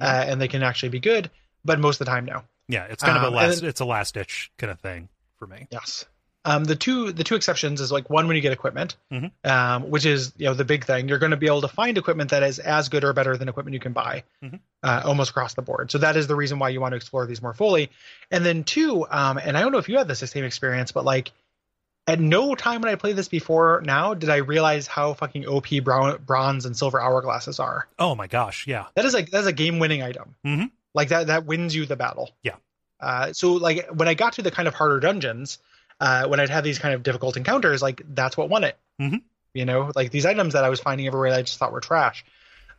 A: uh, and they can actually be good, but most of the time, no.
B: Yeah, it's kind of
A: Um,
B: a
A: and
B: last
A: then-
B: it's a last ditch kind of thing for me.
A: Yes. Um, the two the two exceptions is like one when you get equipment,
B: Mhm.
A: um, which is you know the big thing. You're going to be able to find equipment that is as good or better than equipment you can buy,
B: Mhm.
A: uh, almost across the board. So that is the reason why you want to explore these more fully. And then two, um, and I don't know if you had this same experience, but like at no time when I played this before now did I realize how fucking OP brown, bronze and silver hourglasses are.
B: Oh my gosh, yeah.
A: That is like that's a game winning item.
B: Mhm.
A: Like that that wins you the battle.
B: Yeah.
A: Uh, so like when I got to the kind of harder dungeons, uh, when I'd have these kind of difficult encounters, like that's what won it.
B: Mhm.
A: You know, like these items that I was finding everywhere that I just thought were trash.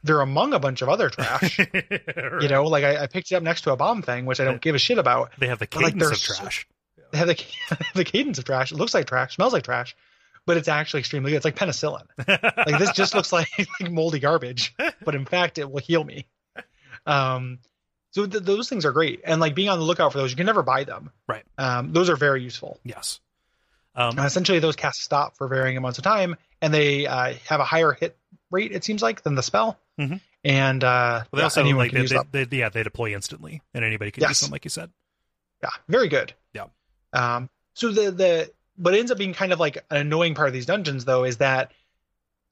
A: They're among a bunch of other trash. You know, like I, I picked it up next to a bomb thing, which I don't give a shit about.
B: they have the
A: But, like,
B: cadence
A: they're
B: of
A: so-
B: trash.
A: They have the, the cadence of trash. It looks like trash, smells like trash, but it's actually extremely good. It's like penicillin. like this just looks like, like moldy garbage but in fact it will heal me um so th- those things are great and like being on the lookout for those you can never buy them
B: Right.
A: um those are very useful
B: yes. Um,
A: Uh, essentially those cast stop for varying amounts of time and they uh, have a higher hit rate it seems like than the spell
B: Mhm.
A: and uh
B: Well, they
A: yeah,
B: also
A: anyone
B: like
A: can
B: they,
A: use
B: they,
A: them.
B: they- yeah they deploy instantly and anybody can use
A: Yes.
B: them like you said.
A: yeah very good
B: Yeah.
A: um so the the what ends up being kind of like an annoying part of these dungeons though is that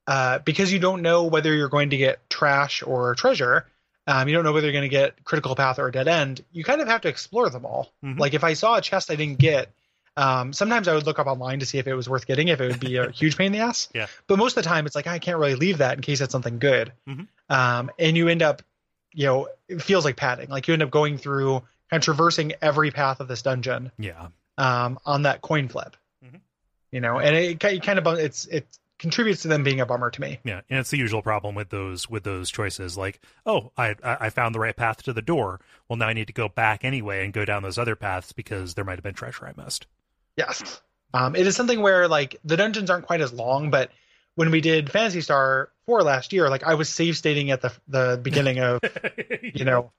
A: uh because you don't know whether you're going to get trash or treasure um you don't know whether you're going to get critical path or a dead end you kind of have to explore them all
B: Mhm.
A: like if i saw a chest i didn't get um sometimes i would look up online to see if it was worth getting if it would be a huge pain in the ass
B: Yeah.
A: but most of the time it's like i can't really leave that in case it's something good
B: Mhm.
A: um and you end up you know it feels like padding like you end up going through and traversing every path of this dungeon
B: Yeah.
A: um, on that coin flip.
B: Mhm.
A: You know, and it, ki- kind of bum- it's it contributes to them being a bummer to me.
B: Yeah, and it's the usual problem with those with those choices. Like, oh, I I I found the right path to the door. Well, now I need to go back anyway and go down those other paths because there might have been treasure I missed.
A: Yes, um, it is something where like the dungeons aren't quite as long, but when we did Fantasy Star four last year, like I was save stating at the the beginning of you know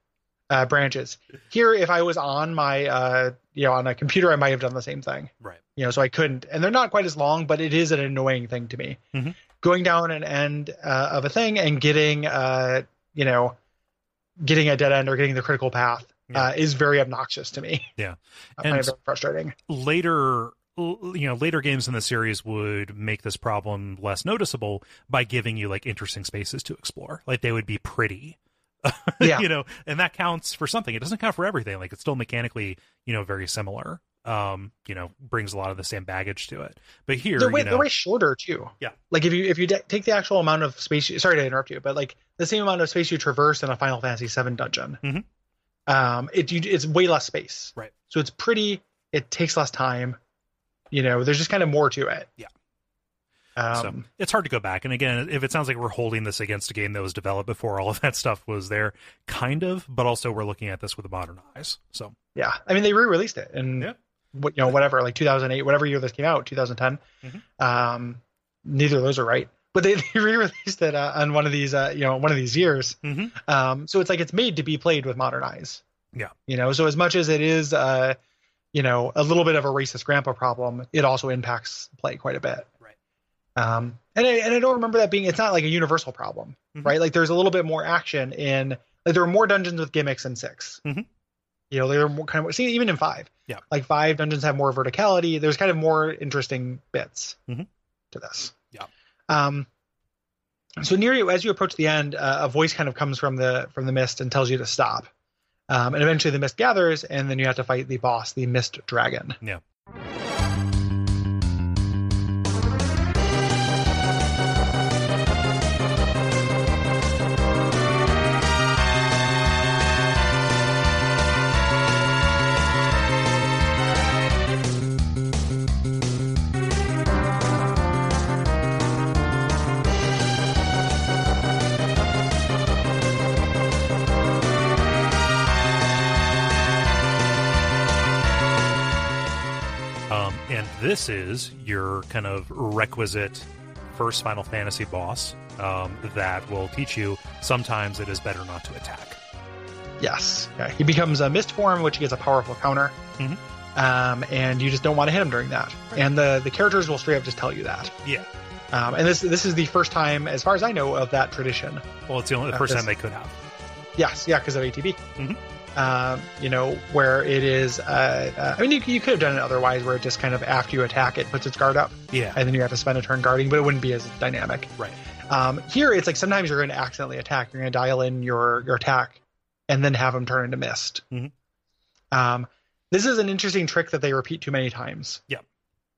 A: uh, branches. Here, if I was on my uh, you know on a computer, I might have done the same thing.
B: right?
A: you know, so I couldn't. And they're not quite as long, but it is an annoying thing to me.
B: Mhm.
A: Going down an end uh, of a thing and getting, uh, you know, getting a dead end or getting the critical path
B: Yeah.
A: uh, is very obnoxious to me.
B: Yeah.
A: I find
B: And-
A: it very frustrating.
B: Later, l- you know, later games in the series would make this problem less noticeable by giving you like interesting spaces to explore. Like they would be pretty.
A: Yeah.
B: you know, and that counts for something. It doesn't count for everything. Like it's still mechanically, you know, very similar. Um, you know, brings a lot of the same baggage to it. But here,
A: They're way,
B: you know,
A: they're way shorter too.
B: Yeah.
A: Like if you if you de- take the actual amount of space, you, sorry to interrupt you, but like the same amount of space you traverse in a Final Fantasy VII dungeon,
B: Mhm.
A: um, it you, it's way less space.
B: Right.
A: So it's pretty. It Um, takes less time. You know, there's just kind of more to it.
B: Yeah. so it's hard to go back. And again, if it sounds like we're holding this against a game that was developed before all of that stuff was there, kind of, but also we're looking at this with modern eyes. So
A: yeah, I mean they re-released it and
B: Yeah.
A: what you know whatever like 2008, whatever year this came out, 2010.
B: Mm-hmm.
A: Um, neither of those are right, but they, they re-released it uh, on one of these uh, you know one of these years.
B: Mhm.
A: Um, so it's like it's made to be played with modern eyes.
B: Yeah.
A: you know. So as much as it is, uh, you know, a little bit of a racist grandpa problem, it also impacts play quite a bit.
B: Right.
A: Um, and I, and I don't remember that being. It's not like a universal problem,
B: Mhm.
A: right? Like there's a little bit more action in. Like there are more dungeons with gimmicks in 6
B: Mhm.
A: You know, there are more kind of see even in five.
B: Yeah.
A: like five dungeons have more verticality. There's kind of more interesting bits
B: Mhm.
A: to this.
B: Yeah.
A: Um, so near you as you approach the end uh, a voice kind of comes from the from the mist and tells you to stop um, and eventually the mist gathers and then you have to fight the boss the mist dragon
B: Yeah. Um, and this is your kind of requisite first Final Fantasy boss um, that will teach you sometimes it is better not to attack.
A: yes yeah, he becomes a mist form which gets a powerful counter
B: Mhm.
A: um, and you just don't want to hit him during that
B: Right.
A: and the the characters will straight up just tell you that
B: Yeah.
A: um, and this this is the first time as far as i know of that tradition
B: Well, it's the only the
A: Uh,
B: first
A: this-
B: time they could have.
A: Yes, yeah, because of ATB.
B: Mhm.
A: Um, you know, where it is, uh, uh, I mean, you, you could have done it otherwise, where it just kind of after you attack, it puts its guard up,
B: Yeah.
A: and then you have to spend a turn guarding, but it wouldn't be as dynamic.
B: Right.
A: Um, here, it's like sometimes you're going to accidentally attack. You're going to dial in your your attack, and then have them turn into mist.
B: Mhm.
A: Um, this is an interesting trick that they repeat too many times.
B: Yep.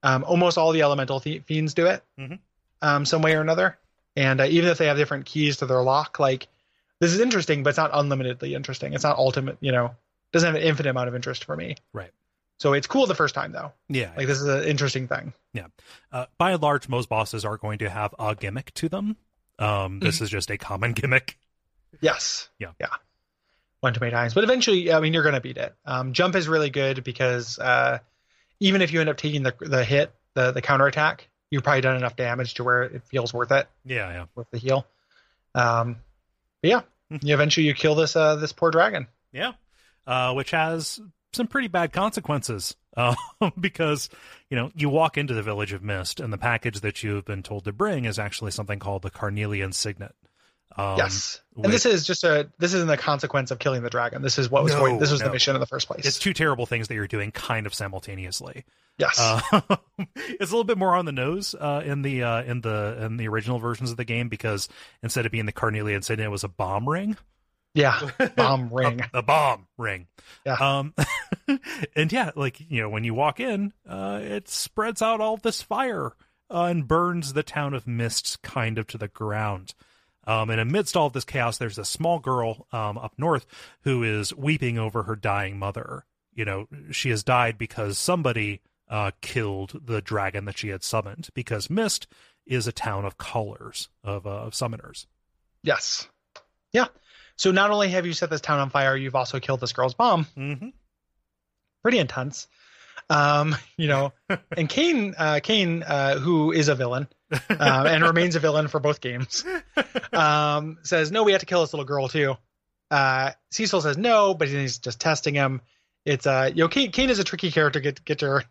A: Um, almost all the elemental thi- fiends do it,
B: Mhm.
A: um, some way or another. And uh, even if they have different keys to their lock, like this is interesting, but it's not unlimitedly interesting. It's not ultimate. You know, doesn't have an infinite amount of interest for me.
B: Right.
A: So it's cool the first time though.
B: Yeah.
A: Like this is an interesting thing.
B: uh, by and large, most bosses are going to have a gimmick to them. Um, this is just a common gimmick.
A: Yes.
B: Yeah.
A: Yeah. One too many times, but eventually, I mean, you're going to beat it. Um, jump is really good because uh, even if you end up taking the the hit, the the counterattack, you've probably done enough damage to where it feels worth it
B: Yeah, yeah.
A: with the heal. Um, but yeah,
B: Mhm.
A: you eventually you kill this uh, this poor dragon.
B: Yeah. Uh, which has some pretty bad consequences uh, because, you know, you walk into the Village of Mist and the package that you've been told to bring is actually something called the Carnelian Signet. Um,
A: yes,
B: with-
A: and this is just a this isn't the consequence of killing the dragon. This is what was
B: No,
A: going. This was
B: no.
A: the mission in the first place.
B: It's two terrible things that you're doing kind of simultaneously.
A: yes,
B: Uh, it's a little bit more on the nose uh, in the uh, in the in the original versions of the game because instead of being the Carnelian Signet, it was a bomb ring.
A: yeah, bomb ring.
B: A, a bomb ring.
A: Yeah.
B: Um, and yeah, like, you know, when you walk in, uh, it spreads out all this fire uh, and burns the town of Mist kind of to the ground. Um, and amidst all this chaos, there's a small girl um, up north who is weeping over her dying mother. You know, she has died because somebody uh, killed the dragon that she had summoned, because Mist is a town of callers, of, uh, of summoners.
A: Yes, yeah. So not only have you set this town on fire, you've also killed this girl's mom.
B: Mm-hmm.
A: pretty intense. Um, you know, and Kane, uh, Kane, uh, who is a villain uh, and remains a villain for both games, um, says, "No, we have to kill this little girl too." Uh, Cecil says, "No," but he's just testing him. It's uh, you know, Kane, Kane is a tricky character. to Get get your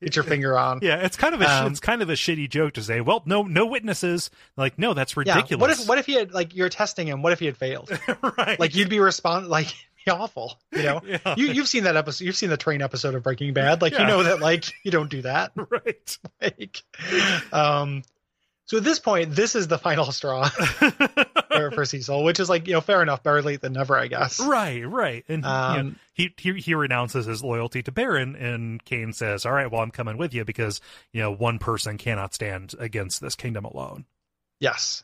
A: get your finger on.
B: Yeah, it's kind of a sh
A: Um,
B: it's kind of a shitty joke to say. Well, no, no witnesses. Like, no, that's
A: Yeah. What
B: ridiculous.
A: if what if he had like you're testing him? What if he had failed?
B: right?
A: Like you'd be respond like it'd be awful. You know,
B: yeah,
A: you you've seen that episode. You've seen the train episode of Breaking Bad. Like
B: Yeah.
A: you know that like you don't do that.
B: right.
A: like um so at this point this is the final straw for, for cecil which is like you know fair enough better late than never i guess
B: right, right. And you know,
A: um
B: he, he he renounces his loyalty to Baron, and Kane says, "All right, well, I'm coming with you because you know one person cannot stand against this kingdom alone."
A: yes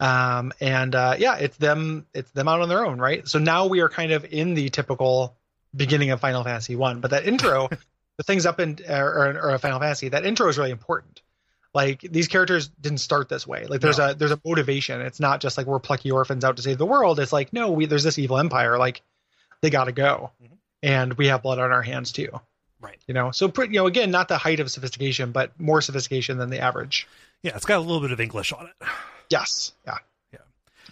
A: um and uh yeah it's them it's them out on their own right so now we are kind of in the typical beginning of final fantasy one but that intro the things up in or, or, or final fantasy that intro is really important like these characters didn't start this way like there's
B: No.
A: a there's a motivation it's not just like we're plucky orphans out to save the world it's like no we there's this evil empire like they gotta go
B: Mhm.
A: and we have blood on our hands too
B: Right.
A: you know so pretty you know again not the height of sophistication but more sophistication than the average
B: Yeah, it's got a little bit of English on it.
A: yes yeah
B: Yeah.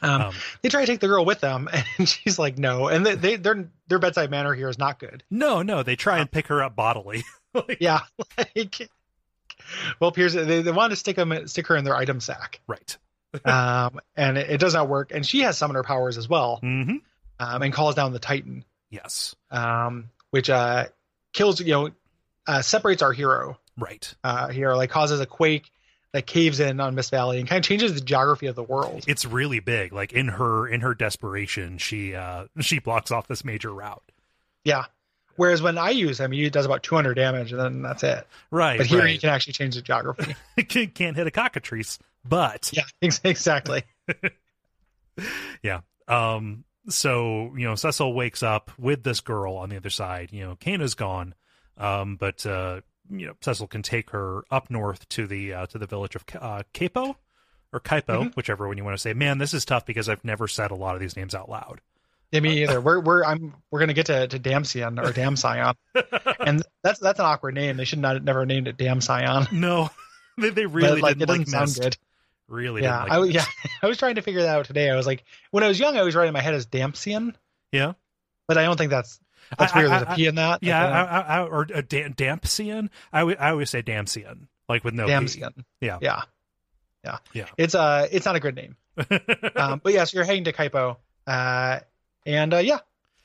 A: um,
B: Um,
A: they try to take the girl with them and she's like no and they, they their their bedside manner here is not good
B: no, no, they try
A: um,
B: and pick her up bodily. Like,
A: yeah like well Pierce they, they wanted to stick them stick her in their item sack
B: Right.
A: um and it, it does not work and she has summoner powers as well
B: hmm
A: um and calls down the titan
B: Yes.
A: um which uh kills you know uh separates our hero
B: Right.
A: uh here like causes a quake that caves in on miss valley and kind of changes the geography of the world
B: It's really big. Like in her in her desperation, she uh she blocks off this major route.
A: yeah whereas when i use him he does about 200 damage and then that's it
B: Right.
A: but here you
B: right.
A: can actually change the geography
B: Can- Can't hit a cockatrice, but
A: yeah ex- exactly
B: um so you know cecil wakes up with this girl on the other side you know kana's gone um but uh you know cecil can take her up north to the uh to the village of Ca- uh capo or kaipo
A: Mm-hmm.
B: whichever one you want to say man this is tough because i've never said a lot of these names out loud
A: Yeah, me either. We're we're I'm we're gonna get to to Damsion or Damsion, and that's that's an awkward name. They should not never named it Damsion.
B: no they, they
A: But,
B: really
A: like it
B: didn't
A: doesn't
B: like
A: sound
B: mist.
A: good.
B: really
A: Yeah,
B: didn't
A: I was
B: like
A: yeah I was trying to figure that out today. I was like, when I was young, I was writing in my head as Damsion.
B: Yeah.
A: but I don't think that's that's
B: I-
A: weird.
B: I-
A: There's a
B: I-
A: P in that. uh,
B: yeah I, I, I, or a da- dampsian I would- I always say dampsian like with no P.
A: Damsion.
B: Yeah.
A: yeah, yeah,
B: Yeah.
A: It's uh it's not a good name. Um, but yeah, so you're heading to Kaipo, uh, and uh, yeah,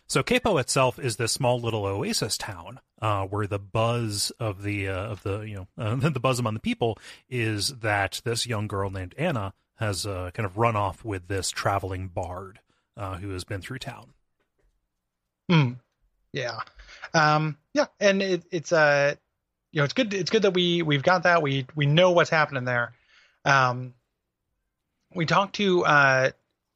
B: So Capo itself is this small little oasis town uh, where the buzz of the uh, of the you know uh, the buzz among the people is that this young girl named Anna has uh, kind of run off with this traveling bard uh, who has been through town.
A: Mm. Yeah. Um, yeah, and it, it's uh, you know, it's good. It's good that we we've got that. We we know what's happening there. Um, we talked to uh,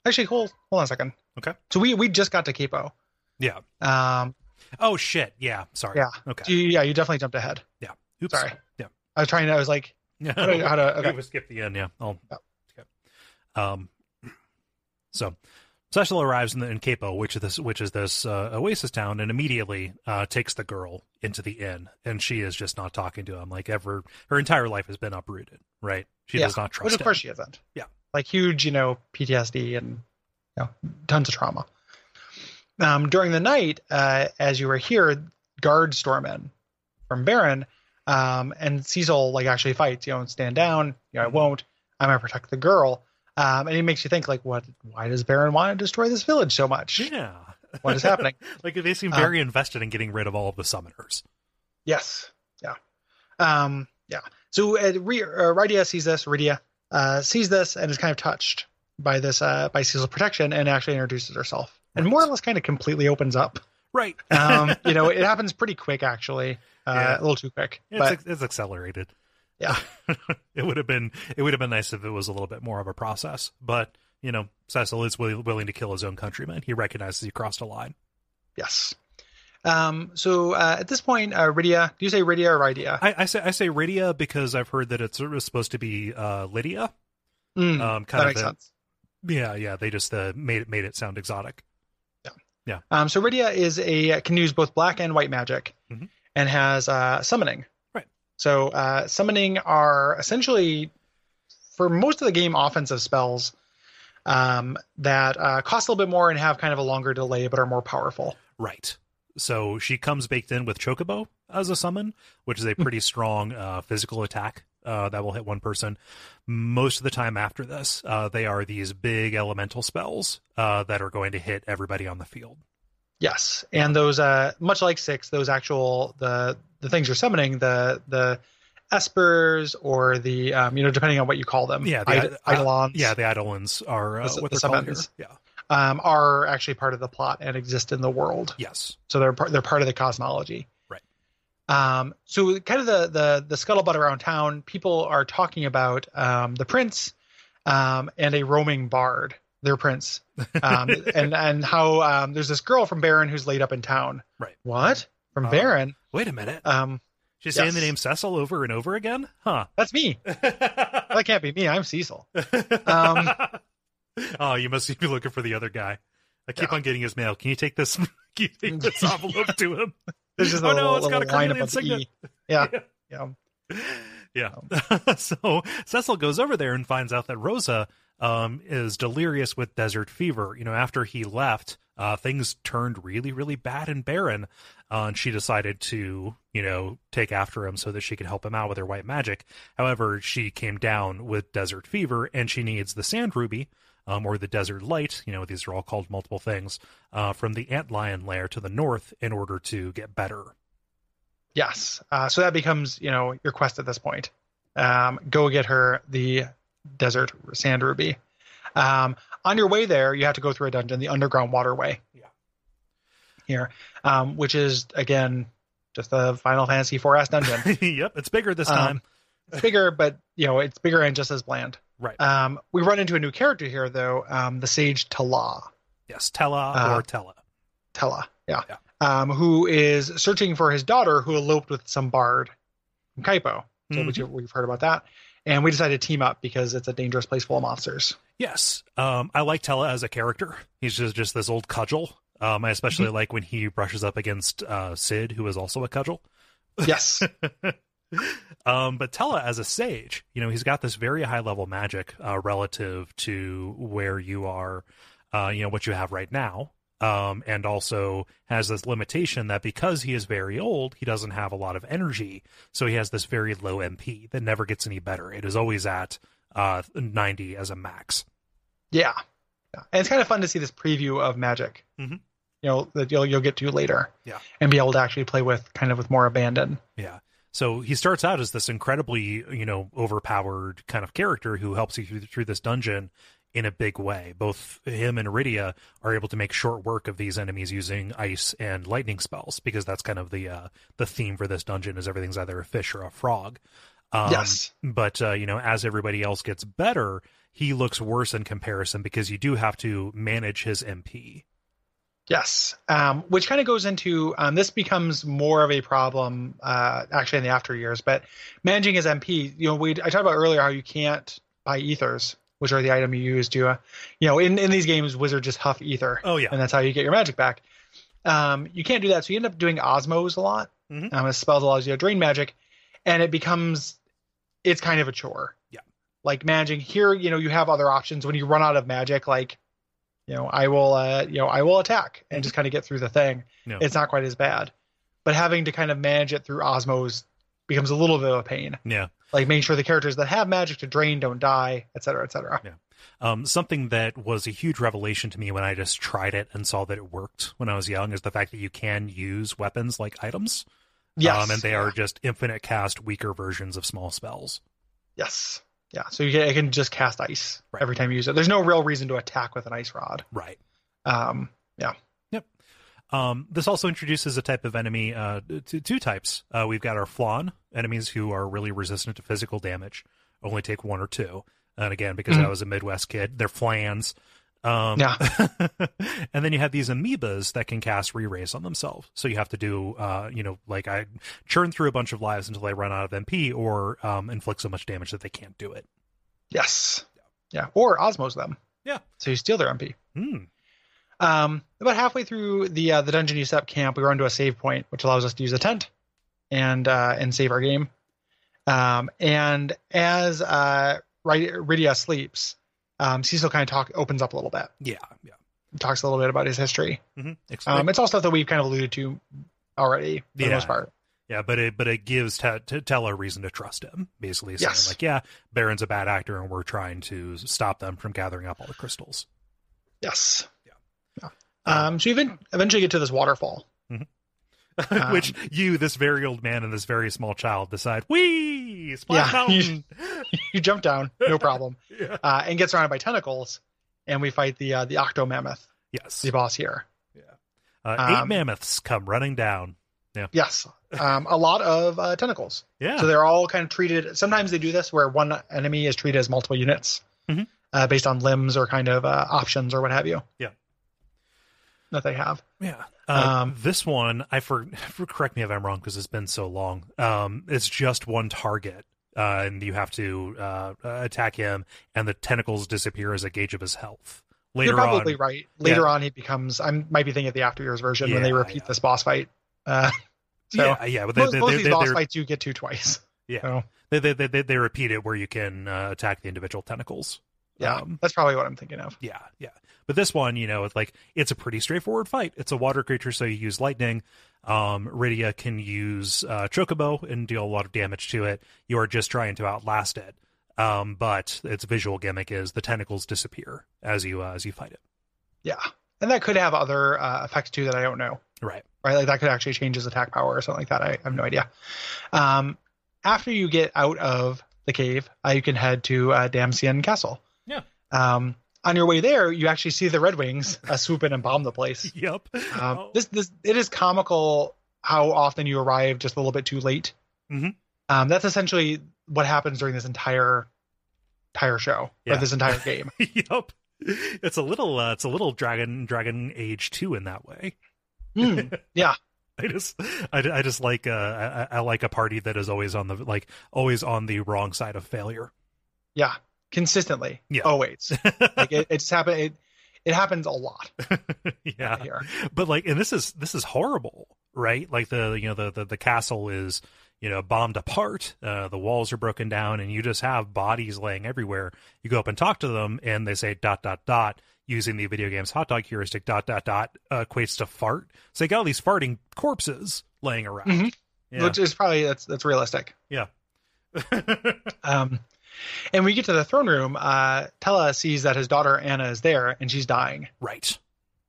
A: actually hold hold on a second.
B: Okay.
A: So we we just got to Capo.
B: Yeah.
A: Um.
B: Oh shit. Yeah. Sorry.
A: Yeah.
B: Okay.
A: do you- yeah, you definitely jumped ahead.
B: Oops.
A: Sorry.
B: Yeah.
A: I was trying to. I was like, I don't know
B: Yeah.
A: how to.
B: Okay.
A: Okay.
B: We skip the end. Yeah. I'll,
A: Yeah.
B: okay. Um. So. Cecil arrives in, the, in Capo, which is this, which is this uh, oasis town, and immediately uh, takes the girl into the inn, and she is just not talking to him. Like ever, her entire life has been uprooted. Right? She
A: Yeah.
B: does not trust
A: Which
B: him.
A: of course she isn't.
B: Yeah.
A: Like huge, you know, PTSD and you know, tons of trauma. Um, during the night, uh, as you were here, guard storm in from Baron, um, and Cecil like actually fights. You know, and stand down. You know, I won't. I'm gonna protect the girl. Um, and it makes you think like, what? Why does Baron want to destroy this village so much?
B: Yeah.
A: What is happening?
B: Like they seem
A: Um,
B: very invested in getting rid of all of the summoners.
A: Yes. Yeah. Um, yeah. So uh, Re- uh, Rydia sees this. Rydia uh, sees this and is kind of touched by this uh, by Cecil's protection and actually introduces herself and more or less kind of completely opens up.
B: Right.
A: Um, you know, it happens pretty quick actually, uh,
B: Yeah.
A: a little too quick.
B: It's
A: but
B: ac- it's accelerated.
A: Yeah.
B: it would have been it would have been nice if it was a little bit more of a process, but you know, Cecil is will- willing to kill his own countrymen. He recognizes he crossed a line.
A: yes. Um, so uh, at this point, uh, Rydia, do you say Rydia or Rydia?
B: I, I say I say Rydia because I've heard that it's supposed to be uh, Lydia.
A: Mm,
B: Um,
A: that
B: kind of
A: makes
B: a-
A: sense.
B: Yeah, yeah. They just uh, made it made it sound exotic.
A: Um, so Rydia is a can use both black and white magic,
B: Mhm.
A: and has uh, summoning.
B: Right.
A: So uh, summoning are essentially, for most of the game, offensive spells um, that uh, cost a little bit more and have kind of a longer delay, but are more powerful.
B: Right. So she comes baked in with Chocobo as a summon, which is
A: Hmm.
B: a pretty strong uh, physical attack uh, that will hit one person. Most of the time after this, uh, they are these big elemental spells uh, that are going to hit everybody on the field.
A: Yes, and those uh, much like six, those actual the the things you're summoning the the espers or the um, you know depending on what you call them
B: Yeah, the
A: Eid-
B: i- uh,
A: eidolons
B: Yeah, the Eidolons are uh,
A: The su-
B: what
A: the
B: they're called here.
A: summons.
B: Yeah.
A: um, are actually part of the plot and exist in the world
B: Yes.
A: so they're part, they're part of the cosmology
B: Right.
A: um so kind of the the the scuttlebutt around town people are talking about um the prince um and a roaming bard their prince um and and how um there's this girl from baron who's laid up in town
B: Right.
A: what from
B: Uh,
A: baron
B: Wait a minute.
A: um
B: She's saying
A: Yes.
B: the name Cecil over and over again? Huh.
A: That's me. That can't be me. I'm Cecil. Um,
B: oh, you must be looking for the other guy. I keep
A: Yeah.
B: on getting his mail. Can you take this? Can you take this envelope to him?
A: This is
B: Oh,
A: a
B: no,
A: little,
B: it's got
A: little
B: a
A: line
B: Carnelian
A: about the
B: signet.
A: E. Yeah. yeah.
B: Yeah. so Cecil goes over there and finds out that Rosa um, is delirious with desert fever. You know, after he left, uh, things turned really, really bad and barren. Uh, and she decided to, you know, take after him so that she could help him out with her white magic. However, she came down with desert fever and she needs the sand ruby. Um, or the desert light, you know, these are all called multiple things, uh, from the antlion lair to the north in order to get better.
A: Yes. Uh, so that becomes, you know, your quest at this point. Um, go get her the desert sand ruby. Um, on your way there, you have to go through a dungeon, the underground waterway.
B: Yeah.
A: Here, um, which is again just the Final Fantasy 4S dungeon.
B: yep, it's bigger this
A: Um,
B: time.
A: it's bigger, but you know it's bigger and just as bland.
B: Right.
A: Um, we run into a new character here, though, um, the Sage Tala.
B: Yes, Tella
A: Uh,
B: or Tella.
A: Tella, yeah,
B: Yeah.
A: Um, who is searching for his daughter who eloped with some bard from Kaipo. So
B: Mhm.
A: which we've heard about that. And we decided to team up because it's a dangerous place full of monsters.
B: Yes, um, I like Tella as a character. He's just just this old cudgel. Um, I especially like when he brushes up against uh, Sid, who is also a cudgel.
A: Yes.
B: um, but Tella as a sage, you know, he's got this very high level magic uh, relative to where you are, uh, you know, what you have right now. Um, and also has this limitation that because he is very old, he doesn't have a lot of energy. So he has this very low MP that never gets any better. It is always at uh, 90 as a max.
A: yeah. Yeah. And it's kind of fun to see this preview of magic.
B: Mhm.
A: You know, that you'll you'll get to later.
B: Yeah.
A: And be able to actually play with kind of with more abandon.
B: Yeah. So he starts out as this incredibly, you know, overpowered kind of character who helps you through, through this dungeon in a big way. Both him and Rydia are able to make short work of these enemies using ice and lightning spells because that's kind of the uh, the theme for this dungeon is everything's either a fish or a frog. Um,
A: yes.
B: but uh, you know as everybody else gets better he looks worse in comparison because you do have to manage his mp
A: Yes, um, which kind of goes into um, this becomes more of a problem uh, actually in the after years. But managing his MP, you know, we I talked about earlier how you can't buy ethers, which are the item you use to, uh, you know, in in these games, wizard just huff ether,
B: oh yeah
A: and that's how you get your magic back. Um, you can't do that, so you end up doing osmos a lot.
B: Mhm.
A: Um, a spell that allows you to drain magic, and it becomes it's kind of a chore.
B: Yeah.
A: like managing here, you know, you have other options when you run out of magic, like you know, I will, uh, you know, I will attack
B: Mm-hmm.
A: and just kind of get through the thing.
B: No.
A: It's not quite as bad, but having to kind of manage it through osmos becomes a little bit of a pain.
B: yeah
A: Like making sure the characters that have magic to drain don't die, et cetera, et cetera.
B: Um, something that was a huge revelation to me when I just tried it and saw that it worked when I was young is the fact that you can use weapons like items.
A: Yes,
B: Um, and they are just infinite cast, weaker versions of small spells.
A: Yes. Yeah. So you can, it can just cast ice
B: Right.
A: every time you use it. There's no real reason to attack with an ice rod.
B: Right.
A: Um, yeah.
B: Um, this also introduces a type of enemy, uh, t- two types. Uh, we've got our flan enemies who are really resistant to physical damage, only take one or two. And again, because I
A: Mhm.
B: was a Midwest kid, they're flans. Um,
A: Yeah.
B: and then you have these amoebas that can cast re-raise on themselves. So you have to do, uh, you know, like I churn through a bunch of lives until I run out of MP or um, inflict so much damage that they can't do it.
A: Yes. Yeah. Or osmos them.
B: Yeah.
A: So you steal their MP.
B: Hmm.
A: Um, about halfway through the uh, the dungeon you set up camp, we run to a save point, which allows us to use a tent and uh, and save our game. Um, and as uh, Ry- Rydia sleeps, um, Cecil kind of talk opens up a little bit,
B: Yeah. Yeah.
A: talks a little bit about his history.
B: Mm-hmm.
A: Um, it's all stuff that we've kind of alluded to already for the
B: Yeah.
A: most part.
B: Yeah, but it but it gives Te- Te- Tella reason to trust him. Basically saying
A: Yes.
B: like, yeah, Baron's a bad actor, and we're trying to stop them from gathering up all the crystals.
A: Yes.
B: Yeah.
A: Yeah. Um, so you even eventually get to this waterfall. Um,
B: Which you, this very old man and this very small child, decide, wee, splash
A: Yeah,
B: mountain.
A: You jump down, no problem,
B: Yeah.
A: uh, and get surrounded by tentacles, and we fight the uh, the Octo Mammoth,
B: Yes,
A: the boss here.
B: uh, eight
A: um,
B: mammoths come running down.
A: Yes, um, a lot of uh, tentacles.
B: Yeah,
A: So they're all kind of treated. Sometimes they do this where one enemy is treated as multiple units
B: Mhm.
A: uh, based on limbs or kind of uh, options or what have you. that they have.
B: Yeah. Uh,
A: Um,
B: this one, I for, correct me if I'm wrong because it's been so long. Um, it's just one target, uh, and you have to uh, attack him, and the tentacles disappear as a gauge of his health. Later
A: You're probably
B: on,
A: right. Later on, he becomes. I might be thinking of the after years version when they
B: Yeah,
A: repeat
B: yeah.
A: this boss fight. Uh, so
B: yeah, yeah, but they,
A: most,
B: they,
A: most
B: they,
A: of
B: they-
A: these boss
B: they're-
A: fights you get to twice.
B: they, they, they, they, they repeat it where you can uh, attack the individual tentacles.
A: Yeah,
B: Um,
A: that's probably what I'm thinking of.
B: Yeah, yeah. But this one, you know, it's like it's a pretty straightforward fight. It's a water creature, so you use lightning. Um, Rydia can use uh, Chocobo and deal a lot of damage to it. You are just trying to outlast it. Um, but its visual gimmick is the tentacles disappear as you uh, as you fight it.
A: Yeah, and that could have other uh, effects too that I don't know.
B: Right.
A: Right, like that could actually change his attack power or something like that. I, I have no idea. Um, after you get out of the cave, uh, you can head to uh, Damsian Castle.
B: Yeah.
A: Um, on your way there, you actually see the Red Wings uh, swoop in and bomb the place.
B: Yep.
A: Um,
B: Oh.
A: This this it is comical how often you arrive just a little bit too late.
B: Mhm.
A: Um, that's essentially what happens during this entire entire show
B: Yeah.
A: or this entire game.
B: yep. It's a little uh, it's a little Dragon Dragon Age two in that way.
A: Hmm.
B: I just, I, I just like, uh, I, I like a party that is always on the, like, always on the wrong side of failure.
A: Yeah, consistently.
B: Yeah.
A: always. like it, it's happened. It, it happens a lot
B: yeah.
A: here.
B: but like and this is this is horrible right like the you know the the, the castle is you know bombed apart uh, the walls are broken down and you just have bodies laying everywhere you go up and talk to them and they say dot dot dot using the video game's hot dog heuristic dot dot dot uh, equates to fart so they got all these farting corpses laying around
A: Mhm.
B: yeah
A: Which is probably that's that's realistic. Um, and we get to the throne room. Uh, Tella sees that his daughter Anna is there and she's dying,
B: right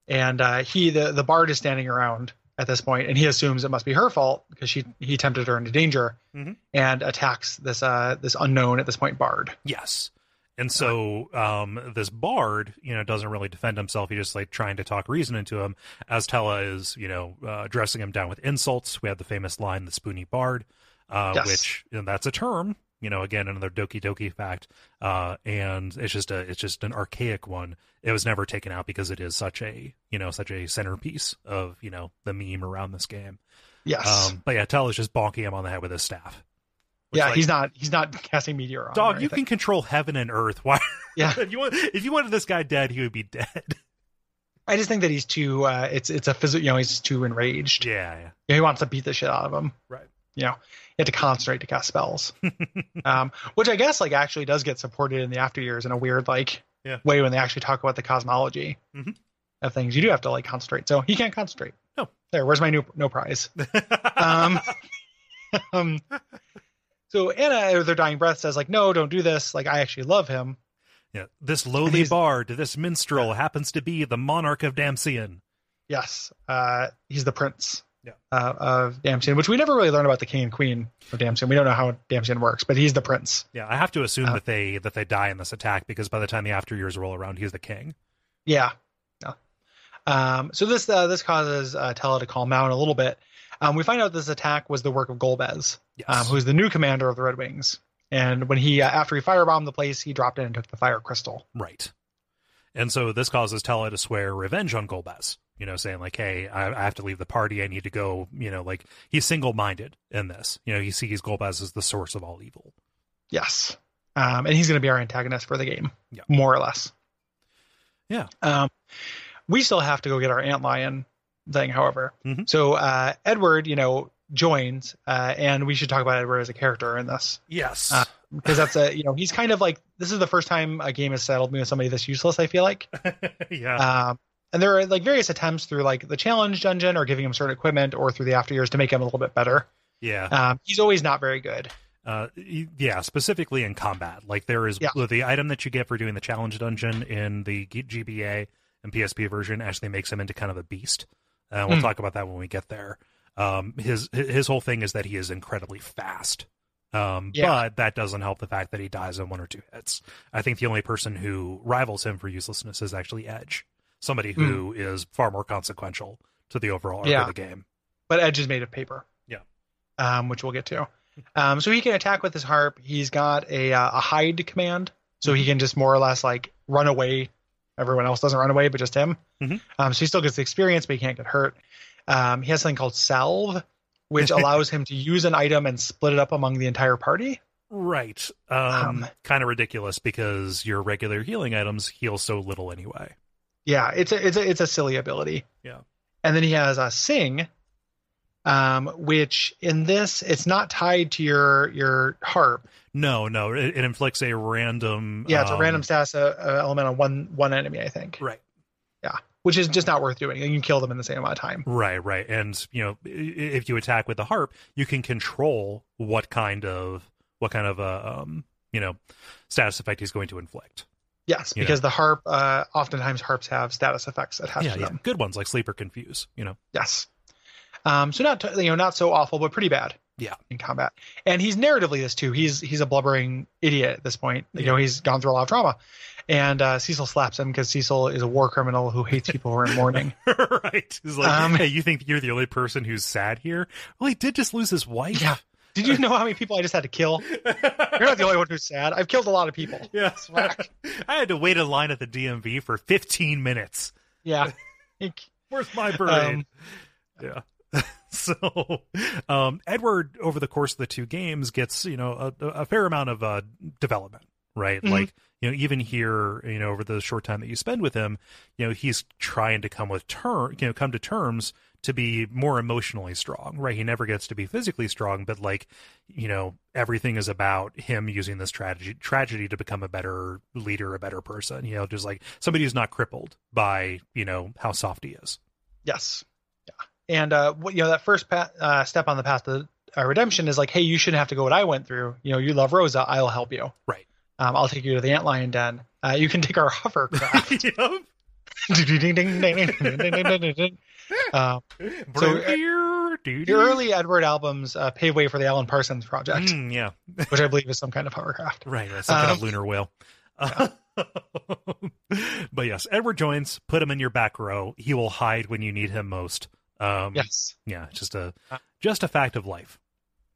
A: and uh, he the the bard is standing around at this point, and he assumes it must be her fault because she he tempted her into danger
B: Mhm.
A: and attacks this uh this unknown at this point bard.
B: Yes. And so um, this bard, you know, doesn't really defend himself. He's just like trying to talk reason into him. As Tella is, you know, uh, dressing him down with insults. We have the famous line, the spoony bard, uh,
A: Yes.
B: which you know, that's a term, you know, again, another doki doki fact. Uh, and it's just a, it's just an archaic one. It was never taken out because it is such a, you know, such a centerpiece of, you know, the meme around this game.
A: Yes.
B: Um, but yeah, Tella's just bonking him on the head with his staff. Which,
A: yeah,
B: like,
A: he's not he's not casting meteor on. him or
B: Dog, you
A: anything.
B: can control heaven and earth. Why?
A: Yeah.
B: if you want, if you wanted this guy dead, he would be dead.
A: I just think that he's too uh it's it's a physical you know, he's too enraged.
B: Yeah.
A: You know, he wants to beat the shit out of him.
B: Right.
A: You know, you have to concentrate to cast spells. um, which I guess like actually does get supported in the after years in a weird like
B: Yeah.
A: way when they actually talk about the cosmology
B: Mhm.
A: of things. You do have to like concentrate. So he can't concentrate.
B: No.
A: There, where's my new no prize? Um,
B: um.
A: um So Anna, or their dying breath, says like, "No, don't do this. Like, I actually love him."
B: Yeah. This
A: And
B: lowly
A: he's-
B: bard, this minstrel, happens to be the monarch of Damsian.
A: Yes, uh, he's the prince
B: Yeah.
A: uh, of Damson, which we never really learn about the king and queen of Damson. We don't know how Damson works, but he's the prince.
B: Yeah, I have to assume
A: Uh.
B: that they that they die in this attack because by the time the after years roll around, he's the king.
A: Yeah. Yeah. Um, so this uh, this causes uh, Tella to calm down a little bit. Um, we find out this attack was the work of Golbez,
B: Yes.
A: um, who's the new commander of the Red Wings. And when he uh, after he firebombed the place, he dropped in and took the fire crystal.
B: Right. And so this causes Tella to swear revenge on Golbez, you know, saying like, hey, I, I have to leave the party. I need to go, you know, like he's single minded in this. You know, he sees Golbez as the source of all evil.
A: Yes. Um, and he's going to be our antagonist for the game,
B: Yeah.
A: more or less.
B: Yeah.
A: Um, we still have to go get our ant lion thing, however.
B: Mhm.
A: So uh, Edward, you know, joins, uh, and we should talk about Edward as a character in this
B: Yes.
A: Uh, because that's a you know he's kind of like this is the first time a game has settled me with somebody this useless. I feel like,
B: yeah.
A: um, and there are like various attempts through like the challenge dungeon or giving him certain equipment or through the after years to make him a little bit better.
B: yeah.
A: Um, he's always not very good.
B: Uh, y- yeah, specifically in combat. Like there is
A: Yeah.
B: the item that you get for doing the challenge dungeon in the G- GBA and PSP version actually makes him into kind of a beast. Uh, we'll
A: Hmm.
B: talk about that when we get there. Um, his his whole thing is that he is incredibly fast. Um,
A: Yeah.
B: but that doesn't help the fact that he dies in one or two hits. I think the only person who rivals him for uselessness is actually Edge, somebody who is far more consequential to the overall arc
A: Hmm. Yeah.
B: of the game.
A: but Edge is made of paper.
B: Yeah.
A: Um, which we'll get to. Um, so he can attack with his harp. He's got a uh, a hide command, so he can just more or less like run away everyone else doesn't run away, but just him.
B: Mhm.
A: Um, so he still gets the experience, but he can't get hurt. Um, he has something called salve, which allows him to use an item and split it up among the entire party.
B: Right. Um,
A: Um,
B: kind of ridiculous because your regular healing items heal so little anyway.
A: Yeah, it's a it's a it's a silly ability.
B: Yeah.
A: And then he has a sing, um, which in this it's not tied to your your harp.
B: No, no, it, it inflicts a random.
A: Yeah, it's a
B: um,
A: random stats uh, uh, element on one one enemy, I think.
B: Right.
A: Which is just not worth doing. You can kill them in the same amount of time.
B: um, Right, right. And, you know, i- i- if you attack with the harp, you can control what kind of what kind of uh, um, you know, status effect he's going to inflict.
A: Yes,
B: Yeah.
A: because the harp uh, oftentimes harps have status effects attached
B: Yeah,
A: to
B: yeah.
A: them.
B: Good ones like sleep or confuse, you know.
A: Yes. Um, so not you know not so awful, but pretty bad.
B: Yeah.
A: In combat, and he's narratively this too. He's he's a blubbering idiot at this point. You know he's gone through a lot of trauma, and uh, Cecil slaps him because Cecil is a war criminal who hates people who are in mourning.
B: right. He's like,
A: Um,
B: hey, you think you're the only person who's sad here? Well, he did just lose his wife.
A: Yeah. Did you know how many people I just had to kill? You're not the only one who's sad. I've killed a lot of people.
B: yeah.
A: whack.
B: I had to wait in line at the DMV for 15 minutes.
A: Yeah.
B: Where's my
A: Um,
B: brain? yeah. so, um, Edward over the course of the two games gets you know a, a fair amount of uh, development, right?
A: Mhm.
B: Like you know even here you know over the short time that you spend with him, you know he's trying to come with term you know come to terms to be more emotionally strong, right? He never gets to be physically strong, but like you know everything is about him using this tragedy tragedy to become a better leader, a better person. You know, just like somebody who's not crippled by you know how soft he is.
A: Yes. Yeah. And uh, what, you know that first pa- uh, step on the path to uh, redemption is like, hey, you shouldn't have to go what I went through. You know, you love Rosa. I'll help you.
B: Right.
A: Um, I'll take you to the antlion den. Uh, you can take our hovercraft.
B: yep.
A: uh, the early Edward albums uh, pave way for the Alan Parsons project,
B: Mm, yeah,
A: which I believe is some kind of hovercraft.
B: right. right, Some kind of
A: Um,
B: lunar whale. but yes, Edward joins. Put him in your back row. He will hide when you need him most. Um,
A: Yes.
B: yeah, just a
A: Uh,
B: just a fact of life.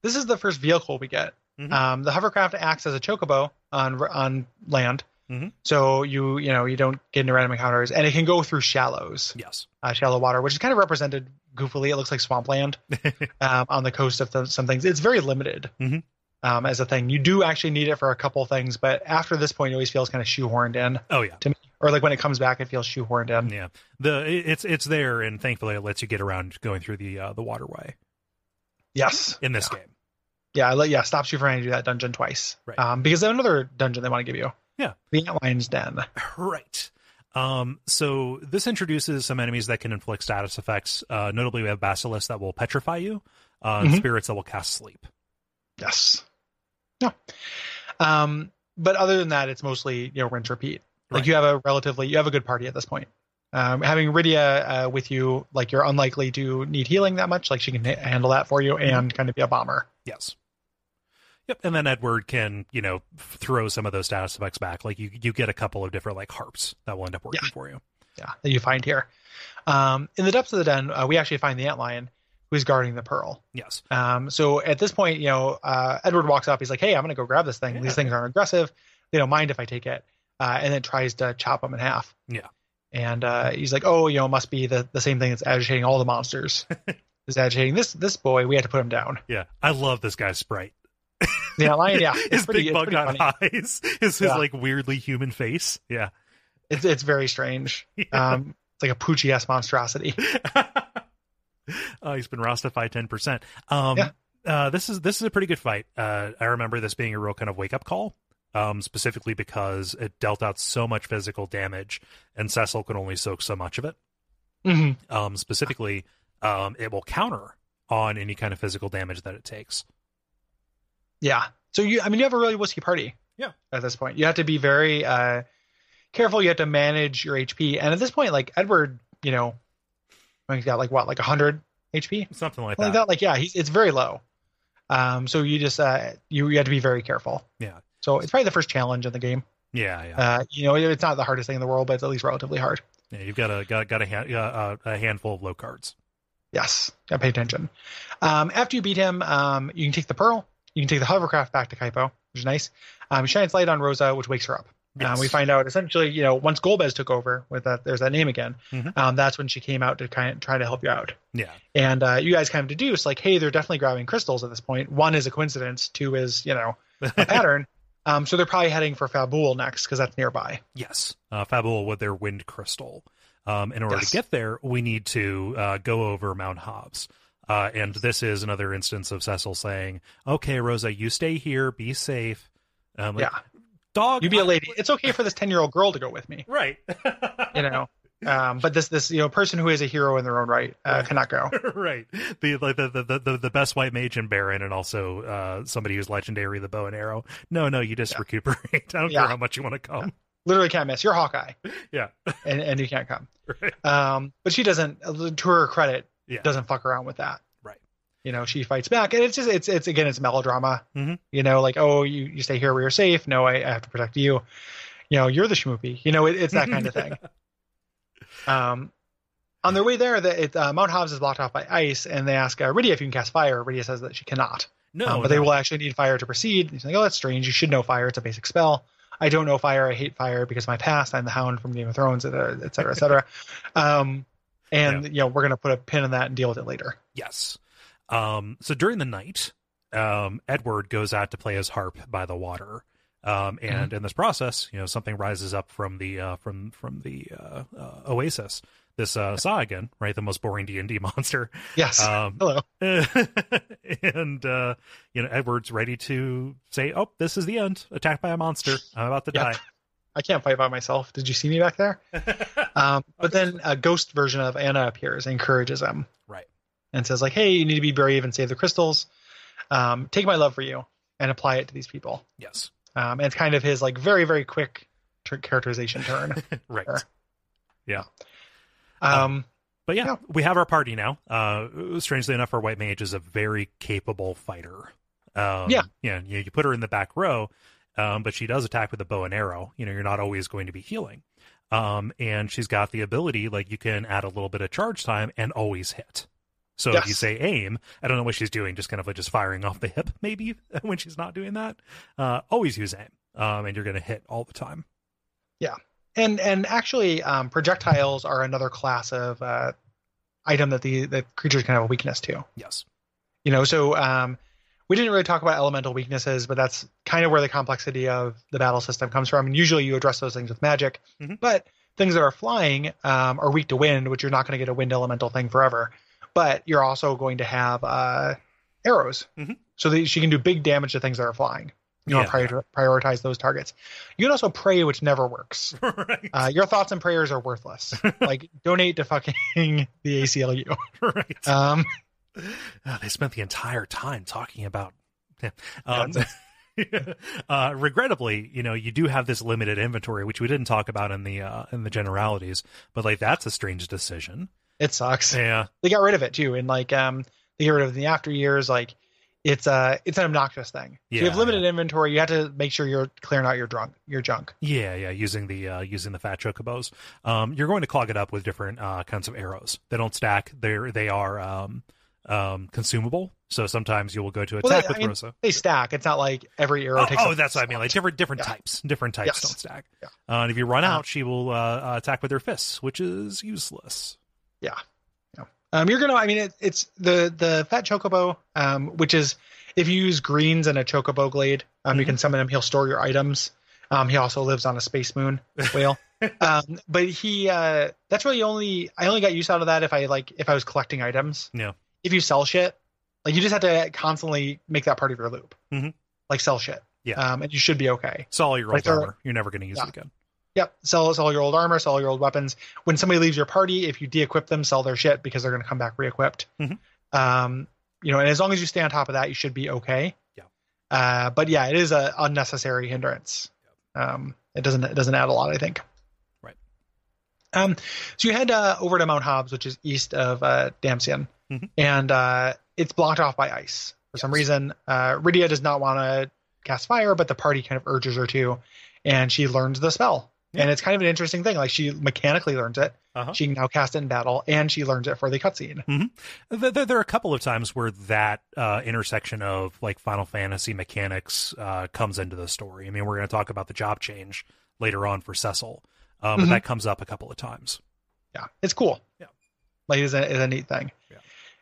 A: this is the first vehicle we get.
B: Mhm.
A: Um, the hovercraft acts as a chocobo on on land,
B: Mhm.
A: so you you know you don't get into random encounters, and it can go through shallows,
B: Yes.
A: uh, shallow water, which is kind of represented goofily. It looks like swampland um, on the coast of th- some things. It's very limited
B: Mhm.
A: um, as a thing. You do actually need it for a couple things, but after this point, it always feels kind of shoehorned in,
B: Oh yeah.
A: or like when it comes back, it feels shoehorned in.
B: Yeah. The it- it's it's there, and thankfully it lets you get around going through the uh, the waterway
A: Yes,
B: in this game.
A: yeah, I let- yeah, stops you from having to do that dungeon twice,
B: Right.
A: um, because there's another dungeon they want to give you.
B: Yeah.
A: the Antlion's Den.
B: Right. Um, so this introduces some enemies that can inflict status effects. Uh, notably, we have basilisks that will petrify you, uh, and
A: Mhm.
B: spirits that will cast sleep.
A: Yes. No. Um, but other than that, it's mostly you know rinse repeat. Like
B: Right.
A: you have a relatively you have a good party at this point. Um, having Rydia uh, with you, like you're unlikely to need healing that much. Like she can ha- handle that for you and kind of be a bomber.
B: Yes. Yep. And then Edward can you know f- throw some of those status effects back. Like you you get a couple of different like harps that will end up working for you.
A: Yeah, that you find here. Um, in the depths of the den, uh, we actually find the antlion who's guarding the pearl.
B: Yes.
A: Um, so at this point, you know, uh, Edward walks up. He's like, "Hey, I'm gonna go grab this thing.
B: Yeah.
A: These things aren't aggressive. They don't mind if I take it." Uh, and then tries to chop him in half.
B: Yeah.
A: And uh, he's like, "Oh, you know, it must be the, the same thing that's agitating all the monsters. is agitating this this boy. We had to put him down."
B: Yeah. I love this guy's sprite.
A: Yeah, lion. Yeah,
B: his
A: pretty-
B: big
A: it's
B: bug
A: pretty
B: on
A: funny.
B: eyes. His his
A: Yeah.
B: like weirdly human face. Yeah.
A: It's it's very strange. Um, it's like a poochy ass monstrosity.
B: uh, he's been rostified ten percent. Um,
A: Yeah.
B: uh, this is this is a pretty good fight. Uh, I remember this being a real kind of wake up call, um, specifically because it dealt out so much physical damage, and Cecil can only soak so much of it.
A: hmm
B: Um, specifically, um, it will counter on any kind of physical damage that it takes.
A: Yeah. So you, I mean, you have a really whiskey party.
B: Yeah.
A: At this point, you have to be very uh, careful. You have to manage your HP. And at this point, like Edward, you know, he's got like what, like hundred HP,
B: Something like,
A: like
B: that.
A: that. Like yeah, he's it's very low. Um, so you just uh, you you have to be very careful.
B: Yeah.
A: So it's probably the first challenge in the game.
B: Yeah, yeah.
A: Uh, you know, it's not the hardest thing in the world, but it's at least relatively hard.
B: yeah. You've got a got, got a, hand, uh, a handful of low cards.
A: Yes, gotta pay attention. Um, after you beat him, um, you can take the pearl. You can take the hovercraft back to Kaipo, which is nice. Um, shines light on Rosa, which wakes her up. Um, we find out essentially, you know, once Golbez took over with that, there's that name again.
B: Mhm.
A: Um, that's when she came out to kind of try to help you out.
B: Yeah.
A: And uh, you guys kind of deduce like, hey, they're definitely grabbing crystals at this point. One is a coincidence. Two is, you know, a pattern. um, so they're probably heading for Fabul next because that's nearby.
B: Yes, uh, Fabul with their wind crystal. Um, in order
A: Yes.
B: to get there, we need to uh, go over Mount Hobbs. Uh, and this is another instance of Cecil saying, "Okay, Rosa, you stay here, be safe." Um, like,
A: yeah,
B: dog,
A: you be a lady. It's okay for this ten year old girl to go with me.
B: right?
A: You know. Um, but this this you know person who is a hero in their own right uh, cannot go.
B: right. The like the, the the the best white mage and Baron, and also uh, somebody who's legendary, the bow and arrow. No, no, you just
A: Yeah.
B: recuperate. I don't
A: Yeah.
B: care how much you want to come.
A: Literally can't miss. You're Hawkeye.
B: Yeah.
A: and, and you can't come.
B: Right.
A: Um, but she doesn't, to her credit,
B: Yeah.
A: doesn't fuck around with that.
B: Right.
A: You know, she fights back, and it's just it's it's again it's melodrama.
B: Mhm.
A: You know, like oh you you stay here where you're safe. No, I, I have to protect you. You know, you're the schmoopy. You know, it, it's that kind of thing. Um, on their way there, the, it, uh, Mount Hobbs is blocked off by ice, and they ask uh, Rydia if you can cast fire. Rydia says that she cannot,
B: Oh, No,
A: um, but they will actually need fire to proceed. And She's like, oh, that's strange. You should know fire. It's a basic spell. I don't know fire. I hate fire because my past. I'm the Hound from Game of Thrones, et cetera, et cetera, et cetera. um, and you know, we're gonna put a pin in that and deal with it later.
B: Yes. Um, so during the night, um, Edward goes out to play his harp by the water. Um, and in this process, you know, something rises up from the uh, from from the uh, uh, oasis. This uh, Saigon, right, the most boring D and D monster.
A: Yes.
B: Um,
A: Hello.
B: and uh, you know, Edward's ready to say, "Oh, this is the end. Attacked by a monster. I'm about to
A: Yeah.
B: die."
A: I can't fight by myself. Did you see me back there? um, but then a ghost version of Anna appears, and encourages him,
B: Right.
A: and says like, "Hey, you need to be brave and save the crystals. Um, take my love for you and apply it to these people."
B: Yes.
A: Um, and it's kind of his like very very quick tur characterization turn.
B: Right.
A: Sure.
B: Yeah. Oh.
A: Um,
B: But yeah,
A: Yeah.
B: we have our party now. Uh, strangely enough, our white mage is a very capable fighter. Um,
A: Yeah.
B: yeah. You, you put her in the back row, um, but she does attack with a bow and arrow. You know, you're not always going to be healing. Um, and she's got the ability like you can add a little bit of charge time and always hit. So if you
A: Yes.
B: say aim, I don't know what she's doing, just kind of like just firing off the hip, maybe when she's not doing that. Uh, always use aim, um, and you're going to hit all the time.
A: and and actually, um, projectiles are another class of uh, item that the the creatures can have a weakness to.
B: Yes.
A: You know, so um, we didn't really talk about elemental weaknesses, but that's kind of where the complexity of the battle system comes from. And usually, you address those things with magic,
B: Mhm.
A: but things that are flying um, are weak to wind, which you're not going to get a wind elemental thing forever. But you're also going to have uh, arrows,
B: Mhm.
A: so that she can do big damage to things that are flying. You
B: Yeah.
A: want to prior- prioritize those targets. You can also pray, which never works.
B: right.
A: Uh, your thoughts and prayers are worthless. like donate to fucking the ACLU.
B: right.
A: Um,
B: Oh, they spent the entire time talking about. Yeah. Um,
A: That's
B: uh, regrettably, you know, you do have this limited inventory, which we didn't talk about in the uh, in the generalities. But like, that's a strange decision.
A: it sucks.
B: Yeah,
A: They got rid of it too, and like um, they got rid of it in the after years. Like it's uh it's an obnoxious thing. So you
B: Yeah,
A: have limited inventory. You have to make sure you're clearing out your drunk your junk.
B: yeah, yeah. Using the uh, using the fat chocobos, um, you're going to clog it up with different uh, kinds of arrows. They don't stack. They're they are um, um, consumable. So sometimes you will go to attack
A: Well, they-
B: with
A: I mean,
B: Rosa.
A: They stack. It's not like every arrow
B: Oh,
A: takes.
B: oh,
A: up-
B: that's what I mean. Like different different
A: Yeah.
B: types, different types
A: Yes.
B: don't stack.
A: Yeah.
B: Uh, and if you run
A: Uh-huh.
B: out, she will uh, uh, attack with her fists, which is useless.
A: Um, you're gonna. I mean, it, it's the the fat chocobo, um, which is if you use greens and a chocobo glade, um, you
B: Mhm.
A: can summon him. He'll store your items. Um, he also lives on a space moon whale. um, but he uh, that's really only I only got use out of that if I like if I was collecting items.
B: Yeah.
A: If you sell shit, like you just have to constantly make that part of your loop.
B: Mhm.
A: Like sell shit.
B: Yeah.
A: Um, and you should be okay.
B: It's all your old
A: Like they're-
B: armor. You're never going to use
A: Yeah.
B: it again.
A: Yep. Sell sell your old armor. Sell your old weapons. When somebody leaves your party, if you de-equip them, sell their shit because they're going to come back re-equipped.
B: Mhm.
A: Um, you know, and as long as you stay on top of that, you should be okay.
B: Yeah.
A: Uh, but yeah, it is a unnecessary hindrance. Um, it doesn't it doesn't add a lot, I think.
B: Right.
A: Um, so you head uh, over to Mount Hobbs, which is east of uh, Damsian,
B: Mhm.
A: and uh, it's blocked off by ice for some
B: Yes.
A: reason. Uh, Rydia does not want to cast fire, but the party kind of urges her to, and she learns the spell.
B: Yeah.
A: And it's kind of an interesting thing. Like she mechanically learns it.
B: Uh-huh.
A: She can now cast it in battle, and she learns it for the cutscene.
B: There, there, there are a couple of times where that uh, intersection of like Final Fantasy mechanics uh, comes into the story. I mean, we're going to talk about the job change later on for Cecil. Um,
A: Mhm.
B: But that comes up a couple of times.
A: yeah, it's cool.
B: Yeah.
A: like it's a, it's a neat thing.
B: Yeah.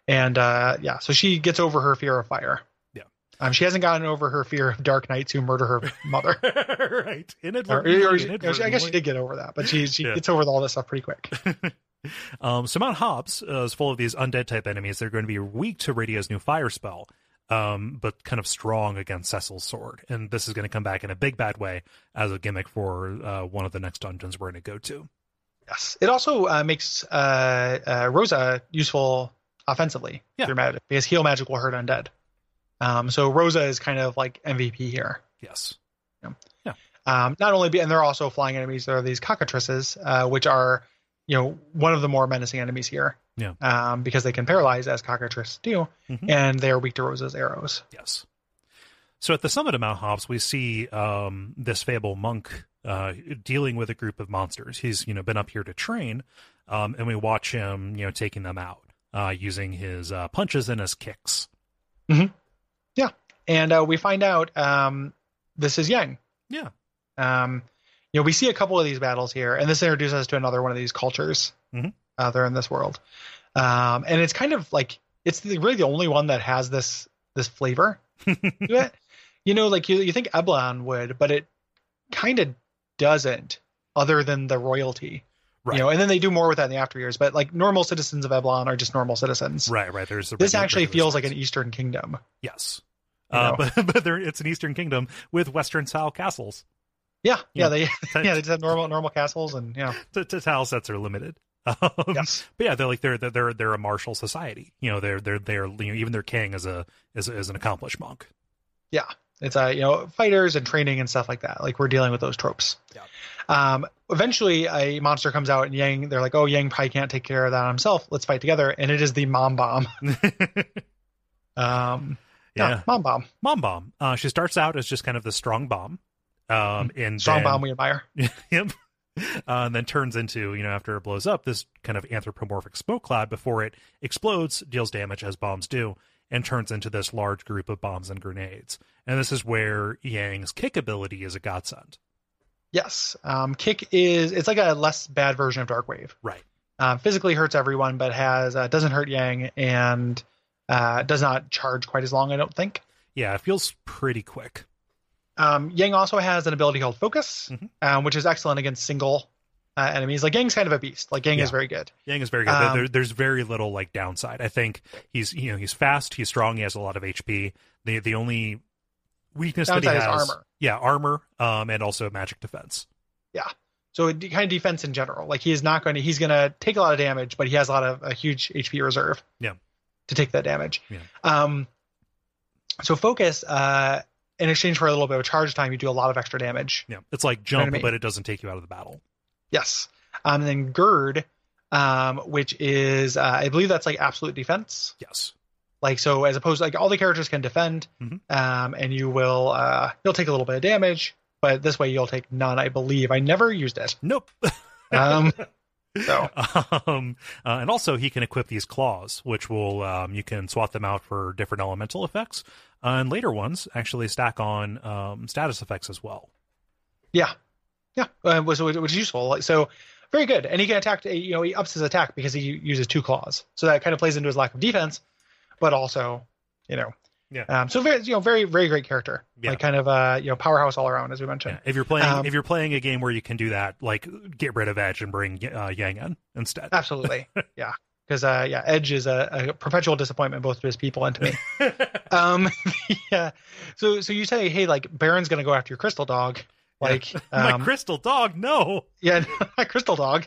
A: And uh, yeah, so she gets over her fear of fire.
B: Yeah.
A: um, she hasn't gotten over her fear of dark knights who murder her mother.
B: right.
A: Or-
B: Inadvertently.
A: or- or- I guess she did get over that, but she she
B: Yeah.
A: gets over all this stuff pretty quick.
B: Um, so Mount Hobbs uh, is full of these undead type enemies. They're going to be weak to Radio's new fire spell, um, but kind of strong against Cecil's sword. And this is going to come back in a big bad way as a gimmick for uh, one of the next dungeons we're going to go to.
A: Yes, it also uh, makes uh, uh, Rosa useful offensively
B: Yeah.
A: through magic because heal magic will hurt undead. Um, so Rosa is kind of like MVP here.
B: Yes.
A: Um, not only, be, and they're also flying enemies. There are these cockatrices, uh, which are, you know, one of the more menacing enemies here.
B: Yeah.
A: Um, because they can paralyze as cockatrices do,
B: Mhm.
A: and they are weak to Rosa's arrows.
B: Yes. So at the summit of Mount Hobbs, we see um, this fable monk uh, dealing with a group of monsters. He's you know been up here to train, um, and we watch him you know taking them out uh, using his uh, punches and his kicks.
A: And uh, we find out um, this is Yang.
B: Yeah.
A: Um, you know, we see a couple of these battles here, and this introduces us to another one of these cultures
B: Mhm.
A: out there in this world. Um, and it's kind of like it's the, really the only one that has this this flavor to it. You know, like you you think Eblon would, but it kind of doesn't, other than the royalty.
B: Right.
A: You know, and then they do more with that in the after years. But like normal citizens of Eblon are just normal citizens.
B: Right, right. There's the
A: This
B: regular-
A: actually
B: regular
A: feels like an
B: states.
A: Eastern Kingdom.
B: yes,
A: you
B: uh,
A: know.
B: but but there, it's an Eastern Kingdom with Western style castles.
A: Yeah,
B: Yeah.
A: yeah, they yeah they just have normal normal castles and yeah,
B: T- t- tile sets are limited. Um,
A: yes,
B: But yeah, they're like they're they're- they're they're a martial society. You know, they're they're they're you know, even their king is a is, a- is an accomplished monk.
A: It's uh, you know, fighters and training and stuff like that. Like we're dealing with those tropes.
B: Yeah.
A: Um, eventually a monster comes out and Yang, they're like, Oh, Yang probably can't take care of that himself. Let's fight together. And it is the mom bomb. Um, yeah,
B: yeah,
A: mom bomb,
B: mom bomb. Uh, she starts out as just kind of the strong bomb, um, and
A: Hmm. strong
B: then,
A: bomb we admire.
B: yep. Uh, and then turns into you know after it blows up this kind of anthropomorphic smoke cloud before it explodes, deals damage as bombs do, and turns into this large group of bombs and grenades. And this is where Yang's kick ability is a godsend.
A: Yes. Um, kick is it's like a less bad version of dark wave.
B: Right.
A: Um, physically hurts everyone, but has uh, doesn't hurt Yang and uh, does not charge quite as long. I don't think.
B: Yeah, it feels pretty quick.
A: Um, Yang also has an ability called Focus,
B: Mhm.
A: um, which is excellent against single uh, enemies. Like Yang's kind of a beast. Like Yang is
B: Yeah.
A: very good.
B: Yang is very good.
A: Um,
B: there, there's very little like downside. I think he's you know he's fast, he's strong, he has a lot of HP. The the only weakness that he
A: Downside
B: has
A: is armor.
B: yeah armor, um, and also magic defense.
A: So it de- kind of defense in general. Like he is not going to. He's going to take a lot of damage, but he has a lot of a huge HP reserve.
B: Yeah.
A: To take that damage.
B: Yeah.
A: Um. So focus. Uh, in exchange for a little bit of charge time, you do a lot of extra damage.
B: Yeah, it's
A: know
B: like
A: what
B: jump,
A: I mean?
B: but it doesn't take you out of the battle.
A: Yes. Um. And then gird, um, which is uh, I believe that's like absolute defense.
B: Yes,
A: like so as opposed like all the characters can defend
B: Mhm.
A: um and you will uh you'll take a little bit of damage but this way you'll take none i believe i never used it
B: nope.
A: um so
B: um, uh, and also he can equip these claws, which will um, you can swap them out for different elemental effects, uh, and later ones actually stack on um, status effects as well.
A: yeah yeah uh, was was was useful like so very good and he can attack uh, you know he ups his attack because he uses two claws so that kind of plays into his lack of defense but also you know
B: Yeah.
A: um so very you know very very great character
B: Yeah.
A: like kind of uh you know powerhouse all around as we mentioned
B: Yeah, if you're playing
A: Um,
B: if you're playing a game where you can do that, like get rid of Edge and bring uh, Yang in instead.
A: Absolutely. yeah. Because uh, yeah, Edge is a, a perpetual disappointment both to his people and to me. um, yeah. So so you say, hey, like Baron's gonna go after your crystal dog, like
B: My
A: um,
B: crystal dog, no.
A: yeah, my crystal dog.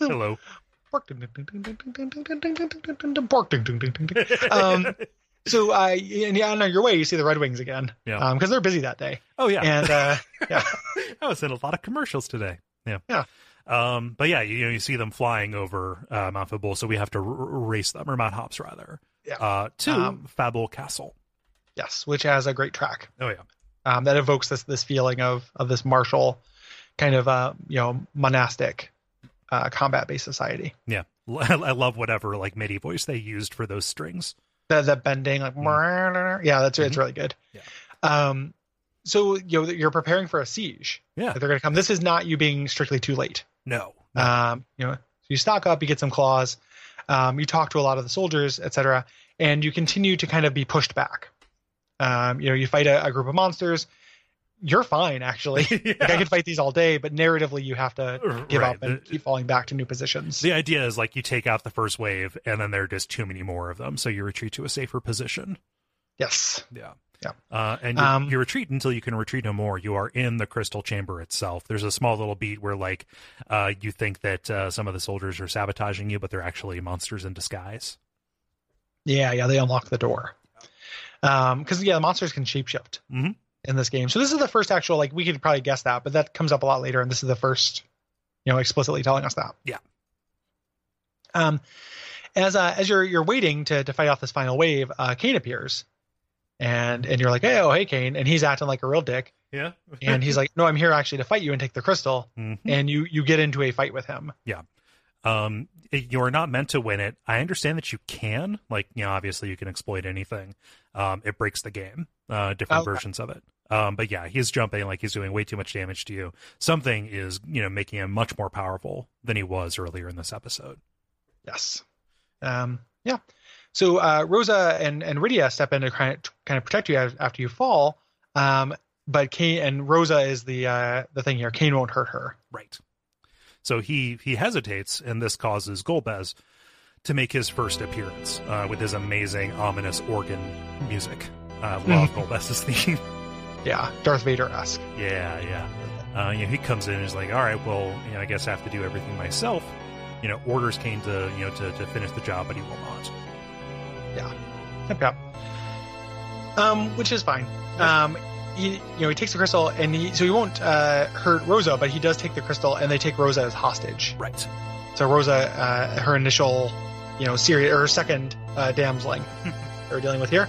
B: Hello.
A: um, so uh, and yeah, on your way, you see the Red Wings again.
B: Yeah.
A: Because they're busy that day,
B: oh yeah.
A: and uh,
B: I was Oh, in a lot of commercials today. Yeah.
A: Yeah.
B: Um, but yeah, you know, you see them flying over uh, Mount Fable, so we have to r- r- race them or Mount Hops rather.
A: Yeah.
B: Uh, to
A: Um,
B: Fable Castle.
A: yes, which has a great track.
B: Oh yeah.
A: um, that evokes this this feeling of of this martial kind of uh you know monastic uh, combat based society.
B: Yeah. I love whatever like MIDI voice they used for those strings.
A: The the bending like
B: Mhm.
A: yeah, that's it's really good.
B: Yeah.
A: Um, so you know you're preparing for a siege.
B: Yeah.
A: That they're going to come. This is not you being strictly too late.
B: No. no.
A: Um, you know, so you stock up, you get some claws, um, you talk to a lot of the soldiers, etc., and you continue to kind of be pushed back. Um, you know, you fight a, a group of monsters. You're fine, actually. Like, I
B: Yeah.
A: could fight these all day, but narratively, you have to give
B: Right,
A: up and
B: the-
A: keep falling back to new positions.
B: The idea is like you take out the first wave and then there are just too many more of them. So you retreat to a safer position.
A: Yes.
B: Yeah.
A: Yeah.
B: Uh, and you,
A: Um,
B: you retreat until you can retreat no more. You are in the crystal chamber itself. There's a small little beat where, like, uh, you think that uh, some of the soldiers are sabotaging you, but they're actually monsters in disguise.
A: Yeah, yeah, they unlock the door. Um, because yeah, the monsters can shapeshift
B: Mhm.
A: in this game. So this is the first actual like we could probably guess that, but that comes up a lot later, and this is the first, you know, explicitly telling us that.
B: Yeah.
A: Um, as uh, as you're you're waiting to to fight off this final wave, uh, Kane appears, and and you're like, hey, oh hey, Kane, and he's acting like a real dick,
B: Yeah.
A: and he's like, no, I'm here actually to fight you and take the crystal,
B: Mm-hmm.
A: and you you get into a fight with him.
B: um you're not meant to win it i understand that you can like you know obviously you can exploit anything um it breaks the game uh different
A: Okay.
B: versions of it um but yeah he's jumping like he's doing way too much damage to you something is you know making him much more powerful than he was earlier in this episode
A: Yes. Um, yeah. So uh, Rosa and, and Rydia step in to kind of, kind of protect you af- after you fall. Um, but Kane and Rosa is the uh, the thing here. Kane won't hurt her.
B: right so he he hesitates and this causes golbez to make his first appearance uh with his amazing ominous organ music Uh, i
A: Mm-hmm.
B: love golbez's theme
A: Yeah, Darth Vader esque.
B: Yeah, yeah. Uh, you know, he comes in and is like, "All right, well, you know, I guess I have to do everything myself." You know, orders came to you know to, to finish the job, but he will not.
A: Yep, yep. Um, which is fine. Um, he, you know, he takes the crystal, and he so he won't uh, hurt Rosa, but he does take the crystal, and they take Rosa as hostage.
B: Right.
A: So Rosa, uh, her initial, you know, serious or her second uh, damseling they're dealing with here.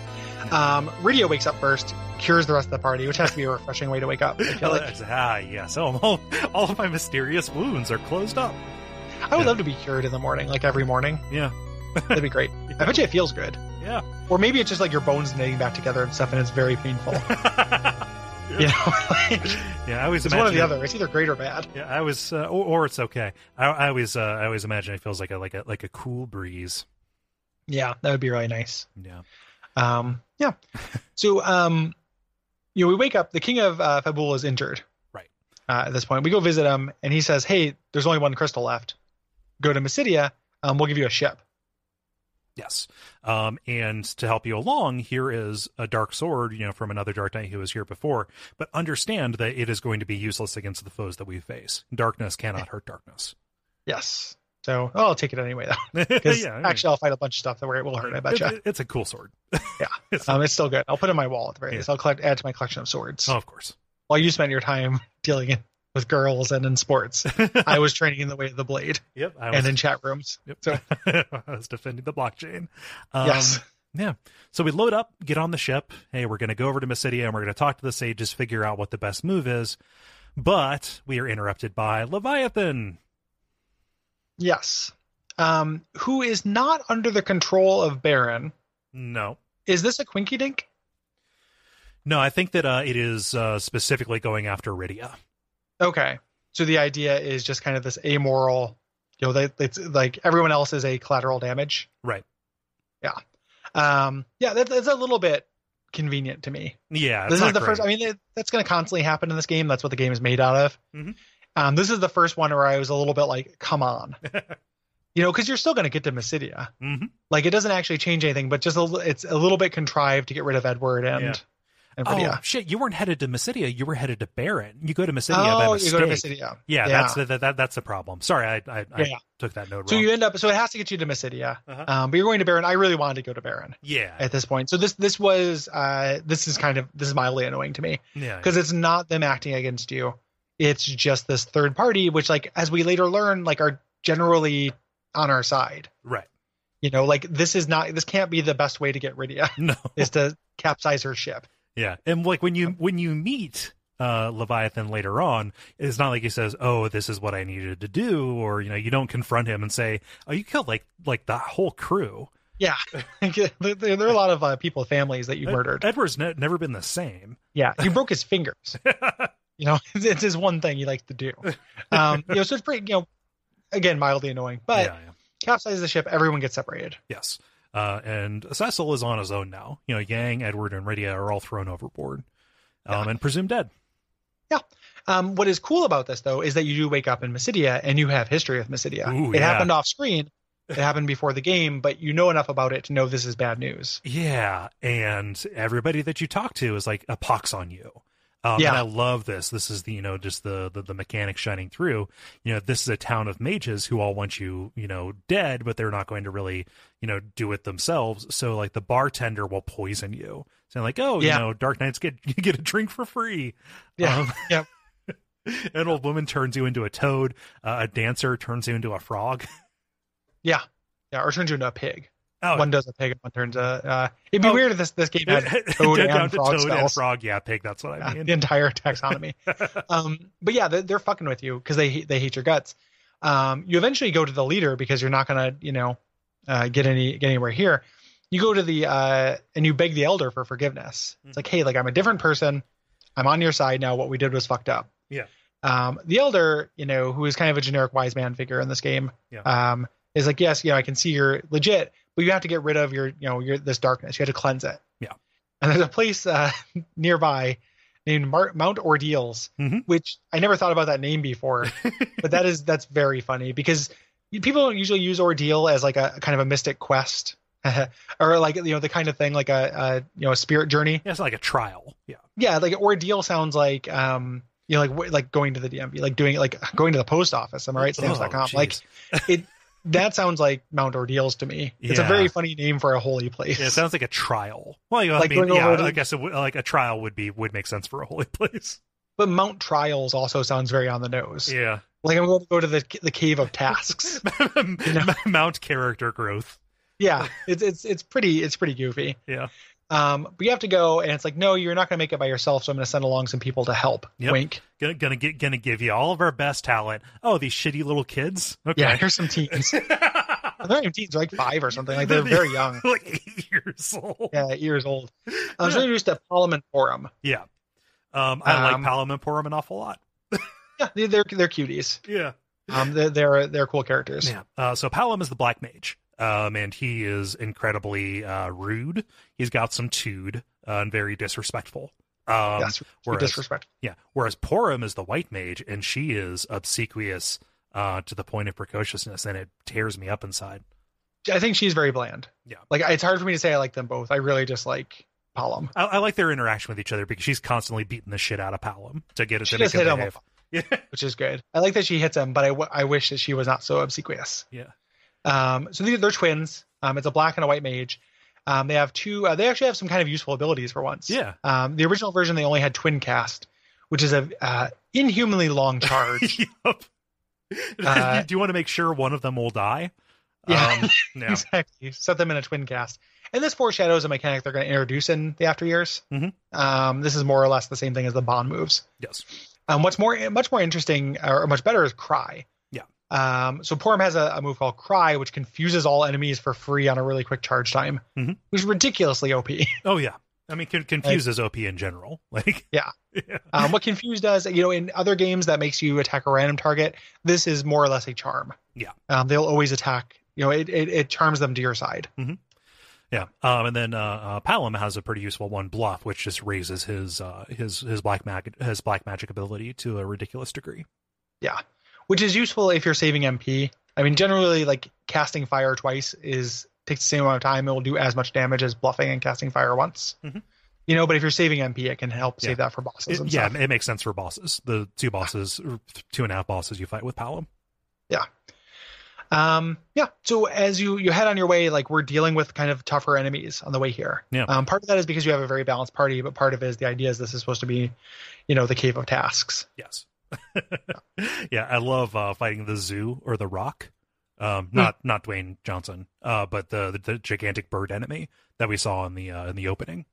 A: Um, Rydia wakes up first, cures the rest of the party, which has to be a refreshing way to wake up. I feel like
B: ah, yes. Oh, all, all of my mysterious wounds are closed up.
A: I would love to be cured in the morning, like every morning.
B: Yeah.
A: That'd be great. I bet you it feels good.
B: Yeah.
A: Or maybe it's just like your bones knitting back together and stuff, and it's very painful. You know, like, it's
B: yeah, I always imagine
A: one or the
B: it-
A: other. It's either great or bad.
B: Yeah, I was, uh, or, or it's okay. I, I always, uh, I always imagine it feels like a like a like a cool breeze.
A: Yeah, that would be really nice.
B: Yeah.
A: Um, yeah. So, um, you know, we wake up. The king of uh, Fabul is injured.
B: Right.
A: Uh, at this point, we go visit him, and he says, "Hey, there's only one crystal left. Go to Mysidia. Um, we'll give you a ship."
B: Yes. Um, and to help you along, here is a dark sword, you know, from another Dark Knight who was here before, but understand that it is going to be useless against the foes that we face. Darkness cannot hurt darkness.
A: Yes. So, oh, I'll take it anyway though,
B: yeah,
A: because
B: I mean,
A: actually, I'll fight a bunch of stuff that where it will hurt. I
B: it-
A: betcha.
B: it- it's a cool sword.
A: um, it's still good. I'll put it in my wall at the very
B: Yeah.
A: least. I'll collect, add to my collection of swords.
B: Oh, of course.
A: While you spent your time dealing in- with girls and in sports, I was training in the way of the blade
B: Yep. I was,
A: and in chat rooms.
B: yep.
A: so-
B: I was defending the blockchain. Um,
A: yes.
B: Yeah. So we load up, get on the ship. Hey, we're going to go over to Mysidia and we're going to talk to the sages, figure out what the best move is. But we are interrupted by Leviathan.
A: Yes. Um, who is not under the control of Baron.
B: No.
A: Is this a Quinky Dink?
B: No, I think that uh, it is uh, specifically going after Rydia.
A: Okay. So the idea is just kind of this amoral, you know, that it's like everyone else is a collateral damage.
B: Right.
A: Yeah. Um, yeah, that, that's a little bit convenient to me.
B: Yeah, it's
A: this
B: not
A: is the
B: great.
A: first. I mean, it, that's going to constantly happen in this game. That's what the game is made out of.
B: Mhm.
A: Um, this is the first one where I was a little bit like, "Come on," you know, because you're still going to get to Mysidia.
B: Mhm.
A: Like, it doesn't actually change anything, but just a, li- it's a little bit contrived to get rid of Edward and
B: Yeah.
A: and
B: Oh
A: Rydia.
B: shit! You weren't headed to Mysidia. You were headed to Baron. You go to Mysidia by
A: Oh, you
B: mistake.
A: go to Mysidia.
B: Yeah,
A: Yeah.
B: that's the, that, that that's the problem. Sorry, I I, I
A: Yeah.
B: took that note
A: So
B: wrong.
A: you end up. So it has to get you to Mysidia.
B: Uh-huh.
A: Um, but you're going to Baron. I really wanted to go to Baron
B: yeah,
A: at this point. So this this was uh this is kind of this is mildly annoying to me.
B: yeah,
A: because it's not them acting against you it's just this third party which like as we later learn like are generally on our side
B: right.
A: you know like this is not this can't be the best way to get Rydia
B: No,
A: is to capsize her ship
B: yeah, and like when you when you meet uh Leviathan later on, it's not like he says, "Oh, this is what I needed to do," or you know, you don't confront him and say, "Oh, you killed like like the whole crew."
A: Yeah, there, there are a lot of uh, people, families that you
B: Ed-
A: murdered.
B: Edward's ne- never been the same.
A: Yeah, you broke his fingers. you know, it's, it's his one thing he likes to do. Um, you know, so it's pretty. You know, again, mildly annoying, but
B: yeah, yeah.
A: capsizes the ship. Everyone gets separated.
B: Yes. Uh, and Cecil is on his own now. You know, Yang, Edward, and Rydia are all thrown overboard um, and presumed dead.
A: Um, what is cool about this though is that you do wake up in Mysidia and you have history with Mysidia.
B: Ooh,
A: it
B: yeah.
A: happened off screen. It happened before the game, but you know enough about it to know this is bad news.
B: Yeah, and everybody that you talk to is like a pox on you. Um,
A: Yeah.
B: and I love this. This is the you know just the, the the mechanic shining through. You know, this is a town of mages who all want you you know dead, but they're not going to really you know do it themselves. So like the bartender will poison you, saying like, oh,
A: Yeah.
B: you know, Dark Knights get you get a drink for free.
A: Yeah,
B: Um,
A: yeah.
B: An old woman turns you into a toad. Uh, a dancer turns you into a frog.
A: yeah, yeah. Or turns you into a pig.
B: Oh,
A: One does a pig, and one turns a. Uh, it'd be
B: Oh.
A: weird if this this game had toad
B: down
A: and
B: to
A: frog
B: toad and
A: spells.
B: frog. Yeah, pig. That's what I
A: Yeah,
B: mean.
A: the entire taxonomy. um, but yeah, they're, they're fucking with you because they they hate your guts. Um, you eventually go to the leader because you're not gonna you know uh, get any get anywhere here. You go to the uh, and you beg the elder for forgiveness.
B: Mm-hmm.
A: It's like, hey, like I'm a different person. I'm on your side now. What we did was fucked up.
B: Yeah.
A: Um, the elder, you know, who is kind of a generic wise man figure in this game,
B: Yeah.
A: um, is like, yes, you know, I can see you're legit, but you have to get rid of your, you know, your this darkness. You have to cleanse it.
B: Yeah.
A: And there's a place uh, nearby named Mar- Mount Ordeals,
B: Mhm.
A: which I never thought about that name before, but that is that's very funny because you- people don't usually use ordeal as like a kind of a mystic quest or like you know the kind of thing like a, a you know a spirit journey.
B: Yeah, it's like a trial. Yeah.
A: Yeah, like ordeal sounds like um you know like w- like going to the DMV, like doing like going to the post office. Am I right? Stamps.com.
B: Oh,
A: like
B: jeez.
A: that sounds like Mount Ordeals to me. It's a
B: Yeah.
A: very funny name for a holy place.
B: yeah, it sounds like a trial. Well, you know,
A: Like
B: I mean,
A: going
B: yeah,
A: over to-
B: I guess it would, like a trial would be would make sense for a holy place.
A: but Mount Trials also sounds very on the nose.
B: Yeah,
A: Like I'm going to go to the the cave of tasks.
B: mount character growth.
A: yeah, it's it's it's pretty it's pretty goofy.
B: Yeah.
A: Um, but you have to go, and it's like, no, you're not going to make it by yourself. So I'm going to send along some people to help.
B: Yep.
A: Wink.
B: Gonna gonna get gonna give you all of our best talent. Oh, these shitty little kids.
A: Yeah,
B: Okay.
A: here's some teens. they're not even teens; they're like five or something. Like
B: They're
A: they're
B: the-
A: very young.
B: like eight years old.
A: Yeah, years old. I was introduced to Palom and Forum.
B: Yeah. Um, I
A: Um,
B: like Palom and Porum an awful lot.
A: Yeah, they- they're they're cuties.
B: Yeah.
A: Um, they're they're, they're cool characters.
B: Yeah. Uh, so Palom is the black mage, um, and he is incredibly uh, rude. He's got some tude uh, and very disrespectful. Um,
A: yes,
B: whereas-
A: disrespect.
B: Yeah. Whereas Porum is the white mage, and she is obsequious uh, to the point of precociousness, and it tears me up inside.
A: I think she's very bland.
B: Yeah.
A: Like it's hard for me to say I like them both. I really just like Palom.
B: I, I like their interaction with each other because she's constantly beating the shit out of Palom to get it
A: She
B: to
A: just
B: make
A: hit
B: him
A: him,
B: behave. Yeah.
A: which is good. I like that she hits him, but I, w- I wish that she was not so obsequious.
B: Yeah.
A: Um, so they're, they're twins. Um, it's a black and a white mage. Um, they have two. Uh, they actually have some kind of useful abilities for once.
B: Yeah.
A: Um, the original version they only had twin cast, which is a uh, inhumanly long charge.
B: Yep.
A: Uh,
B: Do you want to make sure one of them will die?
A: Yeah.
B: Um, no.
A: Exactly. Set them in a twin cast, and this foreshadows a mechanic they're going to introduce in the after years.
B: Mhm.
A: Um, this is more or less the same thing as the bond moves.
B: Yes.
A: Um, what's more, much more interesting or much better is Cry.
B: Yeah.
A: Um, so Porum has a, a move called Cry, which confuses all enemies for free on a really quick charge time,
B: Mhm.
A: which is ridiculously OP.
B: Oh yeah. I mean, con- confuses OP in general. Like
A: Yeah.
B: yeah.
A: um, what Confuse does, you know, in other games that makes you attack a random target, this is more or less a charm.
B: Yeah.
A: Um, they'll always attack. You know, it, it, it charms them to your side.
B: Yeah. Um, and then uh, uh, Palom has a pretty useful one, Bluff, which just raises his uh, his his black mag- his black magic ability to a ridiculous degree.
A: which is useful if you're saving MP. I mean, generally, like casting fire twice is takes the same amount of time. It will do as much damage as bluffing and casting fire once.
B: Mhm.
A: You know, but if you're saving MP, it can help save
B: Yeah.
A: that for bosses.
B: It-
A: and
B: yeah,
A: stuff.
B: it makes sense for bosses. The two bosses, or two and a half bosses you fight with Palom.
A: Um, yeah. So as you you head on your way, like we're dealing with kind of tougher enemies on the way here.
B: Yeah.
A: Um, part of that is because you have a very balanced party, but part of it is the idea is this is supposed to be, you know, the cave of tasks.
B: Yes. yeah, I love uh, fighting the zoo or the rock.
A: Hmm.
B: Um, not not Dwayne Johnson, uh, but the, the the gigantic bird enemy that we saw in the uh, in the opening.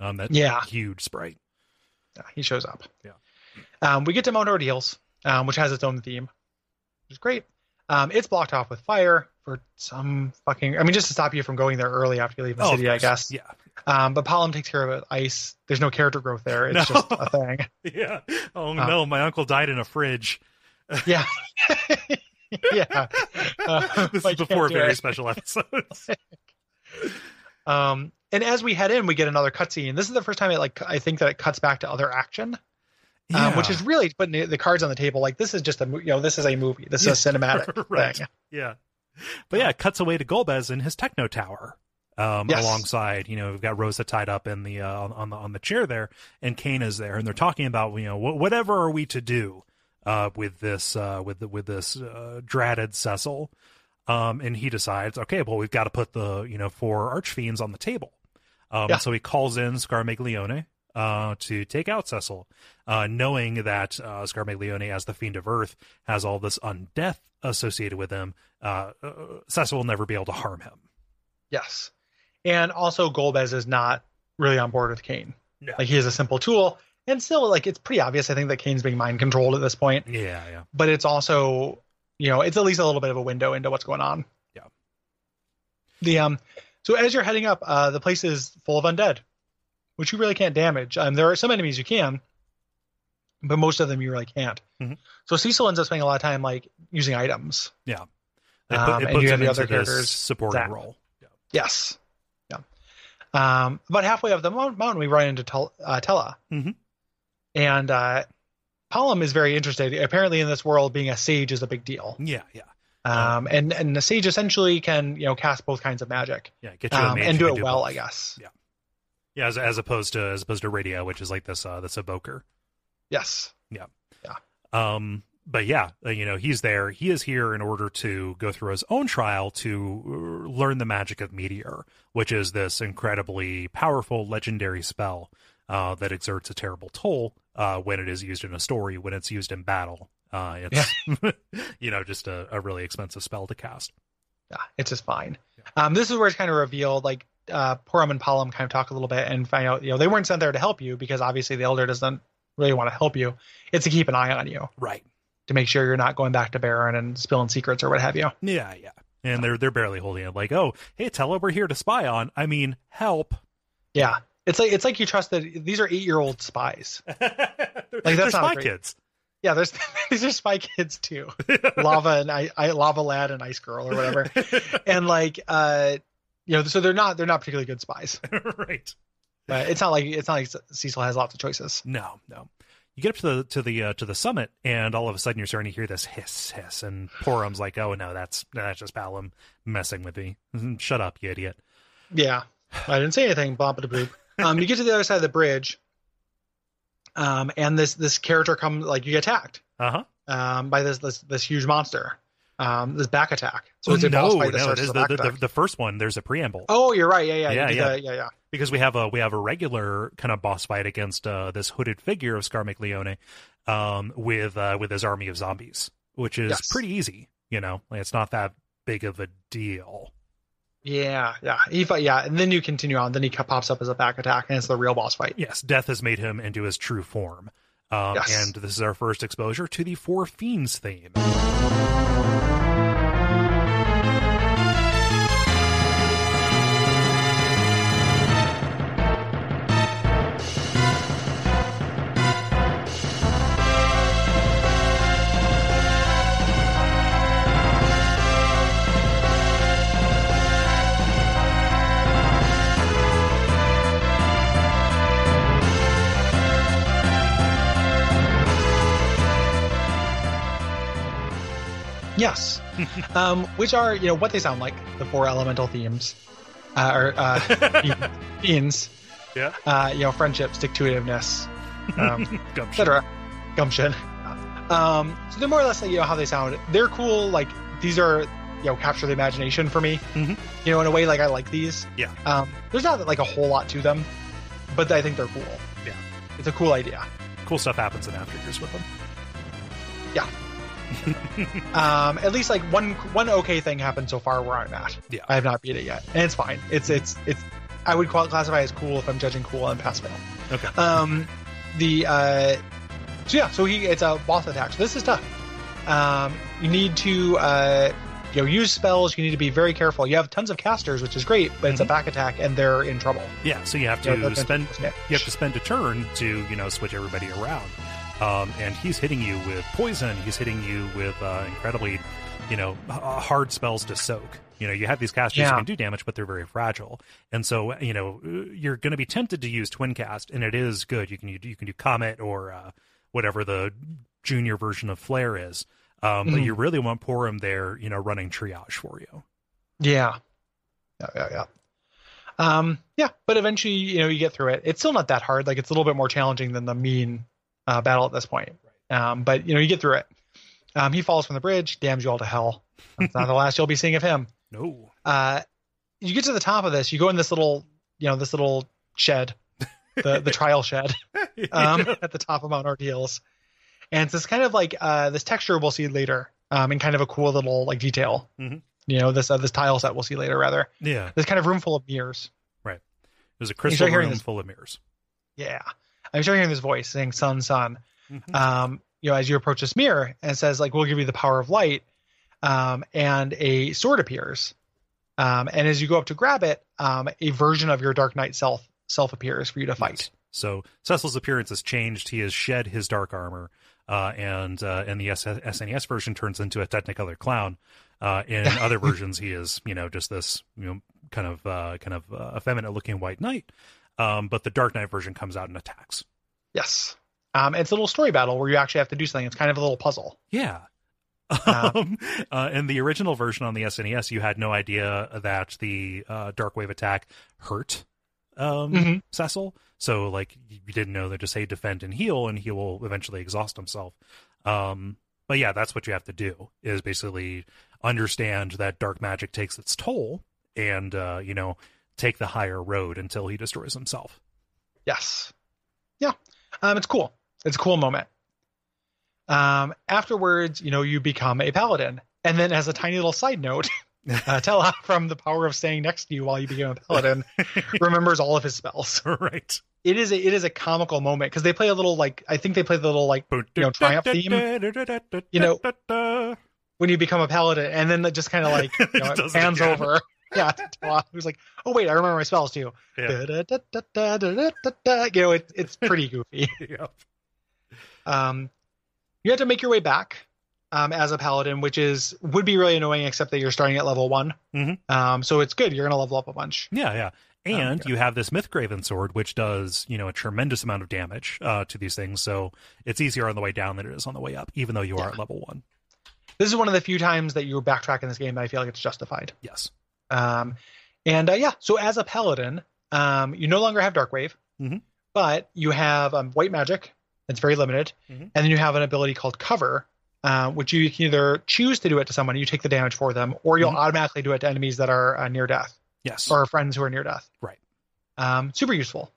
B: Um, that
A: Yeah.
B: huge sprite.
A: Yeah, he shows up.
B: Yeah.
A: Um, we get to Mount Ordeals, um, which has its own theme, which is great. Um, it's blocked off with fire. for some fucking. I mean, just to stop you from going there early after you leave the
B: Oh, of
A: city, I
B: course.
A: guess.
B: Yeah.
A: Um, but Palom takes care of it. with Ice. There's no character growth there. It's
B: No.
A: just a thing.
B: Yeah. Oh
A: Uh,
B: no, my uncle died in a fridge.
A: Yeah. yeah. Uh,
B: This
A: I
B: is
A: can't
B: before
A: do
B: very
A: it.
B: special episodes.
A: Um, and as we head in, we get another cutscene. This is the first time it like I think that it cuts back to other action, um, which
B: Yeah.
A: is really putting the- the cards on the table. Like this is just a mo- you know this is a movie. This is a cinematic
B: Right.
A: thing.
B: Yeah. But yeah, it cuts away to Golbez in his techno tower. Um,
A: Yes.
B: alongside, you know, we've got Rosa tied up in the uh, on- on the on the chair there, and Kane is there, and they're talking about you know wh- whatever are we to do uh, with this uh, with the, with this uh, dratted Cecil, um, and he decides, okay, well we've got to put the you know four archfiends on the table, um,
A: Yeah.
B: so he calls in Scarmiglione uh, to take out Cecil, uh, knowing that uh, Scarmiglione, as the fiend of Earth, has all this undeath associated with him. Uh, uh, Cecil will never be able to harm him.
A: Yes. And also Golbez is not really on board with Kane.
B: No.
A: Like he is a simple tool. And still like it's pretty obvious I think that Kane's being mind controlled at this point.
B: Yeah, yeah.
A: But it's also you know, it's at least a little bit of a window into what's going on.
B: Yeah.
A: The um so as you're heading up, uh the place is full of undead, which you really can't damage. Um there are some enemies you can, but most of them you really can't.
B: Mhm.
A: So Cecil ends up spending a lot of time like using items.
B: It,
A: Um,
B: put- it
A: and
B: puts
A: you have
B: him
A: the other
B: into this
A: characters
B: supporting
A: zap.
B: role. Yeah.
A: Yes. Yeah. Um, about halfway up the moun- mountain, we run into Tel- uh, Tella.
B: Mhm.
A: And uh, Palom is very interested. Apparently, in this world, being a sage is a big deal.
B: yeah, yeah,
A: Um, and and the sage essentially can you know cast both kinds of magic
B: yeah. Get you a
A: um,
B: mage
A: and
B: who
A: do
B: can
A: it well,
B: both.
A: I guess.
B: Yeah, as, as opposed to as opposed to radio, which is like this uh, this evoker.
A: Yes.
B: Um, but yeah, uh, you know, he's there. He is here in order to go through his own trial to uh, learn the magic of Meteor, which is this incredibly powerful legendary spell uh, that exerts a terrible toll uh, when it is used in a story, when it's used in battle. Uh, it's, you know, just a, a really expensive spell to cast.
A: Yeah, it's just fine. Um, this is where it's kind of revealed. Like uh, Purim and Palom kind of talk a little bit and find out you know they weren't sent there to help you because obviously the elder doesn't really want to help you. It's to keep an eye on you.
B: Right.
A: to make sure you're not going back to Baron and spilling secrets or what have you.
B: Yeah, yeah. And they're they're barely holding it. Like, oh, hey, Tella, we're here to spy on. I mean, help.
A: Yeah. It's like it's like you trust that these are eight year old spies.
B: like
A: not
B: that's spy
A: great.
B: kids.
A: Yeah, there's these are spy kids too. Lava and I, I Lava Lad and Ice Girl or whatever. And like uh you know, so they're not they're not particularly good spies.
B: right.
A: But it's not like it's not like Cecil has lots of choices.
B: No, no. You get up to the to the uh, to the summit, and all of a sudden you're starting to hear this hiss, hiss, and Porum's like, "Oh no, that's that's just Palom messing with me. Shut up, you idiot."
A: Yeah. I didn't say anything, blah blah boop. Um you get to the other side of the bridge. Um and this this character comes like you get attacked
B: Uh huh.
A: um by this this this huge monster. Um this back attack. So it's a
B: Oh, no,
A: boss fight that
B: no.
A: starts
B: This,
A: with a
B: the,
A: back
B: the,
A: attack.
B: the, the first one, there's a preamble
A: Oh, you're right. Yeah, yeah,
B: Yeah,
A: you did
B: yeah.
A: that. yeah, yeah.
B: because we have a we have a regular kind of boss fight against uh, this hooded figure of Scar McLeone, um, with uh, with his army of zombies, which is
A: Yes.
B: pretty easy. You know, Like, it's not that big of a deal.
A: Yeah, yeah. He fight, yeah, and then you continue on. Then he co- pops up as a back attack, and it's the real boss fight.
B: Yes, death has made him into his true form. Um,
A: Yes.
B: And this is our first exposure to the Four Fiends theme.
A: Yes, um, which are you know what they sound like the four elemental themes, uh, or uh, fiends.
B: Yeah.
A: Uh, you know, friendship, stick to itiveness, um,
B: Gumption.
A: etc. Gumption. Um, so they're more or less like you know how they sound. They're cool. Like these are you know capture the imagination for me.
B: Mhm.
A: You know, in a way, like I like these.
B: Yeah.
A: Um, there's not like a whole lot to them, but I think they're cool.
B: Yeah.
A: It's a cool idea.
B: Cool stuff happens in After Years with them.
A: Um, at least like one one okay thing happened so far where I'm at.
B: Yeah.
A: I have not beat it yet, and it's fine. It's it's it's. I would qual- classify as cool if I'm judging cool on pass fail.
B: Okay.
A: Um, the uh, so yeah, so he it's a boss attack. So this is tough. Um, you need to uh, you know, use spells, you need to be very careful. You have tons of casters, which is great, but it's a
B: Mhm.
A: back attack and they're in trouble.
B: Yeah, so you have
A: Yeah,
B: to
A: that's-
B: spend
A: that's next.
B: you have to spend a turn to you know switch everybody around. Um, and he's hitting you with poison. He's hitting you with uh, incredibly, you know, h- hard spells to soak. You know, you have these casters
A: Yeah.
B: who can do damage, but they're very fragile. And so, you know, uh, you're going to be tempted to use twin cast, and it is good. You can you can do comet or uh, whatever the junior version of flare is. Um, But
A: Mhm.
B: you really want Porum there, you know, running triage for you.
A: Yeah. Yeah, yeah, yeah. Um, yeah, but eventually, you know, you get through it. It's still not that hard. Like it's a little bit more challenging than the mean uh, battle at this point. Um, but you know, you get through it. Um, he falls from the bridge, damns you all to hell. That's not the last you'll be seeing of him.
B: No,
A: Uh, you get to the top of this. You go in this little, you know, this little shed, the the trial shed um, at the top of Mount Ordeals. And it's this kind of like uh, this texture we'll see later, um, and kind of a cool little like detail.
B: Mhm.
A: You know, this uh, this tile set we'll see later, rather.
B: yeah,
A: This kind of room full of mirrors.
B: there's a crystal
A: hearing
B: room
A: this-
B: full of mirrors.
A: Yeah, I'm sure you're hearing this voice saying "Sun, Sun."
B: Mhm.
A: Um, you know, as you approach this mirror, and it says like, "We'll give you the power of light," um, and a sword appears. Um, and as you go up to grab it, um, a version of your Dark Knight self self appears for you to fight.
B: Yes. So Cecil's appearance has changed. He has shed his dark armor, uh, and uh, and the S- SNES version turns into a Technicolor clown. Uh, in other versions, he is you know just this you know kind of uh, kind of uh, effeminate looking white knight. Um, but the Dark Knight version comes out and attacks.
A: Yes. Um, it's a little story battle where you actually have to do something. It's kind of a little puzzle.
B: Yeah.
A: Uh,
B: Um, uh, in the original version on the SNES, you had no idea that the uh, Dark Wave attack hurt um,
A: Mhm.
B: Cecil. So like you didn't know that just say defend and heal, and he will eventually exhaust himself. Um, but yeah, that's what you have to do is basically understand that dark magic takes its toll, and uh, you know take the higher road until he destroys himself.
A: Yes. Yeah. Um, it's cool. It's a cool moment. Um, afterwards, you know, you become a paladin. And then, as a tiny little side note, uh, Tella, from the power of staying next to you while you became a paladin, remembers all of his spells.
B: right.
A: It is a, it is a comical moment because they play a little like I think they play the little like You know, triumph theme. You know- when you become a paladin, and then it just kind of like you know,
B: It does it
A: hands
B: again.
A: over. Yeah, to Tella, who's like, oh wait, I remember my spells too.
B: Yeah.
A: Da-da-da-da-da-da-da-da. You know, it, it's pretty goofy.
B: Yep.
A: Um, you have to make your way back um, as a paladin, which is would be really annoying, except that you're starting at level one.
B: Mhm.
A: Um, so it's good. You're gonna level up a bunch.
B: Yeah, yeah.
A: Um,
B: And you have this Mythgraven sword, which does, you know, a tremendous amount of damage uh, to these things. So it's easier on the way down than it is on the way up, even though you are
A: Yeah.
B: at level one.
A: This is one of the few times that you backtrack in this game that I feel like it's justified.
B: Yes.
A: Um, and uh, yeah, so as a paladin, um, you no longer have dark wave,
B: Mhm.
A: but you have um, white magic. It's very limited,
B: Mhm.
A: and then you have an ability called cover, uh, which you can either choose to do it to someone, you take the damage for them, or you'll
B: Mhm.
A: automatically do it to enemies that are uh, near death.
B: Yes.
A: or friends who are near death.
B: Right.
A: Um, super useful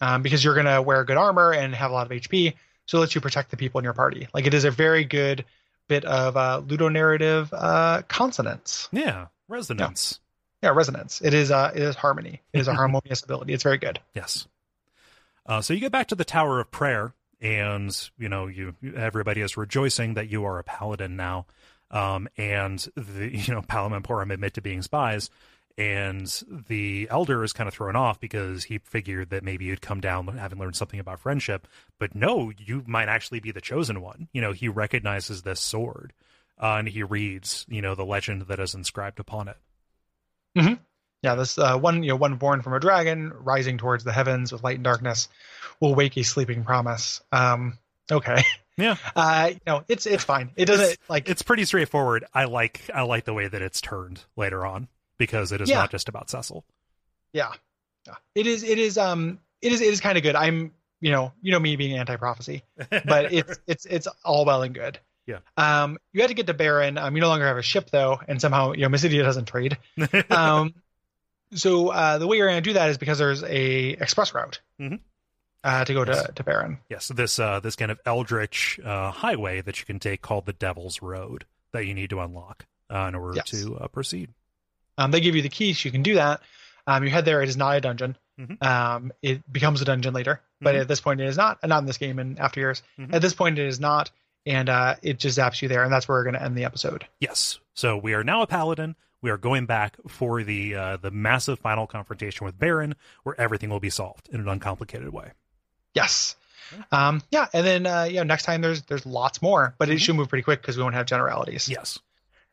A: um, because you're going to wear good armor and have a lot of HP, so it lets you protect the people in your party. Like it is a very good bit of uh, ludonarrative uh, consonance.
B: yeah. Resonance.
A: Yeah, resonance. It is. Uh, it is harmony. It is a harmonious ability. It's very good.
B: Yes. Uh, so you get back to the Tower of Prayer, and you know you everybody is rejoicing that you are a paladin now, um, and the you know Palam and Porum admit to being spies, and the Elder is kind of thrown off because he figured that maybe you'd come down having learned something about friendship, but no, you might actually be the chosen one. You know he recognizes this sword, uh, and he reads you know the legend that is inscribed upon it.
A: Yeah, this uh, one, you know, one born from a dragon, rising towards the heavens with light and darkness, will wake a sleeping promise. Um, okay.
B: Yeah.
A: Uh, you know, it's it's fine. It doesn't like
B: it's pretty straightforward. I like I like the way that it's turned later on because it is
A: Yeah.
B: not just about Cecil.
A: yeah Yeah. it is it is um it is it is kind of good i'm you know you know me being anti-prophecy but it's it's it's all well and good
B: Yeah.
A: um you had to get to baron um you no longer have a ship though and somehow you know Mysidia doesn't trade um so uh the way you're gonna do that is because there's a express route
B: Mhm.
A: uh to go
B: Yes.
A: to to baron
B: yes, this uh, this kind of eldritch uh, highway that you can take called the Devil's Road that you need to unlock uh, in order
A: Yes.
B: to uh, proceed.
A: Um, they give you the keys. You can do that. Um, you head there. It is not a dungeon.
B: Mhm.
A: Um, it becomes a dungeon later, but
B: Mhm.
A: at this point, it is not. Not in this game, and after years,
B: Mhm.
A: at this point, it is not. and uh, it just zaps you there, and that's where we're going to end the episode.
B: Yes. So we are now a paladin. We are going back for the uh, the massive final confrontation with Baron, where everything will be solved in an uncomplicated way.
A: Yes. Um, yeah, and then uh, you know next time there's there's lots more, but it
B: Mhm.
A: should move pretty quick because we won't have generalities.
B: Yes.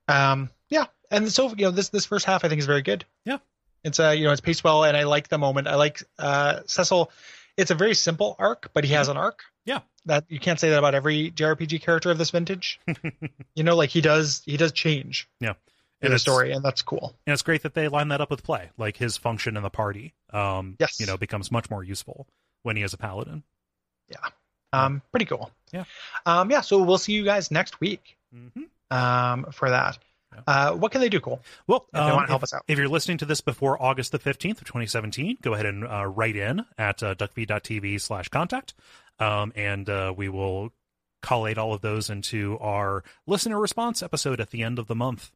A: Um, yeah, and so you know this this first half I think is very good.
B: Yeah.
A: it's uh you know it's paced well, and I like the moment. I like uh Cecil. It's a very simple arc, but he has an arc.
B: Mm-hmm. Yeah.
A: that you can't say that about every JRPG character of this vintage. you know, like he does he does change in the
B: it's-
A: story, and that's cool.
B: And it's great that they line that up with play. Like his function in the party, um,
A: Yes.
B: you know, becomes much more useful when he is a paladin.
A: Um, pretty cool.
B: Yeah.
A: um, yeah. So we'll see you guys next week.
B: Mm-hmm.
A: Um, for that.
B: Yeah.
A: Uh, what can they do, Cole?
B: Well,
A: If they
B: um,
A: want to help us out.
B: If you're listening to this before August the 15th of 2017, go ahead and uh, write in at uh, duckfeed.tv slash contact, um, and uh, we will collate all of those into our listener response episode at the end of the month.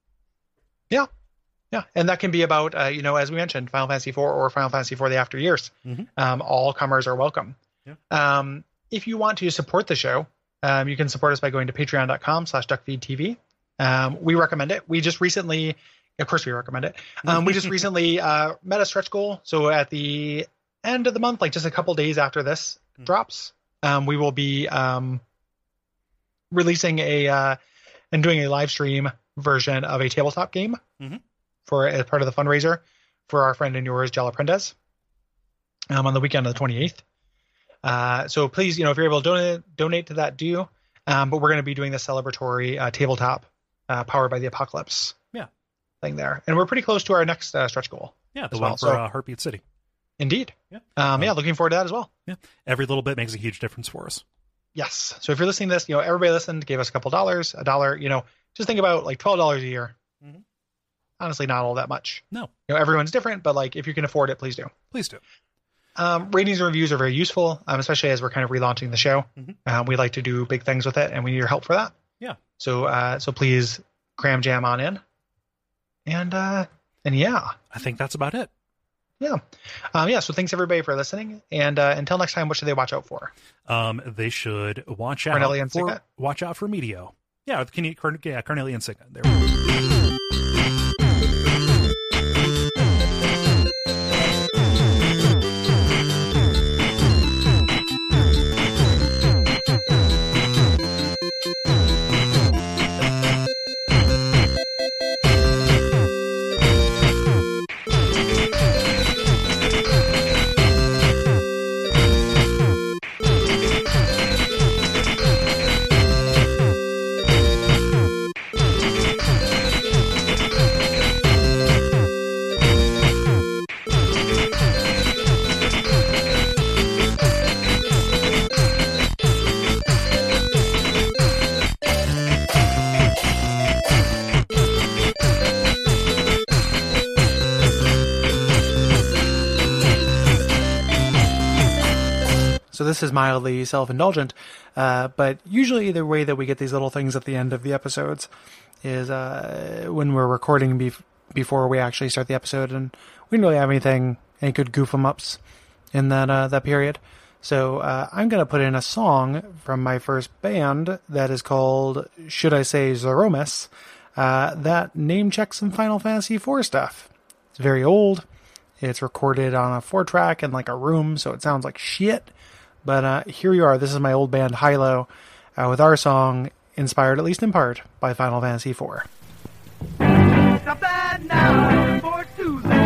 A: Yeah, and that can be about uh, you know as we mentioned, Final Fantasy IV or Final Fantasy IV: The After Years.
B: Mhm.
A: Um, all comers are welcome.
B: Yeah.
A: Um, if you want to support the show, um, you can support us by going to patreon.com/slash duckfeedtv. Um, we recommend it. We just recently, of course, we recommend it. Um, we just recently uh, met a stretch goal. So at the end of the month, like just a couple days after this
B: Mm.
A: drops, um, we will be um, releasing a uh, and doing a live stream version of a tabletop game
B: Mhm.
A: for as part of the fundraiser for our friend and yours, Jala Prendez, um, on the weekend of the 28th. Uh, so please, you know, if you're able to donate, donate to that, do. Um, but we're going to be doing the celebratory uh, tabletop uh, powered by the apocalypse
B: Yeah.
A: thing there. And we're pretty close to our next uh, stretch goal.
B: Yeah, the
A: As
B: one
A: well,
B: for
A: so-
B: uh, Heartbeat City.
A: Indeed.
B: Yeah.
A: Um,
B: Um,
A: yeah. Looking forward to that as well.
B: Every little bit makes a huge difference for us.
A: Yes. So if you're listening to this, you know, everybody listened, gave us a couple dollars, a dollar, you know, just think about like $12 a year.
B: Mhm.
A: Honestly, not all that much.
B: No.
A: You know, everyone's different, but like if you can afford it, please do.
B: Please do.
A: Um, ratings and reviews are very useful, um, especially as we're kind of relaunching the show.
B: Mhm.
A: Um, we like to do big things with it, and we need your help for that.
B: Yeah.
A: So, uh, so please cram jam on in, and uh, and yeah,
B: I think that's about it.
A: um, yeah. So thanks everybody for listening, and uh, until next time, what should they watch out for?
B: Um, they should watch out
A: Cornelia and
B: for
A: Signet?
B: watch out for Meteo. Yeah, can you, Corn- yeah, Cornelia and Signet. There we go.
A: So this is mildly self-indulgent, uh, but usually the way that we get these little things at the end of the episodes is uh, when we're recording bef- before we actually start the episode, and we didn't really have anything any good goof 'em ups in that uh, that period. So uh, I'm gonna put in a song from my first band that is called "Should I Say Zeromus," uh, that name checks some Final Fantasy IV stuff. It's very old. It's recorded on a four track in like a room, so it sounds like shit. But uh, here you are. This is my old band Hilo uh, with our song, inspired at least in part by Final Fantasy IV.
C: It's a bad night for Tuesday.